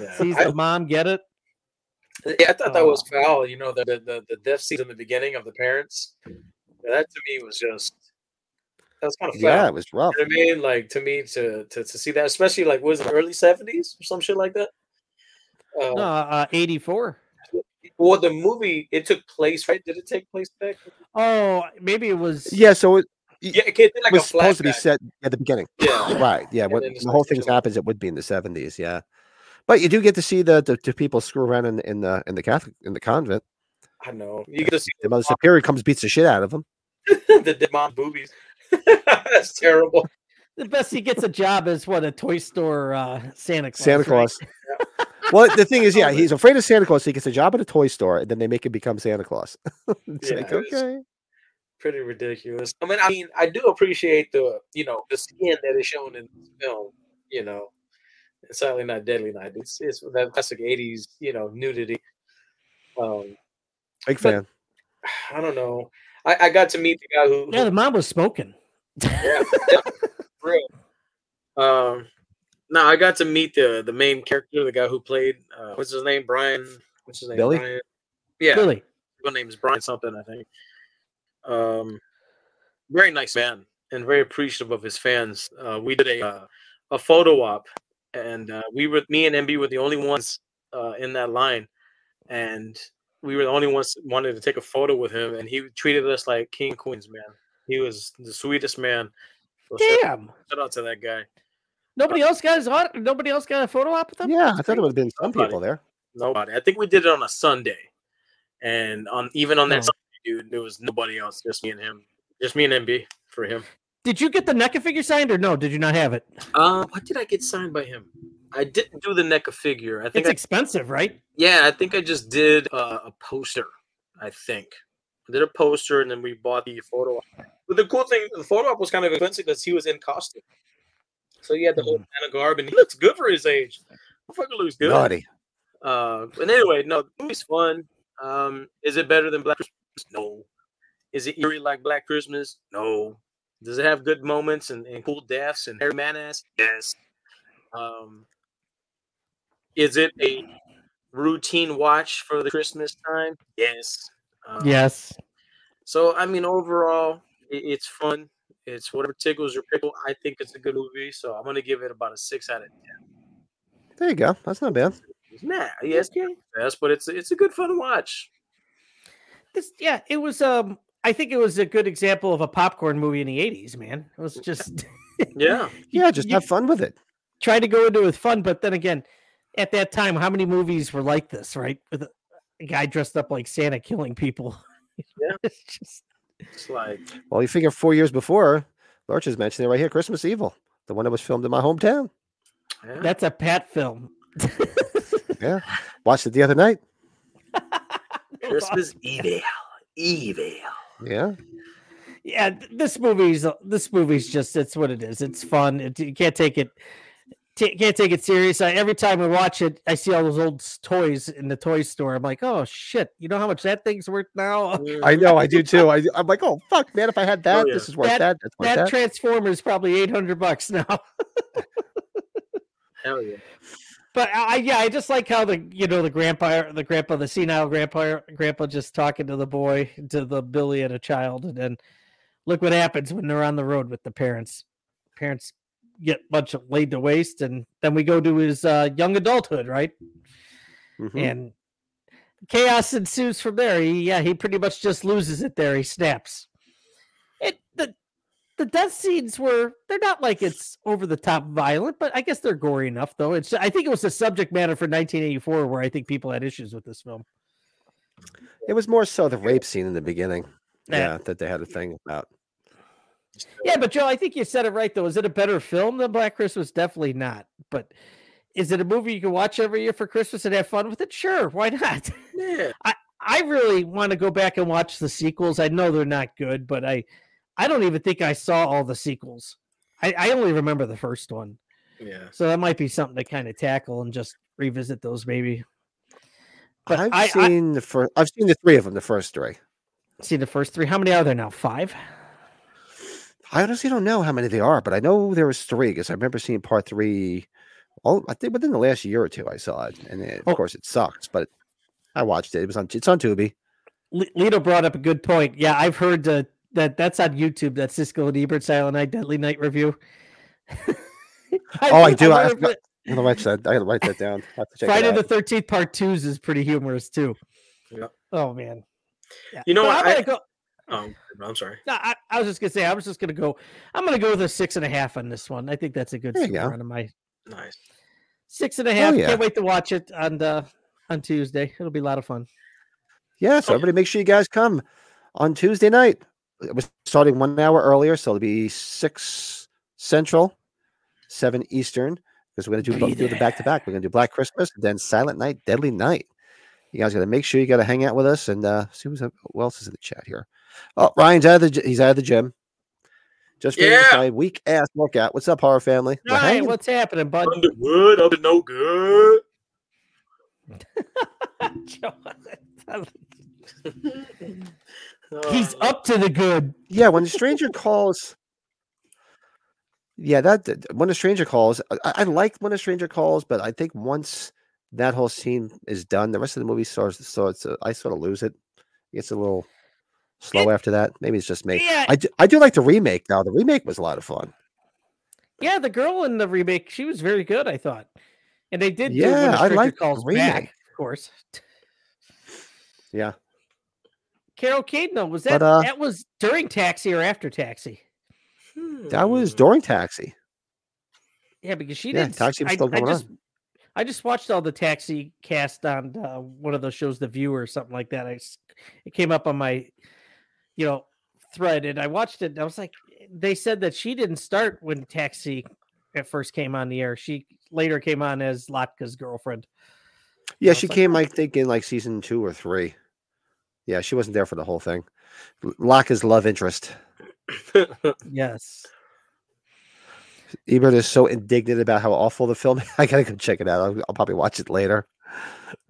S1: Yeah.
S2: Sees
S1: I-
S2: the mom get it.
S1: Yeah, I thought that was
S2: Oh.
S3: Um,
S1: foul. You know, the the the, the death scenes in the beginning of the parents. That to me was just that was kind of foul.
S3: Yeah, it was rough.
S1: You know what I mean, like to me to to, to see that, especially like was it early seventies or some shit like that. Uh,
S2: No, uh, eighty four.
S1: Well, the movie it took place right. Did it take place back?
S2: Oh, maybe it was.
S3: Yeah, so it
S1: Yeah, it did like
S3: was
S1: a
S3: supposed to be
S1: flashback.
S3: set at the beginning.
S1: Yeah,
S3: Right. Yeah.
S1: And
S3: When
S1: then just
S3: the
S1: like
S3: whole
S1: the
S3: thing
S1: children.
S3: happens, it would be in the seventies, yeah. But you do get to see the the, the people screw around in, in the in the Catholic in the convent.
S1: I know. You get to see
S3: (laughs) The mother superior comes beats the shit out of them.
S1: (laughs) the dead mom boobies. That's terrible.
S2: The best he gets a job is what a toy store uh, Santa Claus.
S3: Santa
S2: right?
S3: Claus. well, the thing is, yeah, he's afraid of Santa Claus. So he gets a job at a toy store, and then they make him become Santa Claus. (laughs) it's
S1: Yeah,
S3: like,
S1: it was-
S3: okay,
S1: Pretty ridiculous. I mean, I mean, I do appreciate the you know the skin that is shown in this film. You know, it's certainly not Deadly Night. It's it's that classic '80s you know nudity. Um,
S3: big
S1: But-
S3: fan.
S1: I don't know. I, I got to meet the guy who,
S2: Yeah,
S1: who
S2: the mom was smoking.
S1: yeah, yeah, for real. Um, no, I got to meet the the main character, the guy who played uh, what's his name, Brian. What's his name,
S3: Billy?
S1: Brian? Yeah,
S2: (laughs) Really?
S1: his name is Brian something, I think. Um, very nice man and very appreciative of his fans. Uh, we did a uh, a photo op, and uh, we were me and MB were the only ones uh, in that line, and we were the only ones that wanted to take a photo with him, and he treated us like king and queens, man. He was the sweetest man. So shout-
S2: Damn.
S1: Shout out to that guy.
S2: Nobody else got his aut- nobody else got a photo op with them?
S3: Yeah, I thought it would have been some
S1: Somebody.
S3: people there.
S1: nobody. I think we did it on a Sunday, and on even on that
S2: No.
S1: Sunday, dude, there was nobody else, just me and him, just me and MB for him.
S2: Did you get the NECA figure signed or no? Did you not have it?
S1: Uh, what did I get signed by him? I didn't do the NECA figure. I think,
S2: It's
S1: I,
S2: expensive, right?
S1: yeah, I think I just did uh, a poster. I think I did a poster, and then we bought the photo. op. But the cool thing, the photo op was kind of expensive because he was in costume, so he had the whole kind of garb, and he looks good for his age. Fucking looks good.
S3: Naughty.
S1: Uh, but anyway, no, the movie's fun. Um, is it better than Black Christmas? No. Is it eerie like Black Christmas? No. Does it have good moments and, and cool deaths and Harry Manas? Yes. Um, is it a routine watch for the Christmas time? Yes. Um,
S2: Yes.
S1: So I mean, overall, it, it's fun. It's whatever tickles your pickle. I think it's a good movie, so I'm gonna give it about a six out of ten.
S3: There you go. That's not bad.
S1: Nah, yes, yes, but it's it's a good fun watch.
S2: This, yeah, it was um I think it was a good example of a popcorn movie in the 80s, man. It was just (laughs)
S1: Yeah.
S3: Yeah, just
S2: you
S3: have fun with it.
S2: try to go into it with fun, but then again, at that time, how many movies were like this, right? With a, a guy dressed up like Santa killing people. (laughs)
S1: Yeah.
S2: it's just
S1: It's like
S3: Well, you figure four years before, Lurch is mentioning it right here, Christmas Evil, the one that was filmed in my hometown.
S1: yeah.
S2: that's a Pat film.
S3: Yeah, watched it the other night.
S1: Christmas evil. Evil.
S3: (laughs) Yeah,
S2: yeah th- this movie's this movie's just it's what it is it's fun it, you can't take it ta- can't take it serious I, every time i watch it i see all those old s- toys in the toy store i'm like oh shit you know how much that thing's worth now
S3: I know, (laughs) I do too. I, I'm like, oh fuck, man, if I had that,
S1: yeah.
S3: this is worth
S2: That-
S3: that. That's worth
S2: that
S3: that.
S2: transformer's probably 800 bucks now
S1: Hell yeah.
S2: But I, I- yeah, I just like how the you know the grandpa, the grandpa, the senile grandpa, grandpa just talking to the boy, to the Billy and a child, and then look what happens when they're on the road with the parents. Parents get much laid to waste, and then we go to his uh, young adulthood, right?
S3: Mhm.
S2: And chaos ensues from there. He, yeah, he pretty much just loses it there. He snaps. It the the death scenes were they're not like it's over the top violent, but I guess they're gory enough though. It's I think it was the subject matter for 1984 where I think people had issues with this film.
S3: It was more so the rape scene in the beginning.
S2: Yeah.
S3: Yeah, that they had a thing about.
S2: Yeah, but Joe, I think you said it right though. Is it a better film than Black Christmas? Definitely not. But is it a movie you can watch every year for Christmas and have fun with it? Sure, why not?
S1: Yeah,
S2: I really want to go back and watch the sequels. I know they're not good, but I I don't even think I saw all the sequels. I, I only remember the first one.
S1: yeah.
S2: So that might be something to kind of tackle and just revisit those maybe. But
S3: I've
S2: I- I-
S3: seen the first. I've seen the three of them. The first three.
S2: See the first three. How many are there now? Five?
S3: I honestly don't know how many they are, but I know there was three because I remember seeing part three. Oh, I think within the last year or two, I saw it, and it-
S2: Oh.
S3: of course it sucks, but I watched it. It was on. It's on Tubi.
S2: Le- Lito brought up a good point. Yeah, I've heard uh, that that's on YouTube. That Siskel and Ebert Silent Night Deadly Night review. (laughs)
S3: Oh, I do.
S2: wonder
S3: I
S2: if
S3: forgot-
S2: it-
S3: I'm
S2: (laughs)
S3: gonna write that. I gotta write that down. I have to check it
S2: Friday
S3: out.
S2: the Thirteenth Part Twos is pretty humorous too.
S1: Yep.
S2: Oh man. Yeah.
S1: You know
S2: But
S1: what,
S2: I'm
S1: I-
S2: gonna go.
S1: Um, I'm sorry.
S2: No, I, I was just gonna say I was just gonna go. I'm gonna go with a six and a half on this one. I think that's a good
S3: There you
S2: score
S3: go. Oh,
S2: out of my
S1: Nice.
S2: six and a half.
S3: yeah.
S2: Can't wait to watch it on uh, on Tuesday. It'll be a lot of fun.
S3: Yeah, so everybody make sure you guys come on Tuesday night. We're starting one hour earlier, so it'll be six central, seven eastern. Because we're gonna do,
S2: Be
S3: bo- do the back to back. We're gonna do Black Christmas, then Silent Night, Deadly Night. You guys gotta make sure you gotta hang out with us and uh, see who's, who else is in the chat here. Oh, Ryan's out of the gy- he's out of the gym. Just finished
S1: Yeah.
S3: my week ass workout. What's up, horror family? We're
S2: All right,
S3: hanging.
S2: what's
S1: (laughs)
S2: happening,
S3: Uh,
S2: bud?
S1: Underwood up to no good.
S2: He's
S1: Uh,
S2: up to the good.
S3: Yeah, when the stranger calls. Yeah, that that- when the stranger calls, I, I I like when the stranger calls, but I think once that whole scene is done, the rest of the movie starts. starts uh, I sort of lose it. It's a little slow after that. Maybe it's just me.
S2: Yeah,
S3: I do, I do like the remake now. The remake was a lot of fun.
S2: yeah. The girl in the remake, she was very good. I thought, and they did. do when a
S3: Yeah, I
S2: Stranger
S3: liked the
S2: calls back,
S3: remake.
S2: of course.
S3: Yeah.
S2: Carol Caden though, was that
S3: But, uh,
S2: that was during Taxi or after Taxi?
S1: (laughs)
S3: That was
S2: Mm-hmm.
S1: hmm.
S3: during Taxi.
S2: Yeah, because she
S3: Yeah,
S2: didn't. s-
S3: Taxi was
S2: I,
S3: still
S2: I
S3: going
S2: just, I just watched all the Taxi cast on uh, one of those shows, The View or something like that. I, s- it came up on my, you know, thread, and I watched it. And I was like, "Eh," they said that she didn't start when Taxi at first came on the air. She later came on as Latka's girlfriend.
S3: Yeah,
S2: I
S3: she
S2: was like,
S3: came, I think, in like season two or three. Yeah, she wasn't there for the whole thing. L- Locke's love interest.
S1: Oh,
S2: Yes.
S3: Ebert is so indignant about how awful the film. (laughs) I gotta go check it out. I'll, I'll probably watch it later.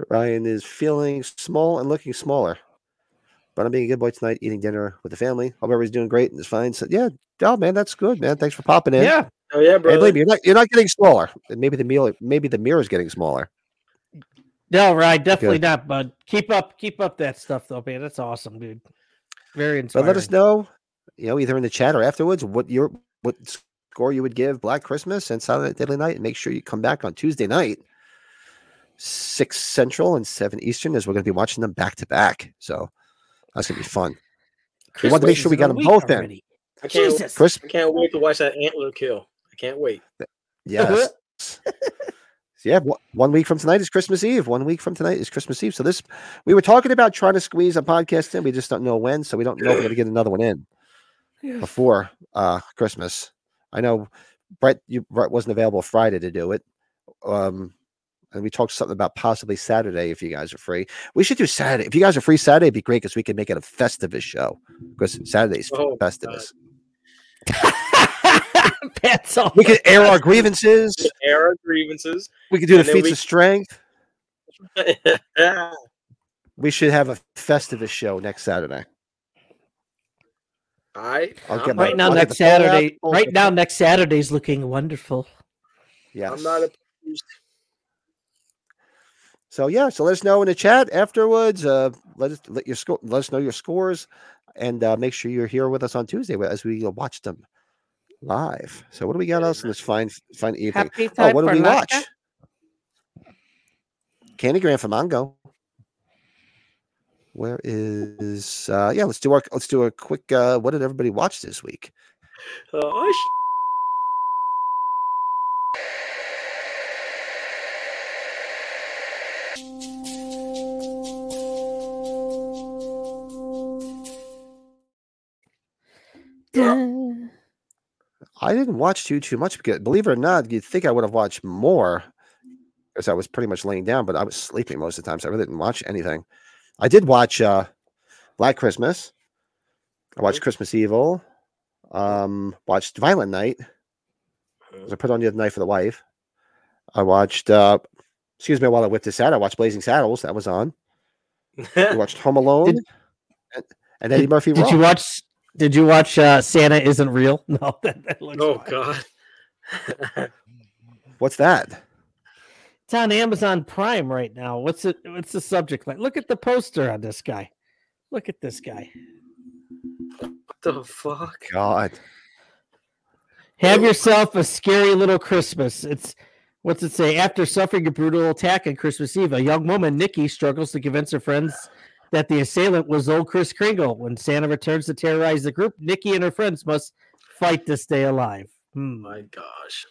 S3: Ryan is feeling small and looking smaller, but I'm being a good boy tonight, eating dinner with the family. Hope everybody's doing great and it's fine. So yeah, oh man, that's good, man. Thanks for popping in.
S2: Yeah.
S1: Oh yeah,
S3: and
S1: bro.
S3: believe me, you're not you're not getting smaller. And Maybe the meal, maybe the mirror is getting smaller.
S2: No, right. Definitely not, bud. Keep up, keep up that stuff though, man. That's awesome, dude. Very
S3: But
S2: inspiring.
S3: let us know, you know, either in the chat or afterwards, what your what score you would give Black Christmas and Silent Night, Deadly Night, and make sure you come back on Tuesday night, six Central and seven Eastern, as we're going to be watching them back to back. So that's going to be fun. we want to make
S2: Christmas
S3: sure we
S2: is in a
S3: got 'em
S2: week
S3: both in.
S2: already.
S1: I can't. (laughs)
S2: Jesus.
S3: Chris,
S1: I can't wait to watch that antler kill. I can't wait.
S3: yes. So yeah, wh- one week from tonight is Christmas Eve. One week from tonight is Christmas Eve. So this, we were talking about trying to squeeze a podcast in. We just don't know when, so we don't know if we're going to get another one in. before uh Christmas. I know Brett you Brett wasn't available Friday to do it. Um and we talked something about possibly Saturday if you guys are free. We should do Saturday. If you guys are free Saturday, it'd be great because we can make it a Festivus show. Because Saturday's
S1: Oh,
S3: Festivus.
S2: That's all.
S3: We could air our grievances. (laughs)
S1: Air our grievances. (laughs)
S3: We could do the
S1: And then
S3: feats
S1: we-
S3: of strength.
S1: yeah.
S3: We should have a Festivus show next Saturday.
S1: I.
S3: I'll
S1: I'm
S3: get my-
S1: not-
S2: right now,
S3: I'll get
S2: next
S3: the phone out,
S2: Saturday.
S3: I'll
S2: Right
S3: get
S2: now,
S3: the-
S2: next Saturday's looking wonderful.
S3: Yeah.
S1: I'm not opposed.
S3: So yeah, so let us know in the chat afterwards. Uh, let us let your score. Let us know your scores, and uh, make sure you're here with us on Tuesday as we watch them live. So what do we got else in this fine fine evening?
S4: Happy time
S3: Oh, what
S4: for
S3: did we
S4: Lanka.
S3: watch? Candygram for Mongo. Where is uh yeah, let's do our let's do a quick uh what did everybody watch this week?
S1: Oh, (laughs) sh-
S3: I didn't watch too too much because believe it or not, you'd think I would have watched more because I was pretty much laying down, but I was sleeping most of the time, so I really didn't watch anything. I did watch uh Black Christmas. I watched Christmas Evil. Um watched Violent Night. which I put on the other night for the wife. I watched uh excuse me while I whipped this out. I watched Blazing Saddles, that was on. We watched Home Alone
S2: Did-
S3: and, and Eddie Murphy
S2: Did
S3: Raw.
S2: you watch? Did you watch uh, Santa Isn't Real? (laughs) No, that, that looks.
S1: oh
S2: fine.
S1: God.
S3: What's that?
S2: It's on Amazon Prime right now. What's it? What's the subject line? Look at the poster on this guy. Look at this guy.
S1: What (laughs) the fuck?
S3: God.
S2: Have yourself a scary little Christmas. It's what's it say? After suffering a brutal attack on Christmas Eve, a young woman, Nikki, struggles to convince her friends that the assailant was old Chris Kringle. When Santa returns to terrorize the group, Nikki and her friends must fight to stay alive.
S1: Oh
S2: Hmm.
S1: my gosh.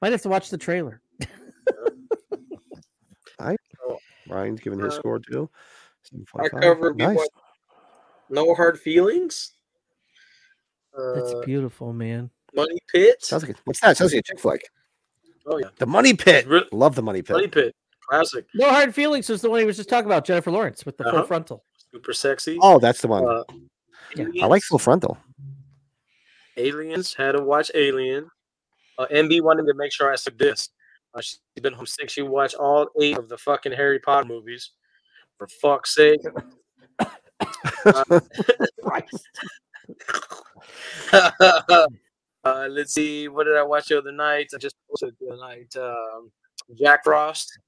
S2: Might have to watch the trailer.
S3: Ryan's giving his
S1: Uh,
S3: score too.
S1: I
S3: 7.5.
S1: cover
S3: nice.
S1: before- No hard feelings.
S2: That's
S1: Uh,
S2: beautiful, man.
S1: money pit.
S3: Sounds like a, what's that? Sounds like a chick flick.
S1: Oh yeah,
S3: The Money Pit.
S1: Re-
S3: Love the Money Pit.
S1: money pit. Classic.
S2: No hard feelings was the one he was just talking about, Jennifer Lawrence with the full
S1: Uh-huh.
S2: frontal.
S1: Super sexy.
S3: Oh, that's the one.
S1: Uh,
S2: Yeah.
S3: I like full frontal.
S1: Aliens. Had to watch Alien. Uh, MB wanted to make sure I said this. Uh, she's been homesick. She watched all eight of the fucking Harry Potter movies. For fuck's sake. uh, (laughs) let's see. What did I watch the other night? I just watched it the other night. Um, Jack Frost.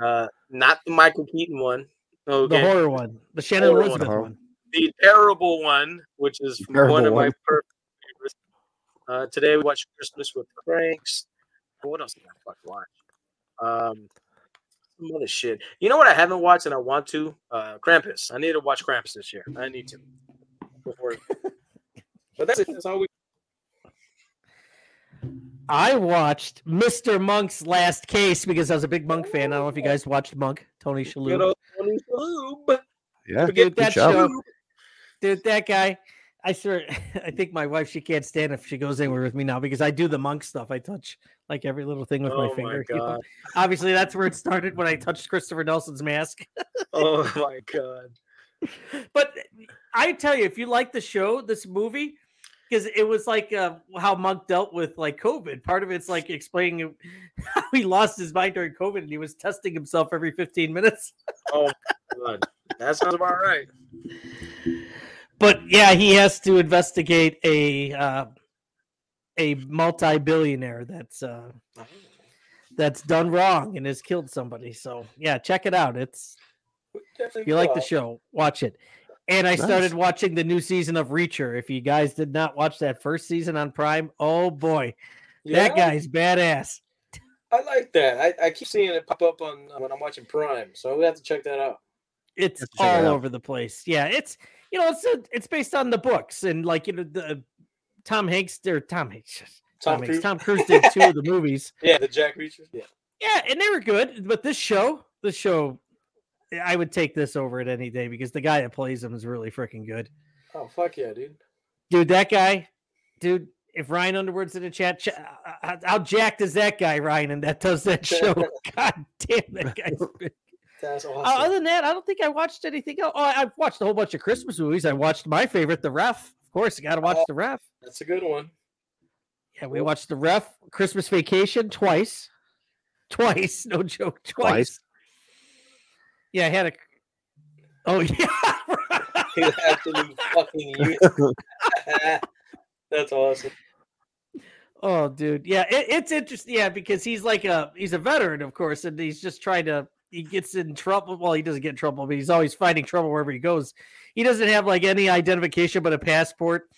S1: Uh, not the Michael Keaton one.
S2: The
S1: Okay.
S2: horror one. The Shannon
S1: Horror one.
S2: Elizabeth
S3: Horror.
S2: one.
S1: the terrible one, which is
S3: Terrible
S1: one of my
S3: one.
S1: perfect favorites. Uh, today we watched Christmas with the Cranks. What else did I fuck watch? Um, some other shit. You know what I haven't watched and I want to? Uh, Krampus. I need to watch Krampus this year. I need to. Before. (laughs) but that's it. That's all we.
S2: I watched Mr. Monk's Last Case because I was a big Monk fan. I don't know if you guys watched Monk, Tony
S1: Good
S2: Shalhoub.
S1: old Tony Shalhoub.
S3: Yeah.
S2: Dude,
S3: good
S2: that
S3: job.
S2: show, dude, that guy. I sure, (laughs) I think my wife she can't stand if she goes anywhere with me now because I do the monk stuff. I touch like every little thing with
S1: Oh
S2: my
S1: my
S2: finger. (laughs) you know?
S1: God.
S2: Obviously, that's where it started when I touched Christopher Nelson's mask. (laughs)
S1: Oh my god.
S2: but I tell you, if you like the show, this movie, because it was like uh, how Monk dealt with like COVID. Part of it's like explaining (laughs) how he lost his mind during COVID and he was testing himself every 15 minutes.
S1: Oh my god. That sounds about right.
S2: But yeah, he has to investigate a uh, a multi-billionaire that's uh, that's done wrong and has killed somebody. So yeah, check it out. It's If you like the show, watch it. And I
S3: Nice.
S2: started watching the new season of Reacher. If you guys did not watch that first season on Prime, oh boy, that guy's badass.
S1: I like that. I, I keep seeing it pop up on uh, when I'm watching Prime, so we have to check that out.
S2: It's
S3: Have to check it
S2: all
S3: out.
S2: over the place. Yeah, it's you know it's a, it's based on the books and like you know the Tom Hanks or Tom Hanks
S1: Tom
S2: Tom, Hanks,
S1: Cruise.
S2: Tom Cruise did two of
S3: (laughs)
S2: the movies.
S1: Yeah, the Jack Reacher. Yeah.
S2: Yeah, and they were good, but this show, this show, I would take this over it any day because the guy that plays him is really freaking good.
S1: Oh fuck yeah, dude.
S2: dude. That guy, dude. If Ryan Underwood's in the chat, ch- uh, uh, how jacked is that guy, Ryan? And that does that show. (laughs) God damn, that guy's. big.
S1: That's
S2: Uh,
S1: awesome.
S2: other than that, I don't think I watched anything else. Oh, I, I've watched a whole bunch of Christmas movies. I watched my favorite, The Ref. Of course, you got to watch
S1: Oh.
S2: The Ref.
S1: That's a good one. (laughs)
S2: Yeah, we watched The Ref, Christmas Vacation twice, twice. (laughs) No joke, twice.
S3: Twice.
S2: Yeah, I had a. Oh (laughs) yeah.
S1: You (laughs) absolute fucking unit. That's awesome.
S2: Oh, dude, yeah, it, it's interesting. Yeah, because he's like a he's a veteran, of course, and he's just trying to. He gets in trouble. Well, he doesn't get in trouble, but he's always finding trouble wherever he goes. He doesn't have like any identification but a passport.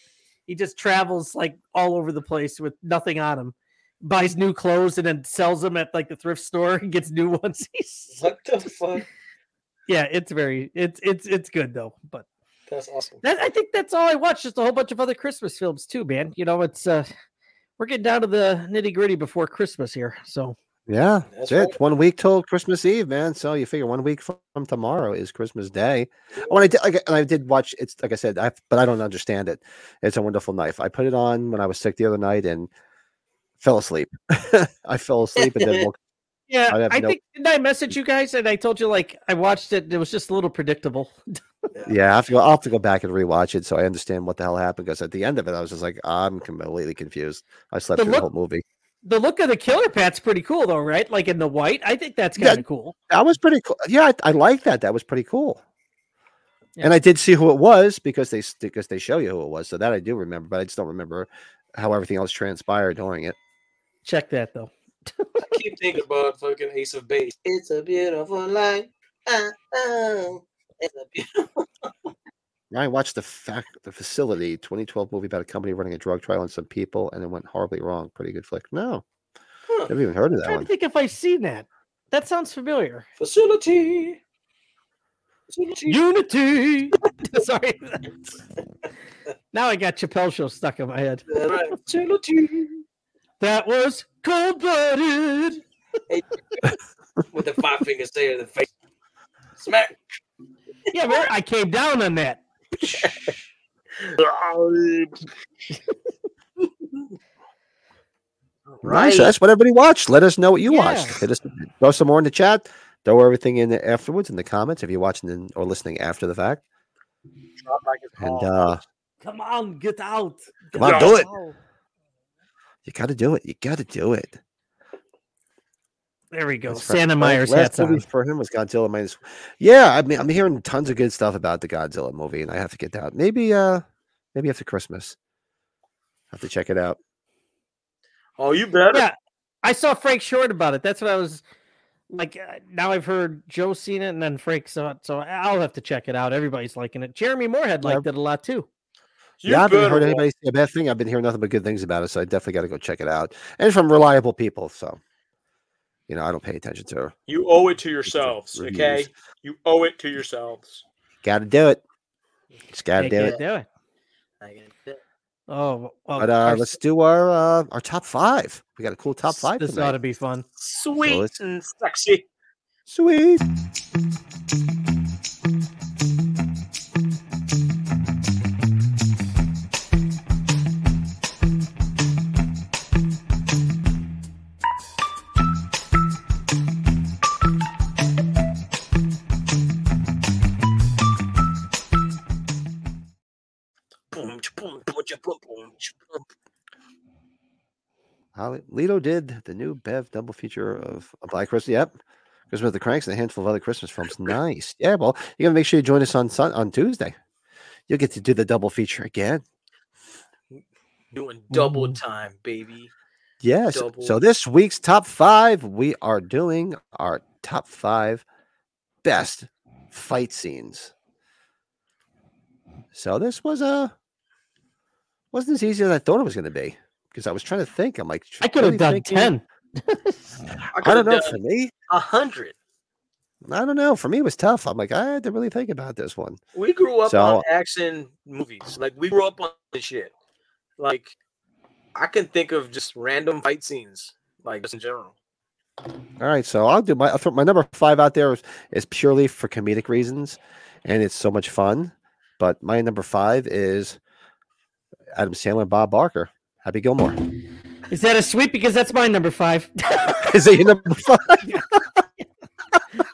S2: He just travels like all over the place with nothing on him. Buys new clothes and then sells them at like the thrift store and gets new (laughs) ones. He's-
S1: What the fuck?
S2: yeah, it's very it's it's it's good though. But
S1: That's awesome.
S2: that, I think that's all I watched. Just a whole bunch of other Christmas films too, man. You know, it's uh we're getting down to the nitty gritty before Christmas here. So
S3: Yeah,
S1: That's
S3: that's it.
S1: right.
S3: One week till Christmas Eve, man. So you figure one week from tomorrow is Christmas Day. When I did, like, and I did watch. It's like I said, I, but I don't understand it. It's a wonderful knife. I put it on when I was sick the other night and fell asleep. (laughs) I fell asleep and then woke.
S2: yeah,
S3: I have
S2: I,
S3: no-
S2: think didn't I message you guys and I told you like I watched it. and It was just a little predictable.
S3: Yeah, I have to go. I'll have to go back and rewatch it so I understand what the hell happened. Because at the end of it, I was just like, I'm completely confused. I slept
S2: The
S3: through the
S2: look-
S3: whole movie.
S2: The look of the killer pat's pretty cool though, right? Like in the white. I think that's
S3: Yeah.
S2: kind of cool.
S3: That was pretty cool. Yeah, I, I like that. That was pretty cool.
S2: Yeah.
S3: And I did see who it was because they s- because they show you who it was. So that I do remember, but I just don't remember how everything else transpired during it.
S2: Check that though.
S1: I keep thinking about fucking Ace of
S3: (laughs)
S1: Base. It's a beautiful life. Ah, oh. It's a beautiful
S3: I watched the fact the facility 2012 movie about a company running a drug trial on some people and it went horribly wrong. Pretty good flick. No,
S1: Huh.
S3: never even heard of
S2: I'm
S3: that
S2: trying
S3: one.
S2: to think if I've seen that. That sounds familiar.
S1: facility. Facility.
S2: (laughs) Unity. (laughs) Sorry. now I got Chappelle show stuck in my head.
S1: That's right. Facility.
S2: That was cold blooded.
S1: (laughs) With the five fingers there in the face. Smack.
S2: Yeah, man, I came down on that.
S3: Right. So that's what everybody watched. Let us know what you
S2: Yeah.
S3: watched. Hit us, throw some more in the chat. Throw everything in there afterwards in the comments if you're watching in, or listening after the fact.
S1: Drop like
S2: Oh,
S1: it's
S3: And
S1: hot.
S3: uh,
S2: Come on, get out.
S3: Come on,
S2: Get
S3: do it.
S2: out.
S3: you got to do it. You got to do it.
S2: There we go.
S3: That's right.
S2: Santa
S3: Well,
S2: Meyer's
S3: last
S2: hats
S3: movie
S2: on.
S3: for him was Godzilla minus. Yeah, I mean, I'm hearing tons of good stuff about the Godzilla movie, and I have to get that. Maybe, uh, maybe after Christmas, I have to check it out.
S1: Oh, you better.
S2: Yeah, I saw Frank Short about it. That's what I was like. Uh, now I've heard Joe seen it, and then Frank saw it, so I- I'll have to check it out. Everybody's liking it. Jeremy Moorhead
S3: Yeah.
S2: liked it a lot too.
S1: You
S3: yeah, I haven't
S1: better
S3: heard
S1: watch-
S3: anybody say a bad thing. I've been hearing nothing but good things about it, so I definitely got to go check it out. And from reliable people, so you know, I don't pay attention to her.
S1: You owe it to yourselves,
S3: Reviews.
S1: okay? You owe it to yourselves.
S3: Got to do it. Just got to
S2: They
S3: do
S2: can't
S3: it.
S2: do it. Oh, well,
S3: But
S2: our
S3: uh,
S2: s-
S3: let's do our uh, our top five. We got a cool top five
S2: This ought
S3: tonight.
S2: to be fun.
S1: Sweet
S3: it's-
S1: and sexy.
S3: Sweet.
S1: Boom, ch- boom, boom, ch- boom, boom, ch- boom.
S3: Holly- Leto did the new Bev double feature of of Black Christmas. Yep. Christmas with the Cranks and a handful of other
S2: (laughs)
S3: Christmas films. Nice. Yeah, well, you gotta make sure you join us on Sun on Tuesday. You'll get to do the double feature again.
S1: Doing double
S2: Ooh.
S3: Mm.
S1: time, baby.
S3: Yes. So
S1: Double.
S3: this week's top five, we are doing our top five best fight scenes. So this was uh wasn't as easy as I thought it was gonna be. Because I was trying to think. I'm like,
S2: I could have
S3: really
S2: done
S3: thinking-
S2: ten.
S3: I don't
S1: could've
S3: know.
S1: done
S3: For me,
S1: A hundred.
S3: I don't know. For me, it was tough. I'm like, I had to really think about this one.
S1: We grew up
S3: So-
S1: on action movies. Like we grew up on this shit. Like I can think of just random fight scenes, like just in general.
S3: All right, so I'll do my. I'll throw my number five out there is, is purely for comedic reasons, and it's so much fun. But my number five is Adam Sandler, and Bob Barker, Happy Gilmore. (laughs)
S2: Is that a sweep? Because that's my number five.
S3: is it your number five?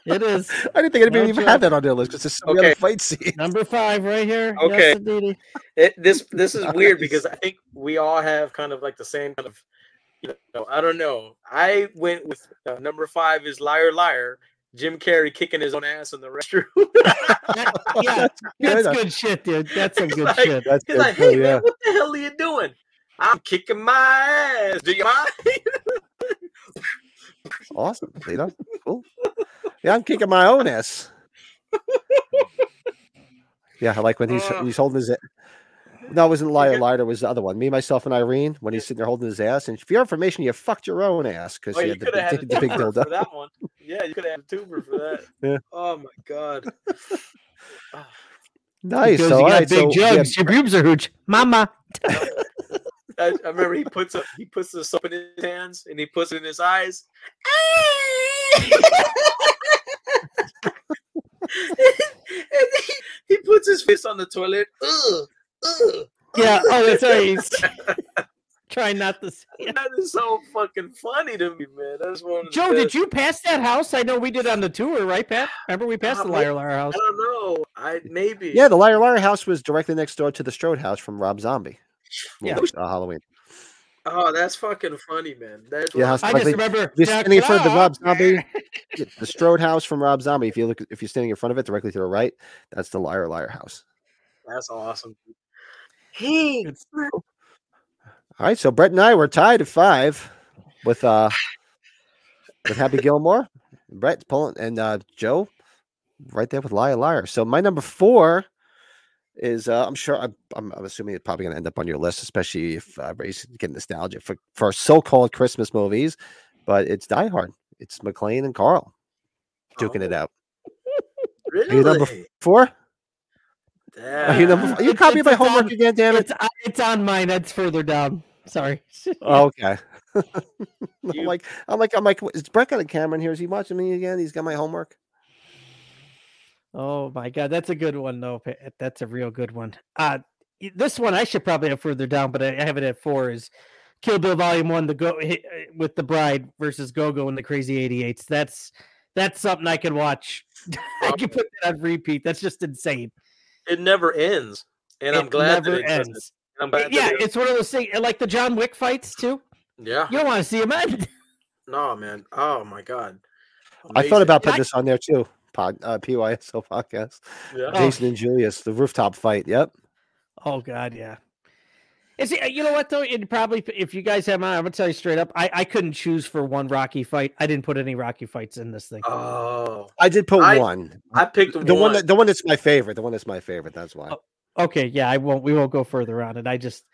S2: it (laughs) is
S3: I didn't think anybody
S2: No
S3: even
S2: joke.
S3: had that on their list because there's so many
S1: Okay.
S3: other fight scenes.
S2: number five right here.
S1: Okay.
S2: Yes, indeedy.
S1: It, this
S3: (laughs)
S1: this is weird
S3: Nice.
S1: because I think we all have kind of like the same kind of you know I don't know. I went with uh, number five is liar liar. Jim Carrey kicking his own ass in the (laughs) restroom.
S2: That- yeah, that's
S3: good.
S2: good shit, dude. That's some good
S1: Like-
S2: shit.
S3: That's
S1: He's
S3: good
S1: like,
S3: too,
S1: hey man,
S3: yeah.
S1: what the hell are you doing? I'm kicking my ass. Do you mind?
S3: Awesome. You know, cool. Yeah, I'm kicking my own ass. yeah, I like when he's
S1: Ugh.
S3: he's holding his. No, it wasn't liar.
S1: Okay.
S3: Liar was the other one. Me, myself, and Irene. When he's sitting there holding his ass, and for your information, you fucked your own ass because
S1: Oh,
S3: you
S1: you
S3: had the,
S1: could have had
S3: big-
S1: a
S3: (laughs) the big
S1: tuber (laughs) for
S3: dildo.
S1: that one. Yeah, you could have had a tuber for that.
S3: (laughs) Yeah.
S1: Oh my god. Ah,
S3: Nice.
S2: Because
S3: So,
S2: you
S3: all
S2: got
S3: right,
S2: big
S3: so, yeah,
S2: jugs. Your boobs are huge, Mama.
S1: I, I remember he puts up he puts the soap in his hands and he puts it in his eyes. (laughs) and he, he puts his fist on the toilet. Ugh, ugh.
S2: Yeah. Oh, that's right. He's trying not to. See it.
S1: That is so fucking funny to me, man. That's one. of the
S2: Joe,
S1: best.
S2: did you pass that house? I know we did on the tour, right, Pat? Remember we passed the
S1: Uh,
S2: Liar Liar house?
S1: I don't know. I maybe.
S3: yeah, the liar liar house was directly next door to the Strode house from Rob Zombie.
S2: Yeah.
S1: (laughs)
S3: uh, Halloween.
S1: Oh, that's fucking funny, man. That's
S3: Yeah,
S1: one-
S3: house-
S2: I
S3: like
S2: just
S3: they-
S2: remember
S3: you're standing in front of the Rob Zombie-
S2: Zombie.
S3: Yeah, The Strode house from Rob Zombie. If you look, if you're standing in front of it directly to the right, that's the liar liar house.
S1: that's awesome. Hey,
S3: All right, so Brett and I were tied at five with uh with Happy Gilmore, Brett pulling, and uh Joe right there with Liar Liar. So my number four is uh I'm sure I'm I'm, I'm assuming it's probably gonna end up on your list, especially if uh, Ray's getting nostalgia for for so-called Christmas movies, but it's Die Hard. It's McLean and Carl duking
S2: Oh.
S3: it out.
S1: Oh, really?
S3: you number Four? Are you number?
S1: Damn.
S3: Are you
S2: It's-
S3: copying
S2: it's
S3: my
S2: a dog-
S3: homework again? Damn it!
S2: It's on- it's on mine. That's further down. Sorry. (laughs)
S3: Oh, okay. (laughs) I'm
S1: You-
S3: like, I'm like, I'm like, "Wait, is Brett got a camera in here? Is he watching me again? He's got my homework.
S2: Oh my god, that's a good one though. Pat. That's a real good one. Uh y- this one I should probably have further down, but I I have it at four. Is Kill Bill Volume One, the go hi- uh, with the bride versus Go Go and the Crazy Eighty Eights. That's that's something I can watch. (laughs) I can put that on repeat. That's just insane.
S1: It never ends, and I'm
S2: It
S1: glad that
S2: never
S1: it doesn't.
S2: ends.
S1: And I'm glad
S2: yeah,
S1: that it,
S2: it's one of those things, and like the John Wick fights too.
S1: yeah.
S2: You don't want to see him end.
S1: No, man. Oh my god.
S3: I thought
S1: Amazing.
S3: about putting
S2: I-
S3: this on there too. Pod, uh, PYSO podcast.
S1: Yeah.
S2: Oh.
S3: Jason and Julius, the rooftop fight. Yep.
S2: Oh God, yeah. Is it, uh, you know what though? It probably if you guys have mine, I'm gonna tell you straight up. I, I couldn't choose for one Rocky fight. I didn't put any Rocky fights in this thing.
S1: Oh,
S3: I did put
S1: I-
S3: one.
S1: I picked
S3: The one. that the one that's my favorite. The one that's my favorite. That's why.
S2: Oh.
S1: Uh.
S2: Okay, yeah, I won't. We won't go further on it. I just,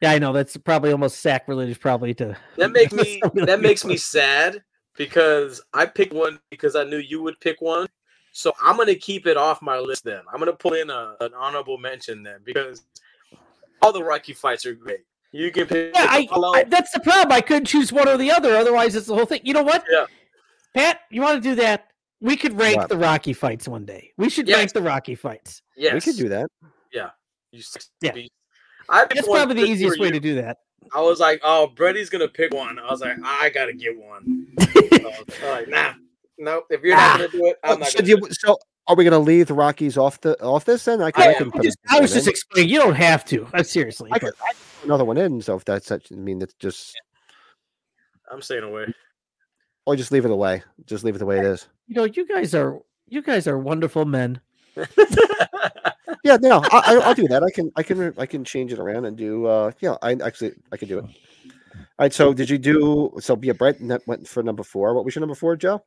S2: yeah, I know that's probably almost sacrilege, probably to.
S1: That
S2: (laughs)
S1: makes
S3: (laughs)
S1: me
S2: Something
S1: that
S2: like
S1: makes me sad because I picked one because I knew you would pick one. So I'm gonna keep it off my list then. I'm gonna pull in a, an honorable mention then because all the Rocky fights are great. You can pick
S2: Yeah, I,
S1: Apollo.
S2: I- that's the problem. I couldn't choose one or the other. Otherwise, it's the whole thing. You know what?
S1: Yeah.
S2: Pat, you want to do that? We could rank
S3: What?
S2: the Rocky fights one day. We should
S1: Yes.
S2: rank the Rocky fights.
S1: yes,
S3: We could do that.
S1: You sexy
S2: Yeah.
S1: beast. I picked
S2: That's
S1: one
S2: probably the
S1: just for
S2: easiest way
S1: you.
S2: to do that.
S1: I was like, oh, Brady's gonna pick one. I was like, I gotta get one. I was like, nah, nope. If you're
S2: Ah.
S1: not gonna do it, I'm
S3: Oh,
S1: not
S3: so,
S1: gonna.
S3: do
S1: Do
S3: you,
S1: it.
S3: so are we going to leave the Rockies off the off this? Then I could. I,
S2: I,
S3: can
S2: I
S3: put
S2: just,
S3: another
S2: I was
S3: one
S2: just
S3: in.
S2: explaining. You don't have to. Uh, seriously.
S3: I could, I could put another one in. So if that's such, I mean, that's just
S1: I'm staying away.
S3: or just leave it away. Just leave it the way it is.
S2: you know, you guys are you guys are wonderful men.
S3: Yeah, no, I, I- I'll do that. I can, I can, I can change it around and do. uh Yeah, I actually, I can do it. All right. So, did you do? So, yeah, Brett n- went for number four. What was your number four, Joe?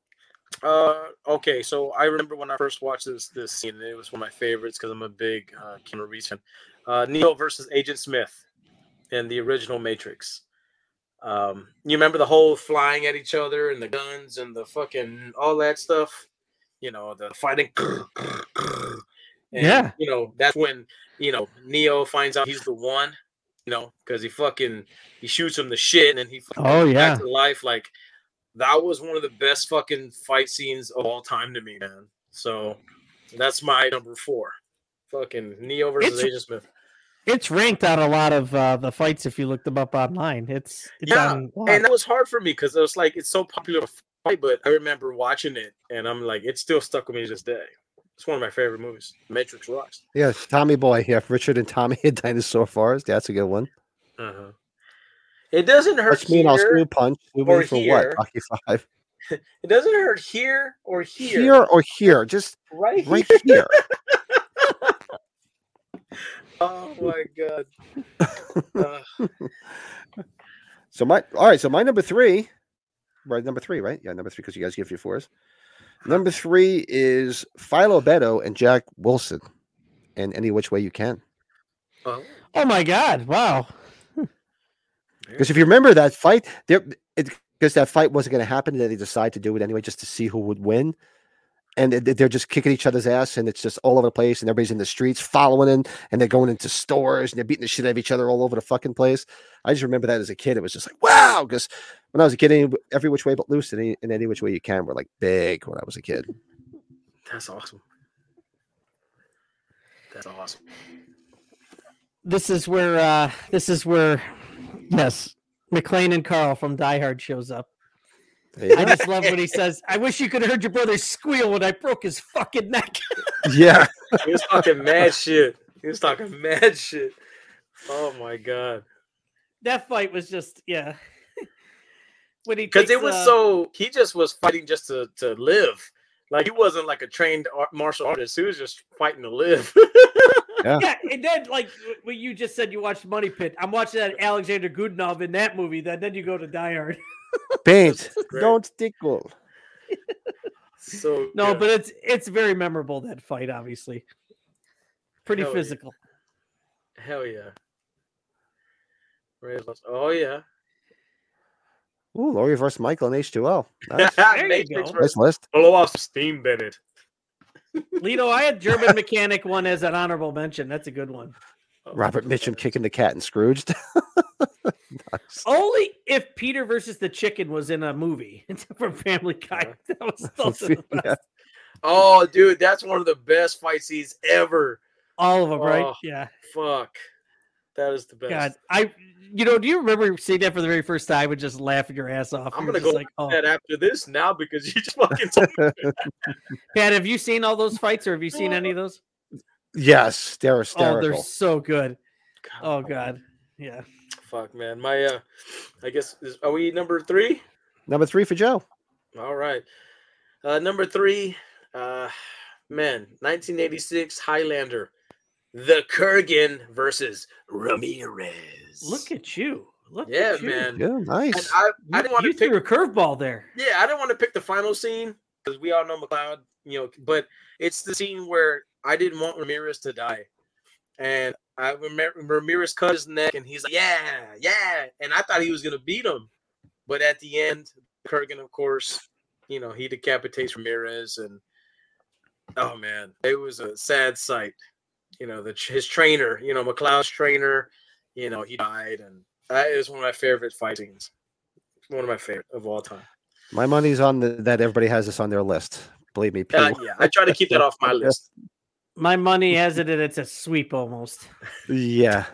S1: Uh, okay, so I remember when I first watched this this scene, and it was one of my favorites because I'm a big uh, Keanu Reeves fan. Uh, Neo versus Agent Smith in the original Matrix. Um, you remember the whole flying at each other and the guns and the fucking all that stuff. You know the fighting. (laughs) And,
S2: Yeah.
S1: You know that's when you know Neo finds out he's the one. You know because he fucking he shoots him the shit and he fucking
S2: Oh
S1: back to life. Like that was one of the best fucking fight scenes of all time to me, man. So that's my number four. Fucking Neo versus
S2: It's-
S1: Agent Smith.
S2: It's ranked on a lot of uh, the fights if you look them up online. It's, it's
S1: Yeah,
S2: on a lot.
S1: And that was hard for me because it was like it's so popular to fight, but I remember watching it and I'm like, it still stuck with me to this day. It's one of my favorite movies. Matrix rocks.
S3: Yeah, Tommy Boy. Yeah, Richard and Tommy (laughs) at Dinosaur Forest. That's a good one.
S1: Uh-huh. It doesn't hurt
S3: Let's mean I'll screw
S1: here.
S3: punch. We
S1: or
S3: win for
S1: here.
S3: what? Rocky Five.
S1: It doesn't hurt here or here.
S3: Here. or
S1: (laughs)
S3: here? Just
S1: right here.
S3: right here.
S1: Oh my god. Uh,
S3: So my all right. So my number three, right? Number three, right? Yeah, number three because you guys give your fours. Number three is Philo Beto and Jack Wilson, in any which way you can.
S1: Oh,
S2: Oh my god! Wow.
S3: Because if you remember that fight, there because that fight wasn't going to happen, and then they decide to do it anyway just to see who would win. And they- they're just kicking each other's ass, and it's just all over the place, and everybody's in the streets following in, and they're going into stores, and they're beating the shit out of each other all over the fucking place. I just remember that as a kid, it was just like wow. Because when I was a kid, any, every which way but loose, and any, and any which way you can, were like big when I was a kid.
S1: that's awesome. That's awesome.
S2: This is where. uh This is where. Yes, McLean and Carl from Die Hard shows up.
S3: There you
S2: I
S3: go.
S2: just
S1: (laughs)
S2: love when he says, "I wish you could have heard your brother squeal when I broke his fucking neck." (laughs)
S3: yeah,
S1: (laughs) He was talking mad shit. He was talking mad shit. Oh my god.
S2: that fight was just yeah. (laughs) when he
S1: because it
S2: takes,
S1: was
S2: uh,
S1: so he just was fighting just to, to live like he wasn't like a trained ar- martial artist he was just fighting to live (laughs)
S2: Yeah, and then like wh- when you just said you watched Money Pit, I'm watching that Alexander Gudinov in that movie. Then then you go to Die Hard. (laughs)
S3: paint.
S1: Great.
S3: Don't tickle.
S1: so
S2: No,
S1: good.
S2: but it's it's very memorable that fight. Obviously, pretty
S1: Hell yeah.
S2: physical.
S1: hell yeah Ray Lewis- oh yeah
S3: Ooh, Laurie versus Michael in H2O.
S1: (laughs)
S3: Nice,
S2: you
S1: Matrix
S2: go.
S1: versus
S3: nice list.
S1: blow off steam bennett
S2: Lito, I had
S1: (laughs)
S2: German mechanic one as an honorable mention. That's a good one.
S1: Oh,
S3: Robert
S1: my
S3: Mitchum
S1: God.
S3: kicking the cat and Scrooged. (laughs) Nice.
S1: Oh, (laughs)
S2: Only if Peter versus the Chicken was in a movie (laughs) from Family Guy. (laughs)
S1: (laughs)
S2: That was also the best.
S3: Yeah.
S1: oh dude that's one of the best fight scenes ever
S2: all of them, right?
S1: Oh,
S2: Yeah.
S1: fuck that is the best
S2: God, I. You know, do you remember seeing that for the very first time and just laughing your ass off?
S1: I'm
S2: You
S1: gonna
S2: were just
S1: go
S2: like, oh,
S1: (laughs) that after this now because you just fucking told
S2: (laughs)
S1: me
S2: Pat, have you seen all those fights or have you
S1: Uh,
S2: seen any of those?
S3: Yes, they're
S2: Oh, they're
S3: hysterical.
S2: so good.
S1: God,
S2: Oh god. Yeah.
S1: fuck man my uh i guess is, are we number three
S3: Number three for Joe.
S1: All right. Uh, number three, uh, man, 1986 Highlander, The Kurgan versus Ramirez.
S2: Look at you. Look
S1: yeah,
S2: at you.
S1: man.
S3: Yeah,
S1: And
S3: nice.
S1: I, I
S2: You,
S1: didn't want
S2: you
S1: to pick.
S2: threw a curveball there.
S1: Yeah, I didn't want to pick the final scene because we all know McLeod, you know. But it's the scene where I didn't want Ramirez to die, and I remember Ramirez cut his neck, and he's like, "Yeah, yeah," and I thought he was gonna beat him, but at the end, Kurgan, of course, you know, he decapitates Ramirez, and oh man, it was a sad sight. You know, the his trainer, you know, McLeod's trainer, you know, he died, and that is one of my favorite fight scenes. One of my favorite of all time.
S3: My money's on the, that everybody has this on their list. Believe me,
S1: Uh,
S3: people.
S1: yeah, I try to keep that off my list.
S2: My money
S1: (laughs)
S2: has it that it's a sweep almost.
S3: yeah.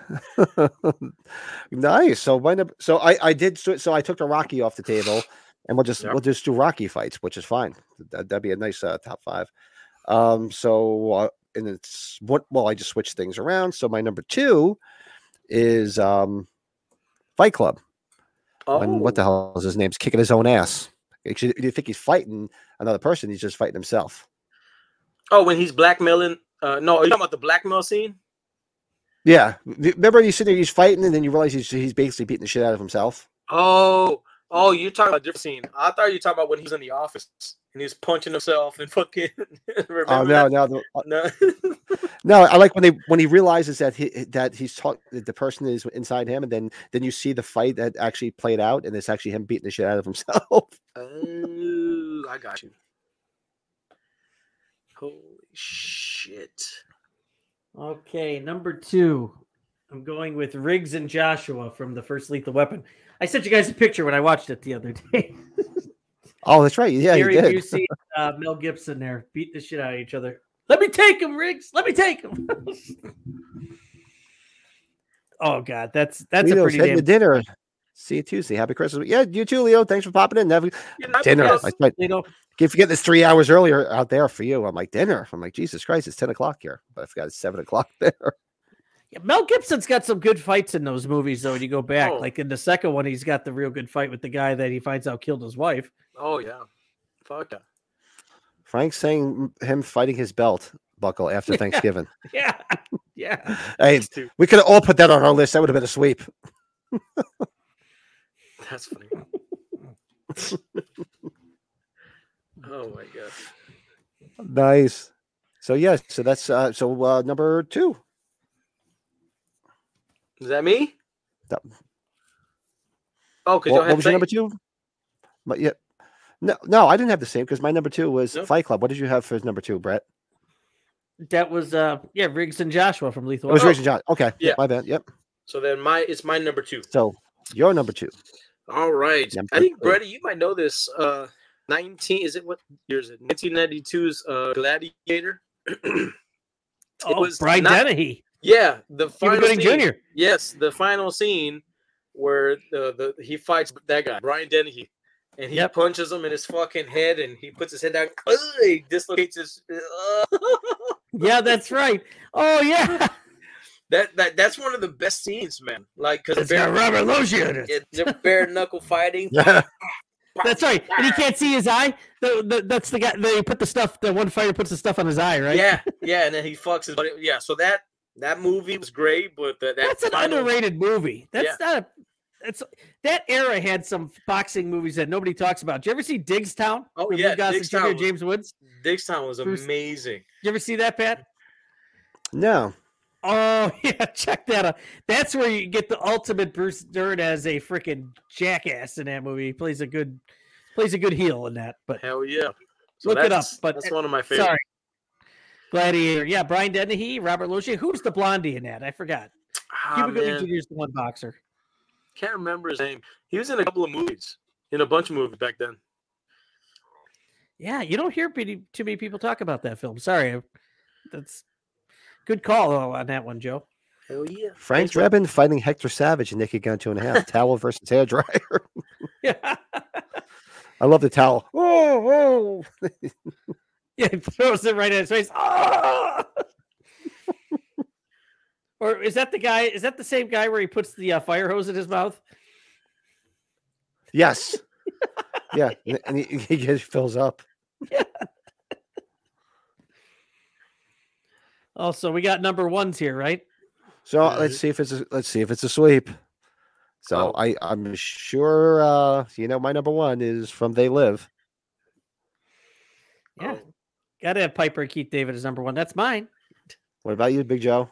S3: (laughs) nice. So my number, so I I did so, so I took the Rocky off the table, and we'll just
S1: Yep.
S3: we'll just do Rocky fights, which is fine. That, that'd be a nice uh, top five. Um. So uh, and it's what well I just switched things around. So my number two is um Fight Club.
S1: Oh,
S3: (laughs) when what the hell is his name's kicking his own ass. Actually, you think he's fighting another person? He's just fighting himself.
S1: oh, when he's blackmailing. Uh, no, are you talking about the blackmail scene?
S3: Yeah, th- remember you sit there, he's fighting, and then you realize he's he's basically beating the shit out of himself.
S1: Oh, oh, you're talking about a different scene. I thought you were talking about when he was in the office and he was punching himself and (laughs) fucking.
S3: Oh
S1: Remember
S3: no, no, the- uh,
S1: that? (laughs) no.
S3: (laughs) no! I like when they when he realizes that he that he's talk that the person is inside him, and then then you see the fight that actually played out, and it's actually him beating the shit out of himself. (laughs)
S1: oh, I got you. Holy shit!
S2: Okay, number two. I'm going with Riggs and Joshua from the first Lethal Weapon. I sent you guys a picture when I watched it the other day.
S3: oh, that's right.
S2: (laughs)
S3: Yeah,
S2: Gary
S3: he did.
S2: Busey, uh, Mel Gibson there beat the shit out of each other. Let me take him, Riggs. Let me take him. (laughs) oh God, that's that's
S3: Leo,
S2: a pretty
S3: heading
S2: damn
S3: to dinner. See you Tuesday. Happy Christmas. Yeah, you too, Leo. Thanks for popping in. Have a-
S1: You're not
S3: dinner.
S1: supposed-
S3: I tried-
S2: You know,
S3: Keep forgetting it's three hours earlier out there for you. I'm like, dinner. I'm like, Jesus Christ, it's 10 o'clock here. But I forgot it's seven o'clock (laughs) there.
S2: yeah, Mel Gibson's got some good fights in those movies, though. When you go back,
S1: Oh.
S2: like in the second one, he's got the real good fight with the guy that he finds out killed
S1: (laughs)
S2: his wife.
S1: Oh yeah, fuck yeah.
S3: Frank's saying mm, him fighting his belt buckle
S2: (laughs)
S3: after
S2: Yeah.
S3: Thanksgiving.
S2: Yeah, yeah.
S3: Hey, we could have all put that on our list. That would have been a sweep.
S1: That's
S3: (laughs)
S1: funny. oh my god.
S3: Nice. So yes, so that's uh, so uh, number two.
S1: Is that me?
S3: That-
S1: Oh, because
S3: What,
S1: y'all
S3: what
S1: had
S3: was your
S1: same.
S3: number two? My, yeah. No, no, I didn't have the same because my number two was
S1: No?
S3: Fight Club. What did you have for number two, Brett?
S2: That was uh yeah, Riggs and Joshua from Lethal
S3: It was
S1: Oh.
S2: Weapon.
S3: Rachel John. Okay, yeah,
S1: Yeah.
S3: my bad. Yep.
S1: So then my it's my number two.
S3: So your
S1: (laughs)
S3: number two.
S1: All right. I
S3: Number
S1: think
S3: two.
S1: Brady, you might know this. Uh, nineteen is it what year is it? Nineteen ninety two's uh, Gladiator. it
S2: Oh, Brian Dennehy,
S1: Yeah, the
S2: Cuba
S1: final
S2: Gooding
S1: scene-
S2: Jr.
S1: Yes, the final scene where uh, the, the he fights that guy Brian Dennehy, and he
S2: Yep.
S1: punches him in his fucking head, and he puts his head down, ugh, he dislocates his.
S2: Yeah, that's right.
S1: (laughs)
S2: Oh yeah,
S1: that that that's one of the best scenes, man. Like because
S2: that's got Robert Loggia. in it.
S1: they're bare knuckle
S2: (laughs)
S1: fighting.
S3: Yeah.
S2: That's right. And he can't see his eye. The, the, that's the guy. They put the stuff. The one fighter puts the stuff on his eye, right?
S1: Yeah, yeah, and then he fucks his buddy. Yeah, so that that movie was great, but that, that
S2: that's an
S1: final-
S2: underrated movie. That's not. A, that's that era had some boxing movies that nobody talks about. Did you ever see Digstown?
S1: Oh,
S2: with
S1: yeah,
S2: Lou Gossett
S1: Digstown
S2: Jr. and
S1: was-
S2: James Woods.
S1: Digstown was
S2: Bruce-
S1: amazing.
S2: Did you ever see that, Pat?
S3: No.
S2: Oh (laughs) yeah, check that out. That's where you get the ultimate Bruce Dern as a freaking jackass in that movie. He plays a good, plays a good heel in that. But
S1: Hell yeah.
S2: Look it up,
S1: that's-
S2: but-
S1: that's one of my favorites.
S2: sorry, Gladiator. Yeah, Brian Dennehy, Robert Lucia. Who's the blondie in that? I forgot.
S1: Ah,
S2: Cuba Gooding
S1: man.
S2: Jr. is the one boxer.
S1: Can't remember his name. He was in a couple of movies, in a bunch of movies back then.
S2: Yeah, you don't hear pretty, too many people talk about that film. Sorry, I- that's good call though, on that one, Joe. (laughs)
S1: Hell yeah.
S3: Frank Drebin fighting Hector Savage and Nicky Gun two and a half. towel versus hair dryer.
S2: Yeah,
S3: I love
S1: (laughs)
S3: the towel. Oh, oh.
S2: yeah, he throws it right in his face. Ah! (laughs) or is that the guy? Is that the same guy where he puts the uh, fire hose in his mouth?
S3: Yes. yeah. and- And he, (laughs) he just fills up.
S2: Also, Oh, we got number ones here, right?
S3: So uh,
S1: Yeah,
S2: Mm-hmm.
S3: let's
S1: it-
S3: see if it's a, let's see if it's a sweep. So
S1: Oh.
S3: I I'm sure uh you know my number one is from They Live.
S2: Yeah,
S1: Oh.
S2: got to have Piper and Keith David as number one. That's mine.
S3: What about you, Big Joe?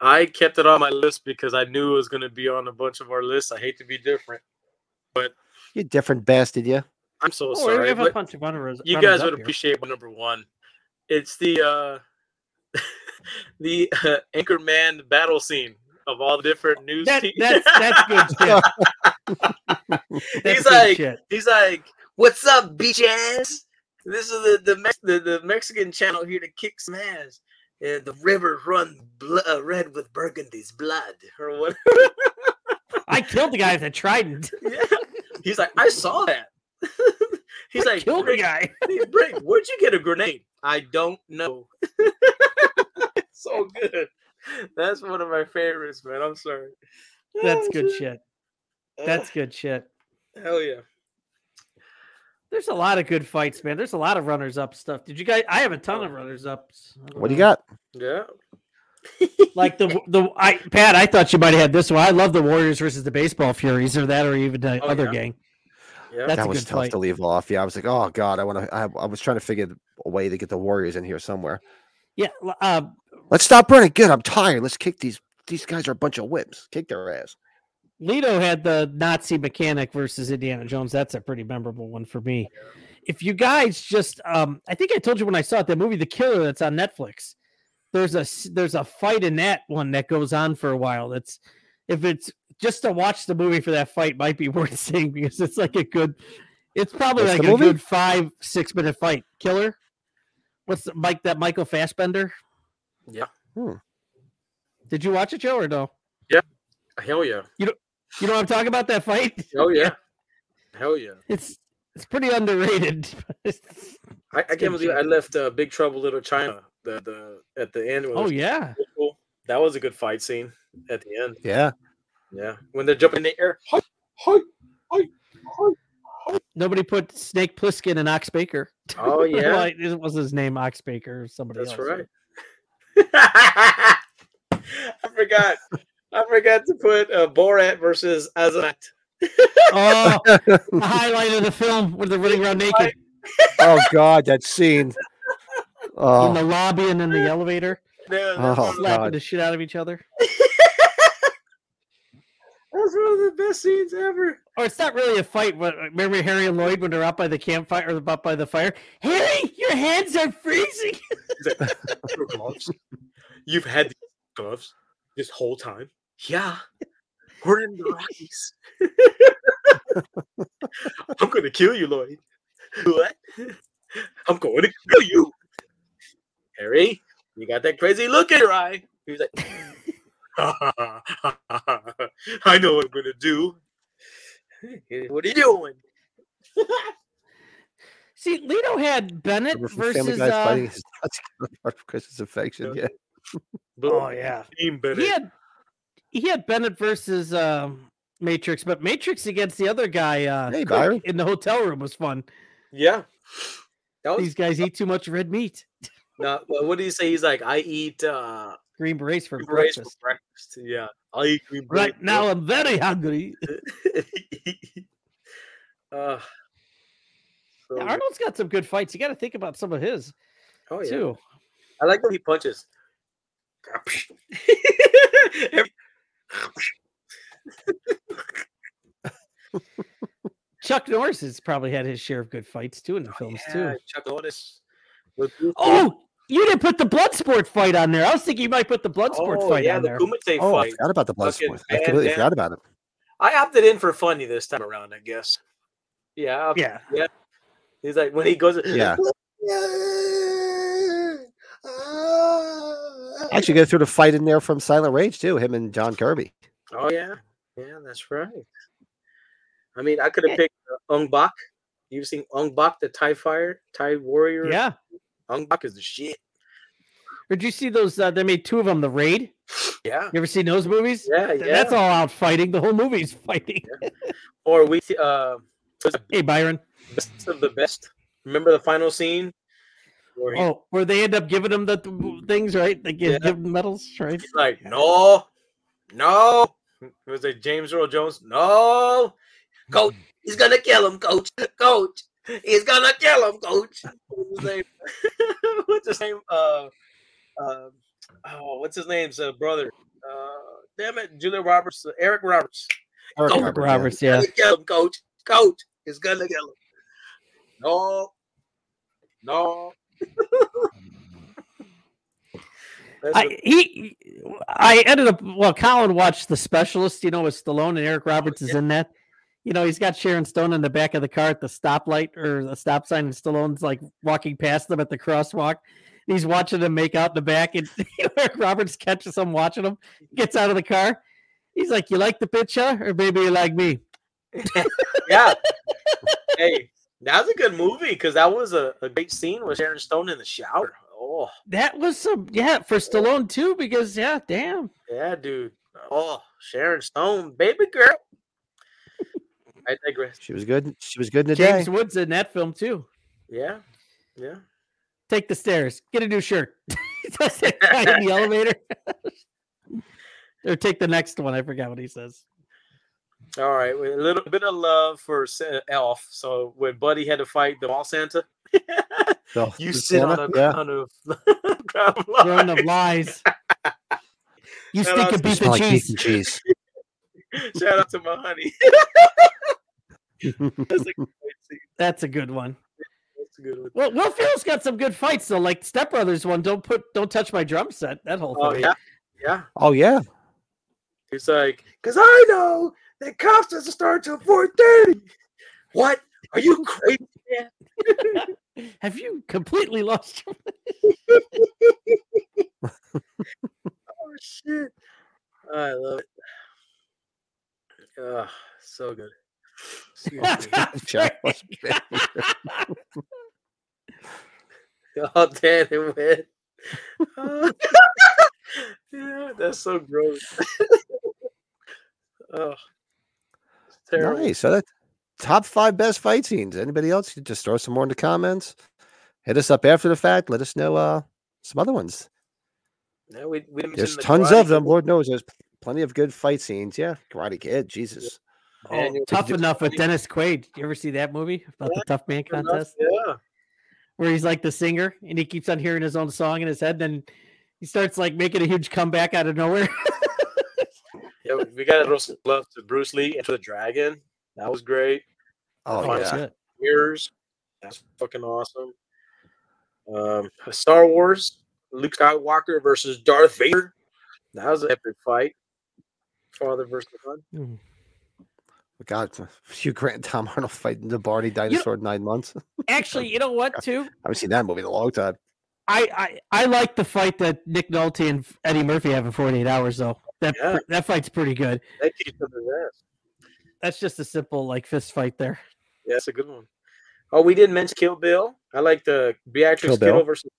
S1: I kept it on my list because I knew it was going to be on a bunch of our lists. I hate to be different.
S3: You different bastard, you.
S1: I'm so
S2: Oh, we
S1: sorry.
S2: have a
S1: but
S2: bunch of runners.
S1: you
S2: runners
S1: guys
S2: up
S1: would
S2: here.
S1: appreciate my number one. It's the uh (laughs) the uh, Anchorman battle scene of all the different news. (laughs)
S2: That,
S1: te-
S2: that's that's good
S1: (laughs)
S2: shit. that's
S1: He's
S2: good
S1: like-
S2: shit.
S1: He's like, "What's up, bitches? This is the the, Mex- the the Mexican channel here to kick some ass. Uh, the river run bl- uh, red with Burgundy's blood, or whatever."
S2: I killed the guy with a trident.
S1: (laughs) Yeah. He's like, "I saw that." (laughs) He's like,
S2: killed the
S1: "Brick,
S2: guy. (laughs)
S1: hey, Brick, where'd you get a grenade?" I don't know. so good. That's one of my favorites, man. I'm sorry.
S2: That's good shit.
S1: Oh,
S2: That's good shit.
S1: hell yeah.
S2: There's a lot of good fights, man. There's a lot of runners up stuff. Did you guys? I have a ton
S1: Oh.
S2: of runners ups.
S3: (laughs) What do you got?
S1: Yeah.
S2: Like the the I Pat, I thought you might have had this one. I love the Warriors versus the Baseball Furies, or that, or even the
S1: Oh,
S2: other
S1: yeah.
S2: gang.
S1: Yeah.
S2: That's
S3: that
S2: a
S3: was
S2: good
S3: tough
S2: fight.
S3: to leave off. Yeah, I was like, oh god, I want to. I, I was trying to figure a way to get the Warriors in here somewhere.
S2: Yeah, l- uh,
S3: Let's stop running. Good. I'm tired. Let's kick these. These guys are a bunch of whips. Kick their ass.
S2: Leto had the Nazi mechanic versus Indiana Jones. That's a pretty memorable one for me. If you guys just, um, I think I told you when I saw it, that movie, The Killer, that's on Netflix. There's a s- there's a fight in that one that goes on for a while. That's if it's just to watch the movie for that fight might be (laughs) worth seeing because it's like a good, it's probably
S3: What's the
S2: like a
S3: movie?
S2: good five six minute fight. Killer, what's the, Mike that Michael Fassbender?
S1: Yeah.
S3: Hmm.
S2: Did you watch it, Joe, or no?
S1: Hell yeah.
S2: You know what I'm talking about that fight.
S1: Hell yeah. Hell yeah.
S2: It's it's pretty underrated. (laughs)
S1: I, I can't believe I left uh, Big Trouble Little China the, the at the end. when it
S2: oh
S1: was
S2: yeah,
S1: cool. That was a good fight scene at the end.
S3: Yeah.
S1: Yeah. When they're jumping in the air. Hi, hi.
S2: nobody put Snake Plissken and Ox Baker. (laughs)
S1: Oh, yeah.
S2: Well, it was his name Ox Baker or somebody
S1: That's (laughs)
S2: else.
S1: right. I forgot. I forgot to put uh, Borat versus (laughs) Azat.
S2: (laughs)
S3: (laughs)
S2: Oh, the highlight of the film where they're running around naked
S3: Oh God,
S2: (laughs)
S3: that scene.
S2: in
S3: (laughs) Oh,
S2: the lobby and in the elevator,
S1: Yeah, that's,
S3: Oh,
S1: one of, the-
S2: slapping
S3: (laughs) God.
S2: the shit out of each other.
S1: that's one of the best scenes ever.
S2: Or it's not really a fight, but remember Harry and Lloyd when they're out by the campfire or up by the fire? Harry, your hands are freezing. (laughs)
S1: Your gloves. (laughs) You've had these gloves this whole time. Yeah, (laughs) we're in the (laughs) Rockies. I'm gonna kill you, Lloyd. What? I'm going to kill you, Harry. You got that crazy look in your eye. He was (laughs) like, I know what I'm gonna do. (laughs) What are you doing?
S2: See, Leto had Bennett
S3: remember from Family
S2: versus.
S3: Guy's
S2: Uh,
S3: fighting his (laughs) nuts for Chris's infection. Yeah,
S2: oh yeah,
S1: Team better.
S2: he had he had Bennett versus um, Matrix, but Matrix against the other guy uh,
S3: Hey,
S2: Cook,
S3: Byron.
S2: in the hotel room was fun.
S1: Yeah. That was
S2: These guys eat too much red meat.
S1: no, well, what do you say? He's like, I eat uh
S2: Green berets for
S1: green berets for
S2: breakfast.
S1: breakfast. Yeah. I eat green berets
S2: Right now, I'm very hungry.
S1: (laughs) uh,
S2: (laughs)
S1: so-
S2: Arnold's got some good fights. You got to think about some of his
S1: oh yeah.
S2: too.
S1: I like when he punches. (laughs) Every-
S2: Chuck Norris has probably had his share of good fights too in the (laughs) films
S1: Oh, Yeah,
S2: too.
S1: Chuck Norris. with Bruce Lee.
S2: Oh, you didn't put the Bloodsport fight on there. I was thinking you might put the Bloodsport
S1: Oh,
S2: fight
S1: yeah,
S2: on
S1: the
S2: there.
S1: Kumite
S3: Oh, I
S1: fight.
S3: forgot about the blood
S1: Fucking
S3: sport. I completely
S1: Van
S3: forgot
S2: (laughs)
S3: about it.
S1: I opted in for funny this time around, I guess. Yeah, I opted
S2: yeah.
S1: He's like when he goes.
S3: Yeah.
S1: Ah.
S3: Actually, get through the fight in there from Silent Rage too. Him and John Kirby.
S1: (laughs) Oh yeah, yeah, that's right. I mean, I could have picked uh, Ung Bak. You've seen Ung Bak, the Thai Fire, Thai Warrior.
S2: Yeah.
S1: Ung Bak is the shit.
S2: Did you see those? Uh, they made two of them. The Raid.
S1: Yeah,
S2: You ever seen those movies?
S1: yeah,
S2: Th-
S1: yeah.
S2: That's all out fighting. The whole movie's (laughs) fighting.
S1: Or we see, uh, was the
S2: Hey, Byron.
S1: best of the best. Remember the final scene? Where he's
S2: Oh, where they end up giving them the th- things, right? They give,
S1: Yeah.
S2: give them medals, right?
S1: like, no, no. It was like James Earl Jones. No, coach, he's gonna kill him, coach, coach. He's gonna kill him, coach. What's his name? (laughs) what's his name? Uh, uh, oh, what's his name's uh, brother? Uh, damn it, Julia Roberts, uh, Eric Roberts.
S3: Eric
S1: Oh,
S2: Mark
S3: Roberts, yeah.
S2: Roberts,
S1: (laughs) Gonna
S2: yeah.
S1: kill him, coach, coach. He's gonna kill him. No, no. (laughs) That's
S2: I he, I ended up. Well, Colin watched The Specialist. You know, with Stallone and
S1: Oh,
S2: Eric Roberts is in that. You know, he's got Sharon Stone in the back of the car at the stoplight or the stop sign, and Stallone's like walking past them at the crosswalk. He's watching them make out in the back, and (laughs) Eric Roberts catches him watching him. Gets out of the car. He's like, "You like the picture, or maybe you like me?"
S1: yeah. hey, that was a good movie because that was a, a great scene with Sharon Stone in the shower. Oh,
S2: That was some, yeah, for Stallone too, because yeah, damn,
S1: yeah, dude. Oh, Sharon Stone, baby girl. I digress.
S3: She was good. She was good in the
S2: James
S3: day.
S2: Woods in that film too.
S1: Yeah. Yeah.
S2: take the stairs, get a new shirt. (laughs) That's that guy in the elevator. (laughs) or take the next one. I forgot what he says.
S1: All right. with A little bit of love for Sa- Elf. So when Buddy had to fight the mall Santa,
S3: So,
S1: you sit on a
S3: Santa, yeah.
S1: on a (laughs) ground of
S2: Throne of
S1: lies.
S2: lies. You
S1: That
S2: stink
S1: was-
S2: of beef
S3: Smell
S2: and
S3: like beef
S2: cheese.
S3: and cheese.
S1: Shout out to my (laughs) honey. That's a great scene.
S2: That's a good one.
S1: That's a good one.
S2: Well, Will Ferrell's got some good fights though, like Step Brothers one. Don't put, don't touch my drum set. That whole
S1: Oh
S2: thing.
S1: yeah, yeah.
S2: (laughs)
S3: oh yeah,
S1: He's like, because I know that cops doesn't start till four thirty. What? Are (laughs) you crazy?
S2: Have you completely (laughs) lost? your-
S1: Oh shit! I love it. Oh, so good. Excuse (laughs) me.
S3: (laughs) Jack was-
S1: oh damn it, man. Oh, (laughs) yeah, that's so gross. (laughs) oh, it's terrible.
S3: nice. So that top five best fight scenes. Anybody else? You just throw some more in the comments. Hit us up after the fact. Let us know uh some other ones.
S1: Yeah, we, we didn't mention
S3: There's
S1: the
S3: tons
S1: Karate
S3: of them.
S1: Kid.
S3: Lord knows there's Plenty of good fight scenes. Yeah, Karate Kid. Jesus.
S2: Oh,
S1: Daniel-
S2: tough enough with Dennis Quaid. You ever see that movie about the Tough Man contest?
S1: Yeah.
S2: where he's like the singer and he keeps on hearing his own song in his head. Then he starts like making a huge comeback out of nowhere.
S1: yeah, we got to throw some love to Bruce Lee and to the Dragon. That was great.
S3: Oh,
S1: Oh,
S3: yeah.
S2: shit.
S1: Mirrors, that's fucking awesome. Um, Star Wars, Luke Skywalker versus Darth Vader. That was an epic fight. Father versus son.
S3: God, (laughs) Hugh Grant and Tom Arnold fighting the Barney dinosaur in nine months. I
S2: Actually, you know what? Too,
S3: haven't seen that movie in a long time.
S2: I I, I like the fight that Nick Nolte and Eddie Murphy have in 48 hours though. That
S1: Yeah.
S2: that fight's pretty good.
S1: They kicked each other's ass.
S2: That's just a simple like fist fight there.
S1: Yeah, that's a good one. Oh, we didn't mention Kill Bill. I like the Beatrix
S3: Kill Bill.
S1: Kiddo versus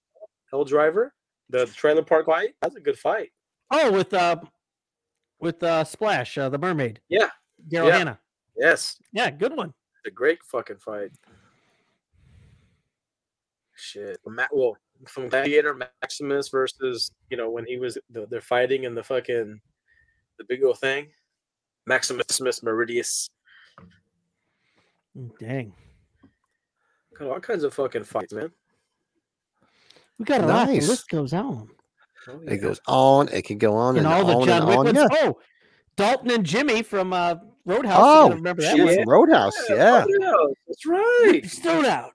S1: Hell Driver. The trailer park fight. That's a good fight.
S2: Oh, with uh, with uh, Splash, uh, the mermaid.
S1: Yeah.
S2: Daryl
S1: Yeah.
S2: Hannah.
S1: Yes,
S2: Yeah, good one.
S1: it's a great fucking fight. Shit, Matt. Well, from Gladiator Maximus versus you know when he was the, they're fighting in the fucking the big old thing. Maximus Meridius.
S2: Mm, Dang,
S1: Got All kinds of fucking fights, man.
S2: we got a lot. The
S3: Nice.
S2: list goes on.
S1: Oh,
S3: It goes on. It can go on and,
S2: and all the
S3: on
S2: John
S3: and
S2: Wick
S3: on.
S2: ones.
S3: Yeah.
S2: Oh, Dalton and Jimmy from uh, Roadhouse. you
S3: Oh,
S2: gotta remember that
S3: she
S2: one.
S3: was from Roadhouse. Yeah.
S1: Roadhouse, That's right.
S2: It's thrown out.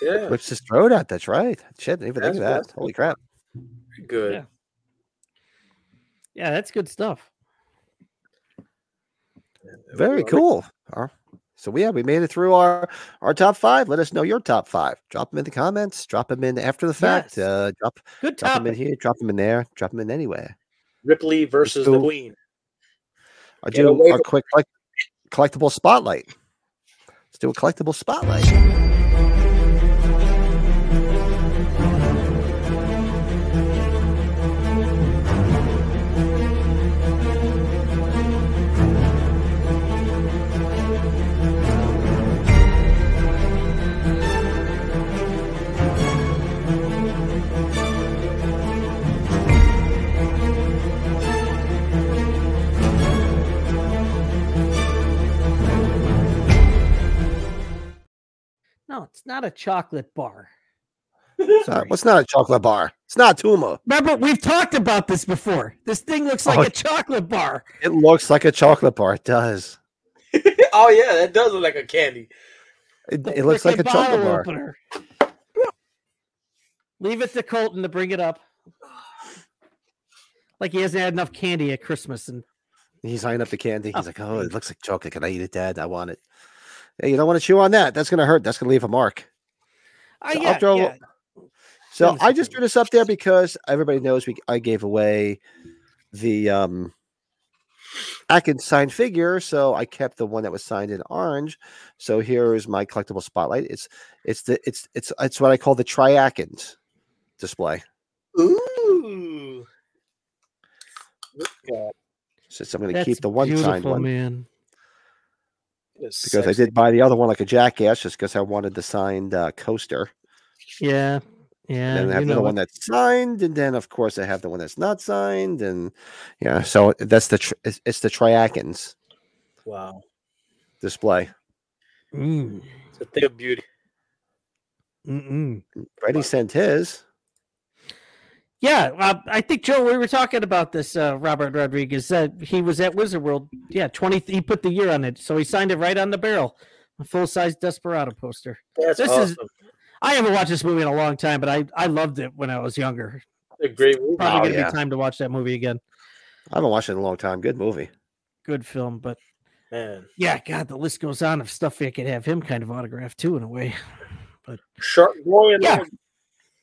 S1: Yeah.
S3: Whips his throat out. That's right. Shit, didn't even think of
S1: That's-
S3: that. Holy crap.
S1: Good.
S2: Yeah. Yeah, that's good stuff.
S3: Very cool. Our- So yeah, we made it through our our top five. Let us know your top five. Drop them in the comments. Drop them in after the fact.
S2: Yes.
S3: Uh, drop
S2: Good
S3: drop them in
S2: topic.
S3: here. Drop them in there. Drop them in anywhere.
S1: Ripley versus the
S3: cool.
S1: Queen.
S3: I'll
S1: Get
S3: do
S1: away
S3: a
S1: from-
S3: quick collect- collectible spotlight. Let's do a collectible spotlight.
S2: No, it's not a chocolate bar.
S3: Uh, It's not- what's not a chocolate bar? It's not Tuma.
S2: Remember, we've talked about this before. This thing looks like
S3: Oh.
S2: a chocolate bar.
S3: It looks like a chocolate bar. It does.
S1: (laughs) oh yeah, that does look like a candy.
S3: It,
S2: The
S3: it looks like
S2: frickin'
S3: a chocolate
S2: bottle
S3: bar.
S2: opener. Leave it to Colton to bring it up. Like he hasn't had enough candy at Christmas, and
S3: He's eyeing up the candy.
S2: Oh,
S3: He's like, "Oh, it looks like chocolate. Can I eat it, Dad? I want it." Hey, you don't want to chew on that. That's gonna hurt. That's gonna leave a mark.
S2: I
S3: So I'll
S2: yeah,
S3: throw-
S2: yeah.
S3: So
S2: Goodness,
S3: I
S2: I
S3: just
S2: can't
S3: threw this up there because everybody knows we I gave away the um Atkins signed figure, so I kept the one that was signed in orange. So here is my collectible spotlight. It's it's the it's it's it's what I call the triatkins display.
S1: Ooh. Look at
S3: Since I'm going to
S2: That's
S3: keep the one signed
S2: beautiful,
S3: one
S2: man.
S1: this
S3: because I
S1: sexy-
S3: did buy the other one like a jackass just because I wanted the signed uh, coaster.
S2: Yeah, yeah.
S3: And then I have
S2: you know
S3: another
S2: what-
S3: one that's signed, and then of course I have the one that's not signed, and yeah. So that's the tr- it's, it's the triatkins
S1: Wow,
S3: display.
S2: Mm.
S1: it's a thing of beauty.
S2: Mm-mm.
S3: Freddie sent his.
S2: Yeah, uh, I think Joe, we were talking about this. Uh, Robert Rodriguez, uh, he was at Wizard World. Yeah, twenty. He put the year on it, so he signed it right on the barrel. A full size Desperado poster.
S1: That's
S2: This is-
S1: awesome.
S2: I haven't watched this movie in a long time, but I I loved it when I was younger.
S1: a great movie.
S2: Probably
S3: Oh,
S2: gonna
S3: yeah.
S2: be time to watch that movie again.
S3: I haven't watched it in a long time. Good movie.
S2: Good film, but
S1: man.
S2: yeah, God, the list goes on of stuff I could have him kind of autograph too in a way.
S1: Shark Boy and
S2: Yeah.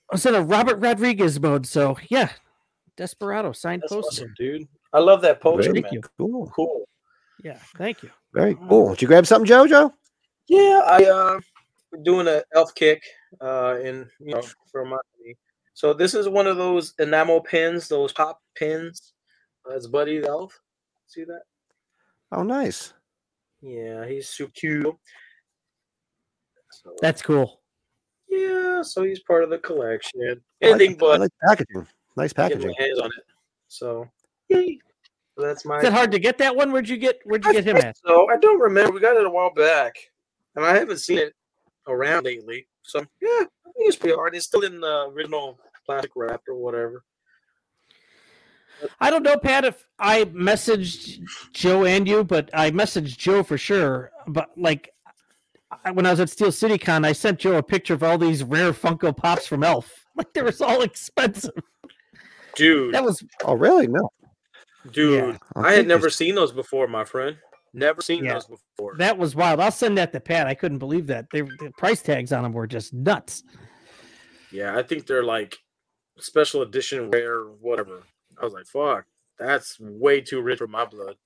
S2: I was in a Robert Rodriguez mode, so yeah, Desperado signed
S1: That's
S2: poster.
S1: awesome, dude. I love that poster,
S3: Really?
S2: Thank
S1: man.
S2: you.
S3: Cool.
S1: Cool.
S2: Yeah, thank you.
S3: Very cool. Did you grab something, JoJo?
S1: Yeah, I uh doing a elf kick uh in you know for my so this is one of those enamel pins, those pop pins. That's Buddy the Elf. See that?
S3: Oh, nice.
S1: Yeah, he's super cute. So,
S2: That's cool.
S1: yeah, so he's part of the collection.
S3: I like
S1: Anything
S3: the- I
S1: but
S3: like the packaging. Nice
S1: get my
S3: packaging.
S1: hands on it. So, yay. That's my.
S2: Is it hard to get that one? Where'd you get? Where'd you get him at?
S1: So I don't remember. We got it a while back, and I haven't seen it around lately. So yeah, I think it's pretty hard. It's still in the original plastic wrap or whatever.
S2: I don't know, Pat, if I messaged Joe and you, but I messaged Joe for sure. But like I, when I was at Steel City Con, I sent Joe a picture of all these rare Funko Pops from Elf. (laughs) Like they were all expensive.
S1: Dude,
S2: That was
S3: Oh, really? No.
S1: dude,
S2: yeah.
S1: I had
S3: think
S1: never
S3: there's-
S1: seen those before, my friend. Never seen
S2: Yeah.
S1: those before.
S2: that was wild. I'll send that to Pat. I couldn't believe that. They, the price tags on them were just nuts.
S1: yeah, I think they're like special edition rare, whatever. I was like, fuck, that's way too rich for my blood.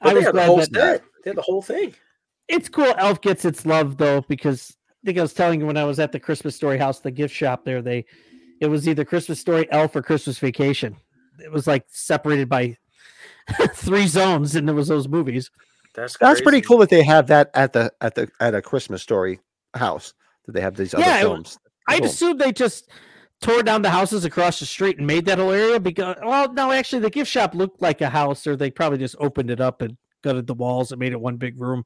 S1: But
S2: I
S1: they
S2: was
S1: had the
S2: glad
S1: whole
S2: that
S1: set. They had the whole thing.
S2: it's cool elf gets its love though because i think i was telling you when i was at the christmas story house the gift shop there they it was either christmas story elf or christmas vacation it was like separated by (laughs) three zones and there was those movies
S1: That's
S3: That's pretty
S1: crazy.
S3: cool that they have that at the at the at a Christmas story house. That they have these other
S2: Yeah, it-
S3: films.
S2: i
S3: Cool.
S2: assume they just tore down the houses across the street and made that whole area because well no actually the gift shop looked like a house or they probably just opened it up and gutted the walls and made it one big room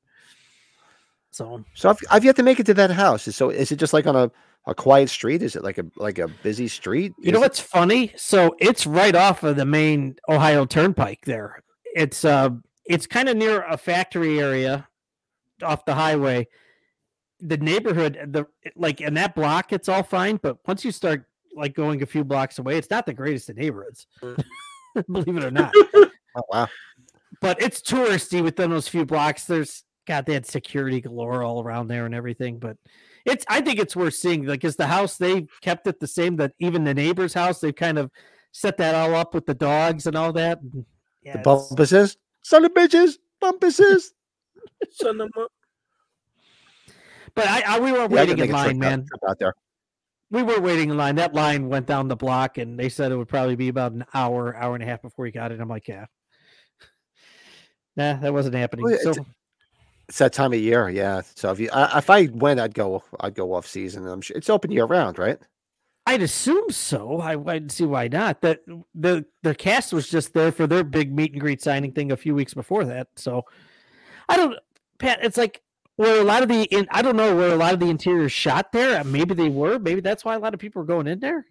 S2: so
S3: So I've, I've yet to make it to that house. So is it just like on a, a quiet street? Is it like a like a busy street?
S2: You know
S3: Is
S2: what's funny? So it's right off of the main Ohio Turnpike there. It's uh it's kind of near a factory area off the highway. The neighborhood the like in that block it's all fine, but once you start like going a few blocks away, it's not the greatest of neighborhoods. (laughs)
S1: Mm.
S2: Believe it or not.
S3: It, oh, wow.
S2: but it's touristy within those few blocks. There's God, they had security galore all around there and everything. But it's I think it's worth seeing. Like, is the house they kept it the same that even the neighbor's house they've kind of set that all up with the dogs and all that. and- Yeah,
S3: The
S2: it's-
S3: bumpuses, son of bitches,
S2: (laughs)
S3: bumpuses.
S1: Son of a-
S2: but I, I we were
S3: Yeah, I gotta
S2: waiting
S3: make
S2: in
S3: a trip
S2: line,
S3: out-
S2: man.
S3: trip out there.
S2: We were waiting in line. That line went down the block, and they said it would probably be about an hour, hour and a half before we got it. I'm like, yeah, (laughs) nah, that wasn't happening.
S3: Well, yeah,
S2: so
S3: it's- It's that time of year, yeah. So if you, I, if I went, I'd go, I'd go off season. I'm sure it's open year round, right?
S2: I'd assume so. I would see why not. That the the cast was just there for their big meet and greet signing thing a few weeks before that. So I don't, Pat. It's like where a lot of the in I don't know where a lot of the interior shot there. Uh, Maybe they were. Maybe that's why a lot of people were going in there.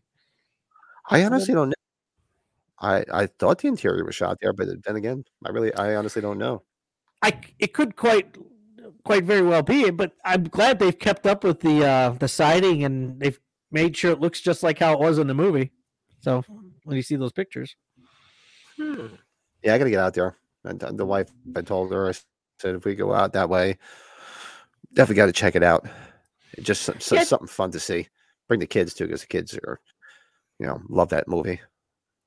S3: I honestly don't know. I, I thought the interior was shot there, but then again, I really, I honestly don't know.
S2: I c- it could quite quite very well be. But I'm glad they've kept up with the uh the siding and they've made sure it looks just like how it was in the movie. So when you see those pictures,
S1: hmm.
S3: Yeah, I gotta get out there. And the- the wife, I told her, I said, if we go out that way, definitely got to check it out. Just some, some-
S2: Yeah.
S3: something fun to see. Bring the kids too, because the kids are, you know, love that movie.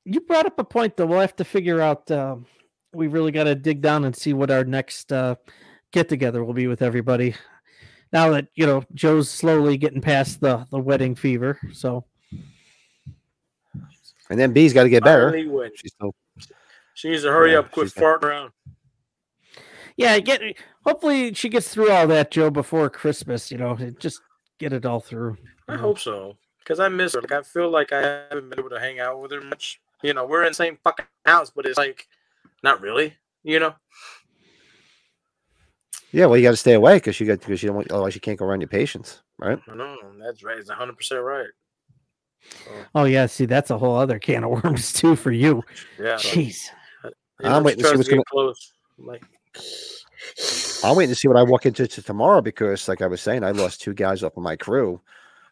S2: you brought up a point though. We'll have to figure out. Um, we really got to dig down and see what our next uh, get together will be with everybody. Now that you know Joe's slowly getting past the the wedding fever, so
S3: And then B's got to get better.
S1: Finally went.
S3: She's still
S1: She needs to hurry
S3: Yeah,
S1: up, quit
S3: she's got-
S1: farting around.
S2: yeah, get. Hopefully, she gets through all that, Joe, before Christmas. You know, just get it all through.
S1: I
S2: Mhm.
S3: Mm-hmm.
S1: hope so. Because I miss her. Like I feel like I haven't been able to hang out with her much. You know, we're in the same fucking house, but it's like not really. You know?
S3: Yeah, well, you got to stay away because you got because you don't want otherwise you can't go around your patients, right?
S1: I know that's right. It's hundred percent right.
S2: Oh yeah, see, that's a whole other can of worms too for you.
S1: Yeah. like,
S2: Jeez.
S1: you
S3: I'm
S1: know,
S3: waiting to see
S1: tries
S3: what's
S1: get
S3: gonna-
S1: close. I'm like
S3: I'm waiting to see what I walk into to tomorrow because, like I was saying, I lost two guys off of my crew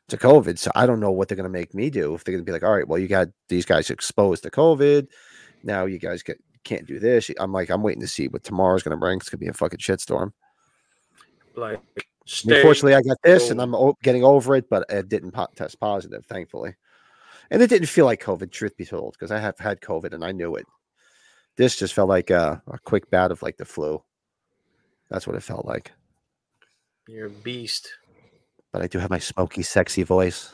S3: to COVID, so I don't know what they're going to make me do. If they're going to be like, all right, well, you got these guys exposed to COVID, now you guys get, can't do this. I'm like, I'm waiting to see what tomorrow's going to bring. It's going to be a fucking shitstorm.
S1: like
S3: I mean,
S1: stay.
S3: Fortunately, I got this, and
S1: So-
S3: I'm o- getting over it, but it didn't po- test positive, thankfully. And it didn't feel like COVID, truth be told, because I have had COVID and I knew it. This just felt like a, a quick bout of like the flu. That's what it felt like.
S1: You're a beast.
S3: But I do have my smoky, sexy voice.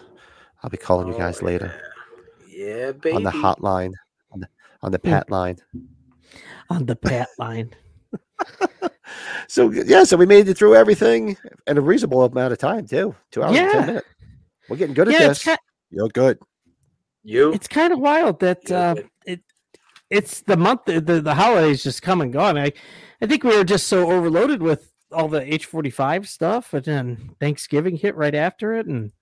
S3: I'll be calling you
S1: Oh,
S3: guys later
S1: Yeah, Yeah, baby.
S3: on the hotline, on the, on the
S2: Hmm.
S3: pat line.
S2: On the pat line.
S3: So yeah, so we made it through everything in a reasonable amount of time too. Two hours, and
S2: Yeah.
S3: ten minutes. We're getting good at
S2: yeah,
S3: this.
S2: it's kind,
S3: You're good.
S1: You.
S2: it's kind of wild that.
S1: you
S2: Uh,
S1: did.
S2: it's the month the, the holidays just come and gone. I I think we were just so overloaded with all the H forty five stuff, and then Thanksgiving hit right after it, and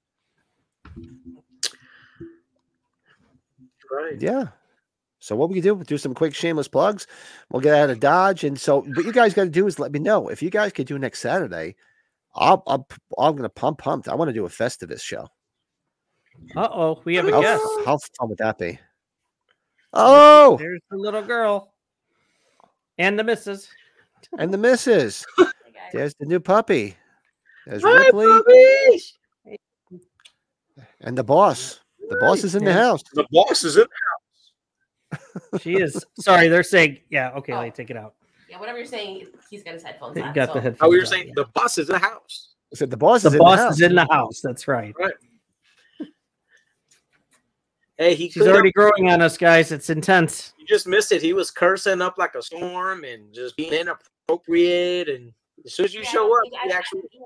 S1: Right.
S3: Yeah. So what we do, do some quick shameless plugs. We'll get out of Dodge. And so what you guys got to do is let me know if you guys could do next Saturday. I'll, I'll, I'm going to pump pumped. I want to do a Festivus show.
S2: uh oh, we have a
S3: How,
S2: guest.
S3: how fun would that be? Oh,
S2: There's the little girl and the missus.
S3: and the missus.
S5: Hey, guys.
S3: There's the new puppy. There's
S1: Hi,
S3: Ripley
S1: puppies!
S3: and the boss. The boss is in the
S2: Hey.
S3: house.
S1: The boss is in.
S2: She is sorry. They're saying yeah. Okay,
S5: Oh.
S2: Leigh, take it out.
S5: Yeah, whatever you're saying, he's got his headphones
S2: Oh, You
S5: on.
S2: got
S5: so.
S2: the headphones.
S1: How we were
S2: on.
S1: saying the boss is in the house.
S3: I said the boss
S2: the
S3: is in the
S2: boss
S3: house.
S2: is in the house. That's right.
S1: Hey, he
S2: She's
S1: cleaned up-
S2: already growing on us, guys. It's intense.
S1: You just missed it. He was cursing up like a storm and just being inappropriate. And as soon as you
S5: Yeah, I
S1: show
S5: don't
S1: up,
S5: think-
S1: he
S5: I, I-
S1: actually
S5: yeah,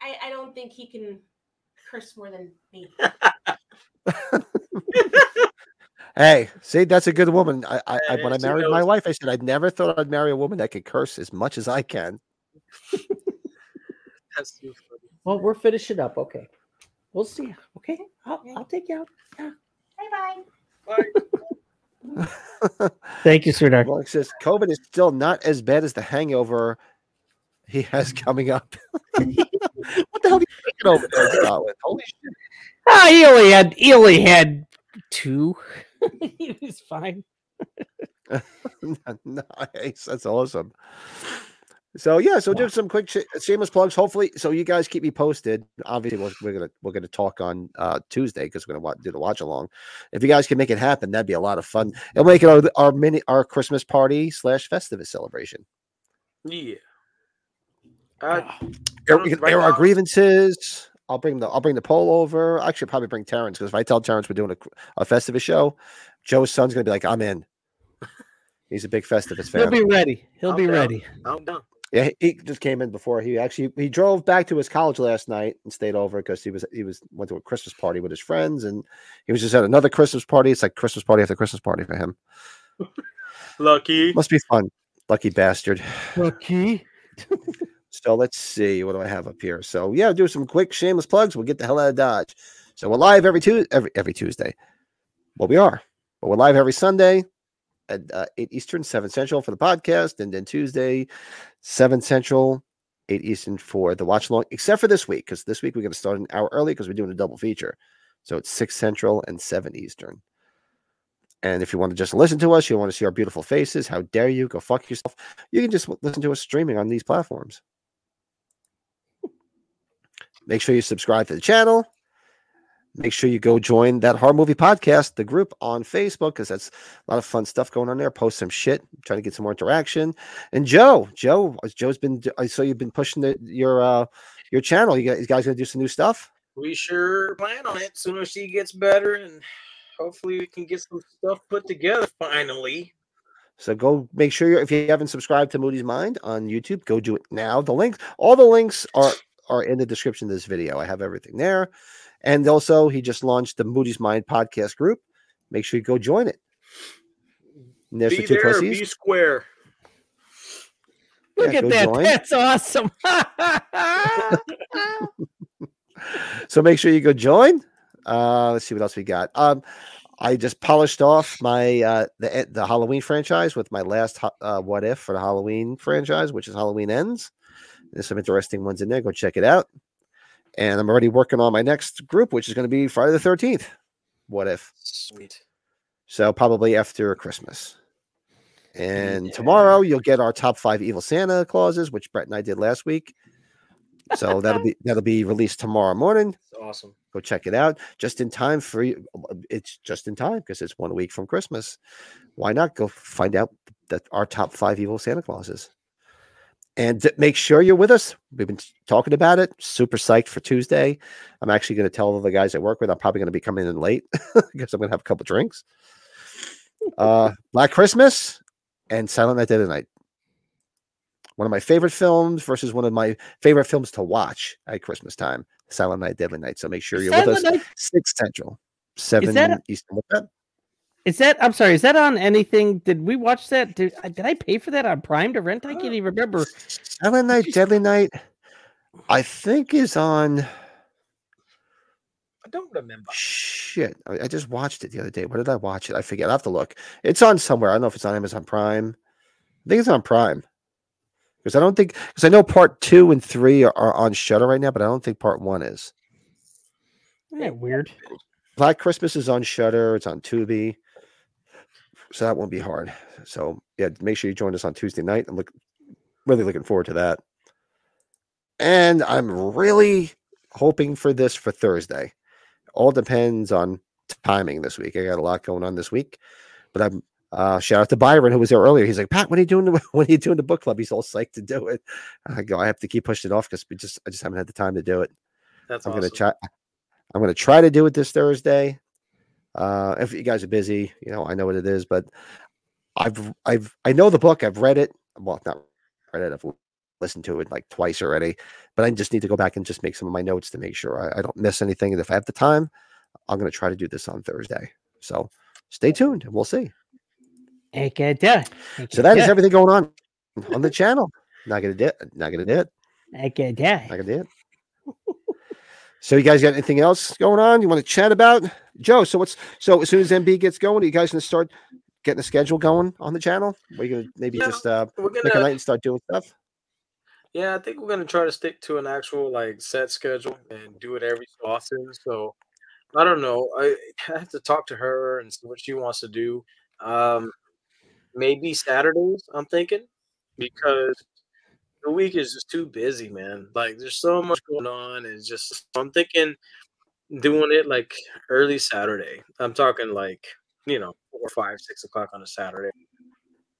S5: I, I don't think he can curse more than me.
S1: (laughs)
S3: Hey, see, that's a good woman. I, I, I
S1: Yeah,
S3: when I
S1: she
S3: married my
S1: knows.
S3: wife, I said I never thought I'd marry a woman that could curse as much as I can.
S1: that's too funny.
S2: Well, we're finishing up. Okay. We'll see. Okay. I'll,
S5: I'll
S2: take you out.
S5: Bye bye.
S2: Thank you, sweetheart.
S3: Well, it says COVID is still not as bad as the hangover he has (laughs) coming up. what the hell are you thinking over there, Scotland? Holy shit.
S2: Ah, he only had he only had two. (laughs) he was fine.
S3: N- (laughs) nice. That's awesome. So yeah, so do some quick sh- shameless plugs. Hopefully, so you guys keep me posted. Obviously, we're, we're gonna we're gonna talk on uh Tuesday because we're gonna wa- do the watch along. If you guys can make it happen, that'd be a lot of fun. It'll make it our, our mini our Christmas party slash Festivus celebration.
S1: Yeah. Uh,
S3: Air,
S1: Um,
S3: we can
S1: right
S3: air our
S1: now-
S3: grievances. I'll bring the I'll bring the poll over. I should probably bring Terrence because if I tell Terrence we're doing a, cr- a Festivus show, Joe's son's gonna be like, "I'm in." He's a big Festivus fan.
S2: He'll be ready. He'll
S1: I'm
S2: be
S1: down.
S2: ready.
S1: I'm done.
S3: Yeah, he- he just came in before he actually he drove back to his college last night and stayed over because he was he was went to a Christmas party with his friends and he was just at another Christmas party. It's like Christmas party after Christmas party for him.
S1: Lucky.
S3: Must be fun. Lucky bastard.
S2: Okay.
S3: So let's see what do I have up here. So yeah, do some quick shameless plugs. We'll get the hell out of Dodge. So we're live every Tuesday, every every Tuesday. Well, we are, but we're live every Sunday at uh, eight Eastern, seven Central for the podcast, and then Tuesday, seven Central, eight Eastern for the watch along. Except for this week, because this week we're going to start an hour early because we're doing a double feature. So it's six Central and seven Eastern. And if you want to just listen to us, you want to see our beautiful faces. How dare you? Go fuck yourself. You can just w- listen to us streaming on these platforms make sure you subscribe to the channel. Make sure you go join that horror movie podcast, the group on Facebook, because that's a lot of fun stuff going on there. Post some shit, trying to get some more interaction. And Joe, Joe, Joe's been. I saw you've been pushing the, your uh your channel. You guys, you guys gonna do some new stuff?
S1: We sure plan on it. Soon as she gets better, and hopefully we can get some stuff put together finally.
S3: So go make sure you're, if you haven't subscribed to Moody's Mind on YouTube, go do it now. The links, all the links are are in the description of this video. I have everything there. And also, he just launched the Moody's Mind podcast group. Make sure you go join it. And there's
S1: be
S3: the two
S1: there, or
S3: pussies.
S1: be square.
S2: Look
S3: Yeah,
S2: at
S3: go
S2: that.
S3: join.
S2: That's awesome. (laughs)
S3: So make sure you go join. Uh, let's see what else we got. Um, I just polished off my uh, the the Halloween franchise with my last ho- uh, what if for the Halloween franchise, which is Halloween Ends. There's some interesting ones in there. Go check it out. And I'm already working on my next group, which is going to be Friday the 13th. What if?
S1: Sweet.
S3: So probably after Christmas. And tomorrow you'll get our top five evil Santa clauses, which Brett and I did last week. So that'll be that'll be released tomorrow morning
S1: It's awesome.
S3: go check it out just in time for you it's just in time because it's one week from christmas why not go find out that our top five evil santa clauses and d- make sure you're with us we've been s- talking about it super psyched for tuesday i'm actually going to tell the guys i work with i'm probably going to be coming in late (laughs) because i'm going to have a couple drinks uh black christmas and silent night the other night one of my favorite films versus one of my favorite films to watch at Christmas time, Silent Night, Deadly Night. So make sure you're with us
S2: Silent Night-
S3: six central, seven
S2: that a-
S3: eastern. What's that?
S2: Is that I'm sorry? Is that on anything? Did we watch that? Did, I- did I pay for that on Prime to rent? I can't even remember.
S3: Silent Night, Deadly Night, I think is on.
S1: I don't remember.
S3: Shit, I, I just watched it the other day. Where did I watch it? I forget. I will have to look. It's on somewhere. I don't know if it's on Amazon Prime. I think it's on Prime because I don't think because I know part two and three are, are on Shutter right now, but I don't think part one is.
S2: Isn't that weird?
S3: Black Christmas is on Shutter. It's on Tubi, so that won't be hard. So yeah, make sure you join us on Tuesday night. I'm look really looking forward to that, and I'm really hoping for this for Thursday. All depends on timing this week. I got a lot going on this week, but I'm uh, shout out to Byron who was there earlier. He's like, Pat, when are you doing the (laughs) when are you doing the book club? He's all psyched to do it. I go, I have to keep pushing it off because we just I just haven't had the time to do it.
S1: That's
S3: I'm
S1: awesome.
S3: gonna try. I'm gonna try to do it this Thursday. Uh, if you guys are busy, you know I know what it is, but I've I've I know the book. I've read it. Well, not read it. I've l- listened to it like twice already, but I just need to go back and just make some of my notes to make sure I, I don't miss anything. And if I have the time, I'm gonna try to do this on Thursday. So stay tuned and we'll see.
S2: I can't tell. I
S3: So
S2: can't
S3: that is
S2: tell.
S3: everything
S1: (laughs)
S3: going on on the channel. Not gonna do. it, Not gonna do it.
S2: I can't tell.
S3: I can do it. so you guys got anything else going on you want to chat about? Joe, so what's so as soon as MB gets going, are you guys gonna start getting a schedule going on the channel? Are you gonna maybe
S1: Yeah,
S3: just uh
S1: We're
S3: pick a
S1: gonna
S3: night and start doing stuff?
S1: Yeah, I think we're gonna try to stick to an actual like set schedule and do it every so often. So I don't know. I, (laughs) I have to talk to her and see what she wants to do. Um, maybe Saturdays. I'm thinking because the week is just too busy, man. Like there's so much going on, and it's just I'm thinking doing it like early Saturday. I'm talking like you know four, five, six o'clock on a Saturday.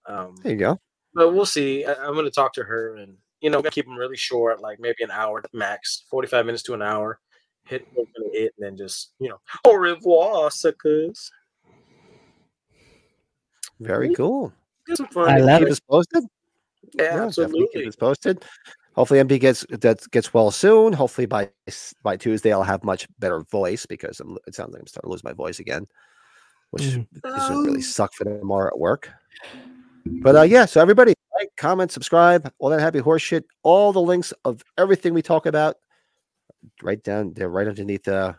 S1: Um,
S3: There you go.
S1: but we'll see. I, I'm going to talk to her and, you know, keep them really short, like maybe an hour max, 45 minutes to an hour. Hit open it and then just, you know, (laughs) au revoir, suckers.
S3: Very
S1: Yeah,
S3: cool.
S1: Get some fun.
S2: I love
S3: Keep
S2: it.
S3: us posted.
S1: Yeah,
S3: definitely Keep
S1: absolutely.
S3: us posted. Hopefully MB gets that gets well soon. Hopefully by s- by Tuesday I'll have much better voice because I'm, it sounds like I'm starting to lose my voice again, which
S2: Mhm.
S3: this would
S1: Oh.
S3: really suck for tomorrow at work. But uh, yeah, so everybody like, comment, subscribe, all that happy horse shit. All the links of everything we talk about right down there, right underneath uh,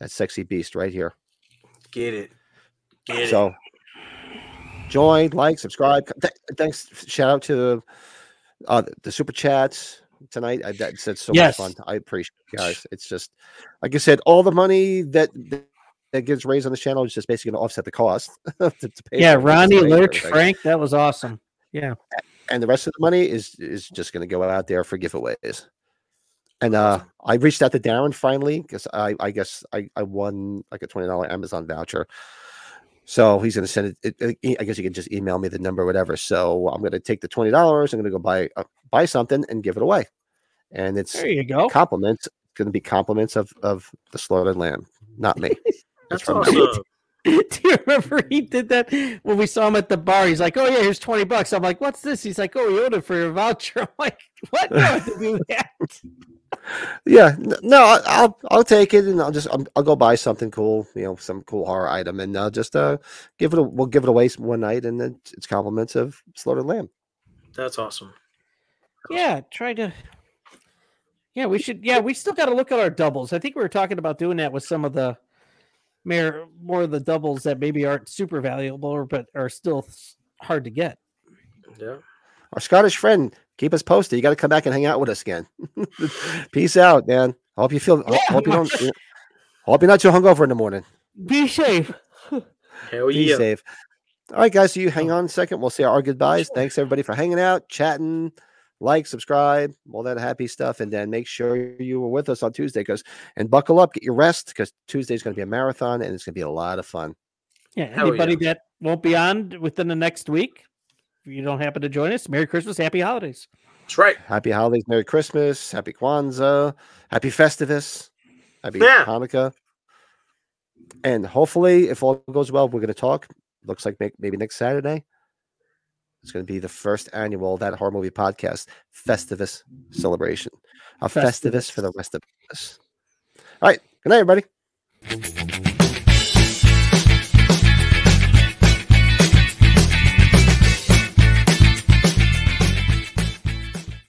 S3: that sexy beast right here.
S1: Get it. Get it.
S3: So join, like, subscribe. Th- thanks. Shout out to uh, the super chats tonight. I, that's, that's so
S2: Yes.
S3: much fun. I appreciate you guys. It's just like I said, all the money that that gets raised on the channel is just basically going to offset the cost. (laughs) to, to pay
S2: Yeah,
S3: for everything,
S2: Ronnie
S3: to pay for
S2: Lurch,
S3: everything.
S2: Frank, that was awesome.
S3: and the rest of the money is is just going to go out there for giveaways. And uh, I reached out to Darren finally because I, I guess I, I won like a twenty dollar Amazon voucher. So he's going to send it, it- it- I guess you can just email me the number, whatever. So I'm going to take the twenty dollars. I'm going to go buy uh, buy something and give it away. And it's
S2: There you go.
S3: compliments. Going to be compliments of of the slaughtered lamb,
S2: (laughs)
S3: not me.
S1: That's
S3: from-
S1: awesome.
S2: Do you remember he did that when we saw him at the bar? He's like, "Oh yeah, here's twenty bucks." I'm like, "What's this?" He's like, "Oh, we owed it for your voucher." (laughs) I'm like, "What? No, I have
S1: (laughs)
S2: to do that."
S3: Yeah, n- no, I- I'll I'll take it and I'll just I'll, I'll go buy something cool, you know, some cool horror item, and I'll just uh give it a, we'll give it away s- one night, and then it's compliments of slaughtered lamb.
S1: That's awesome.
S2: yeah, try to. Yeah, we should. Yeah, we still got to look at our doubles. I think we were talking about doing that with some of the, more more of the doubles that maybe aren't super valuable, or but are still s- hard to get.
S1: Yeah.
S3: Our Scottish friend, keep us posted. You got to come back and hang out with us again. (laughs) Peace out, man. Hope you feel. ho-
S2: Yeah,
S3: hope you
S2: my-
S3: don't. you know, hope you're not too hungover in the morning.
S2: Be safe.
S1: Hell
S3: Be
S1: yeah.
S2: eh?
S3: safe. All right, guys. So you hang on a second. We'll say our goodbyes. Thanks everybody for hanging out, chatting, like, subscribe, all that happy stuff, and then make sure you were with us on Tuesday, because and buckle up, get your rest, because Tuesday's going to be a marathon and it's going to be a lot of fun.
S2: Yeah,
S1: Hell yeah.
S2: anybody that won't be on within the next week, if you don't happen to join us, Merry Christmas, Happy Holidays.
S1: That's right.
S3: Happy holidays, Merry Christmas, Happy Kwanzaa, Happy Festivus, Happy
S1: Yeah.
S3: Hanukkah, and hopefully, if all goes well, we're going to talk. Looks like may- maybe next Saturday. It's going to be the first annual that horror movie podcast Festivus celebration. A Festivus for the rest of us. All right, good night, everybody.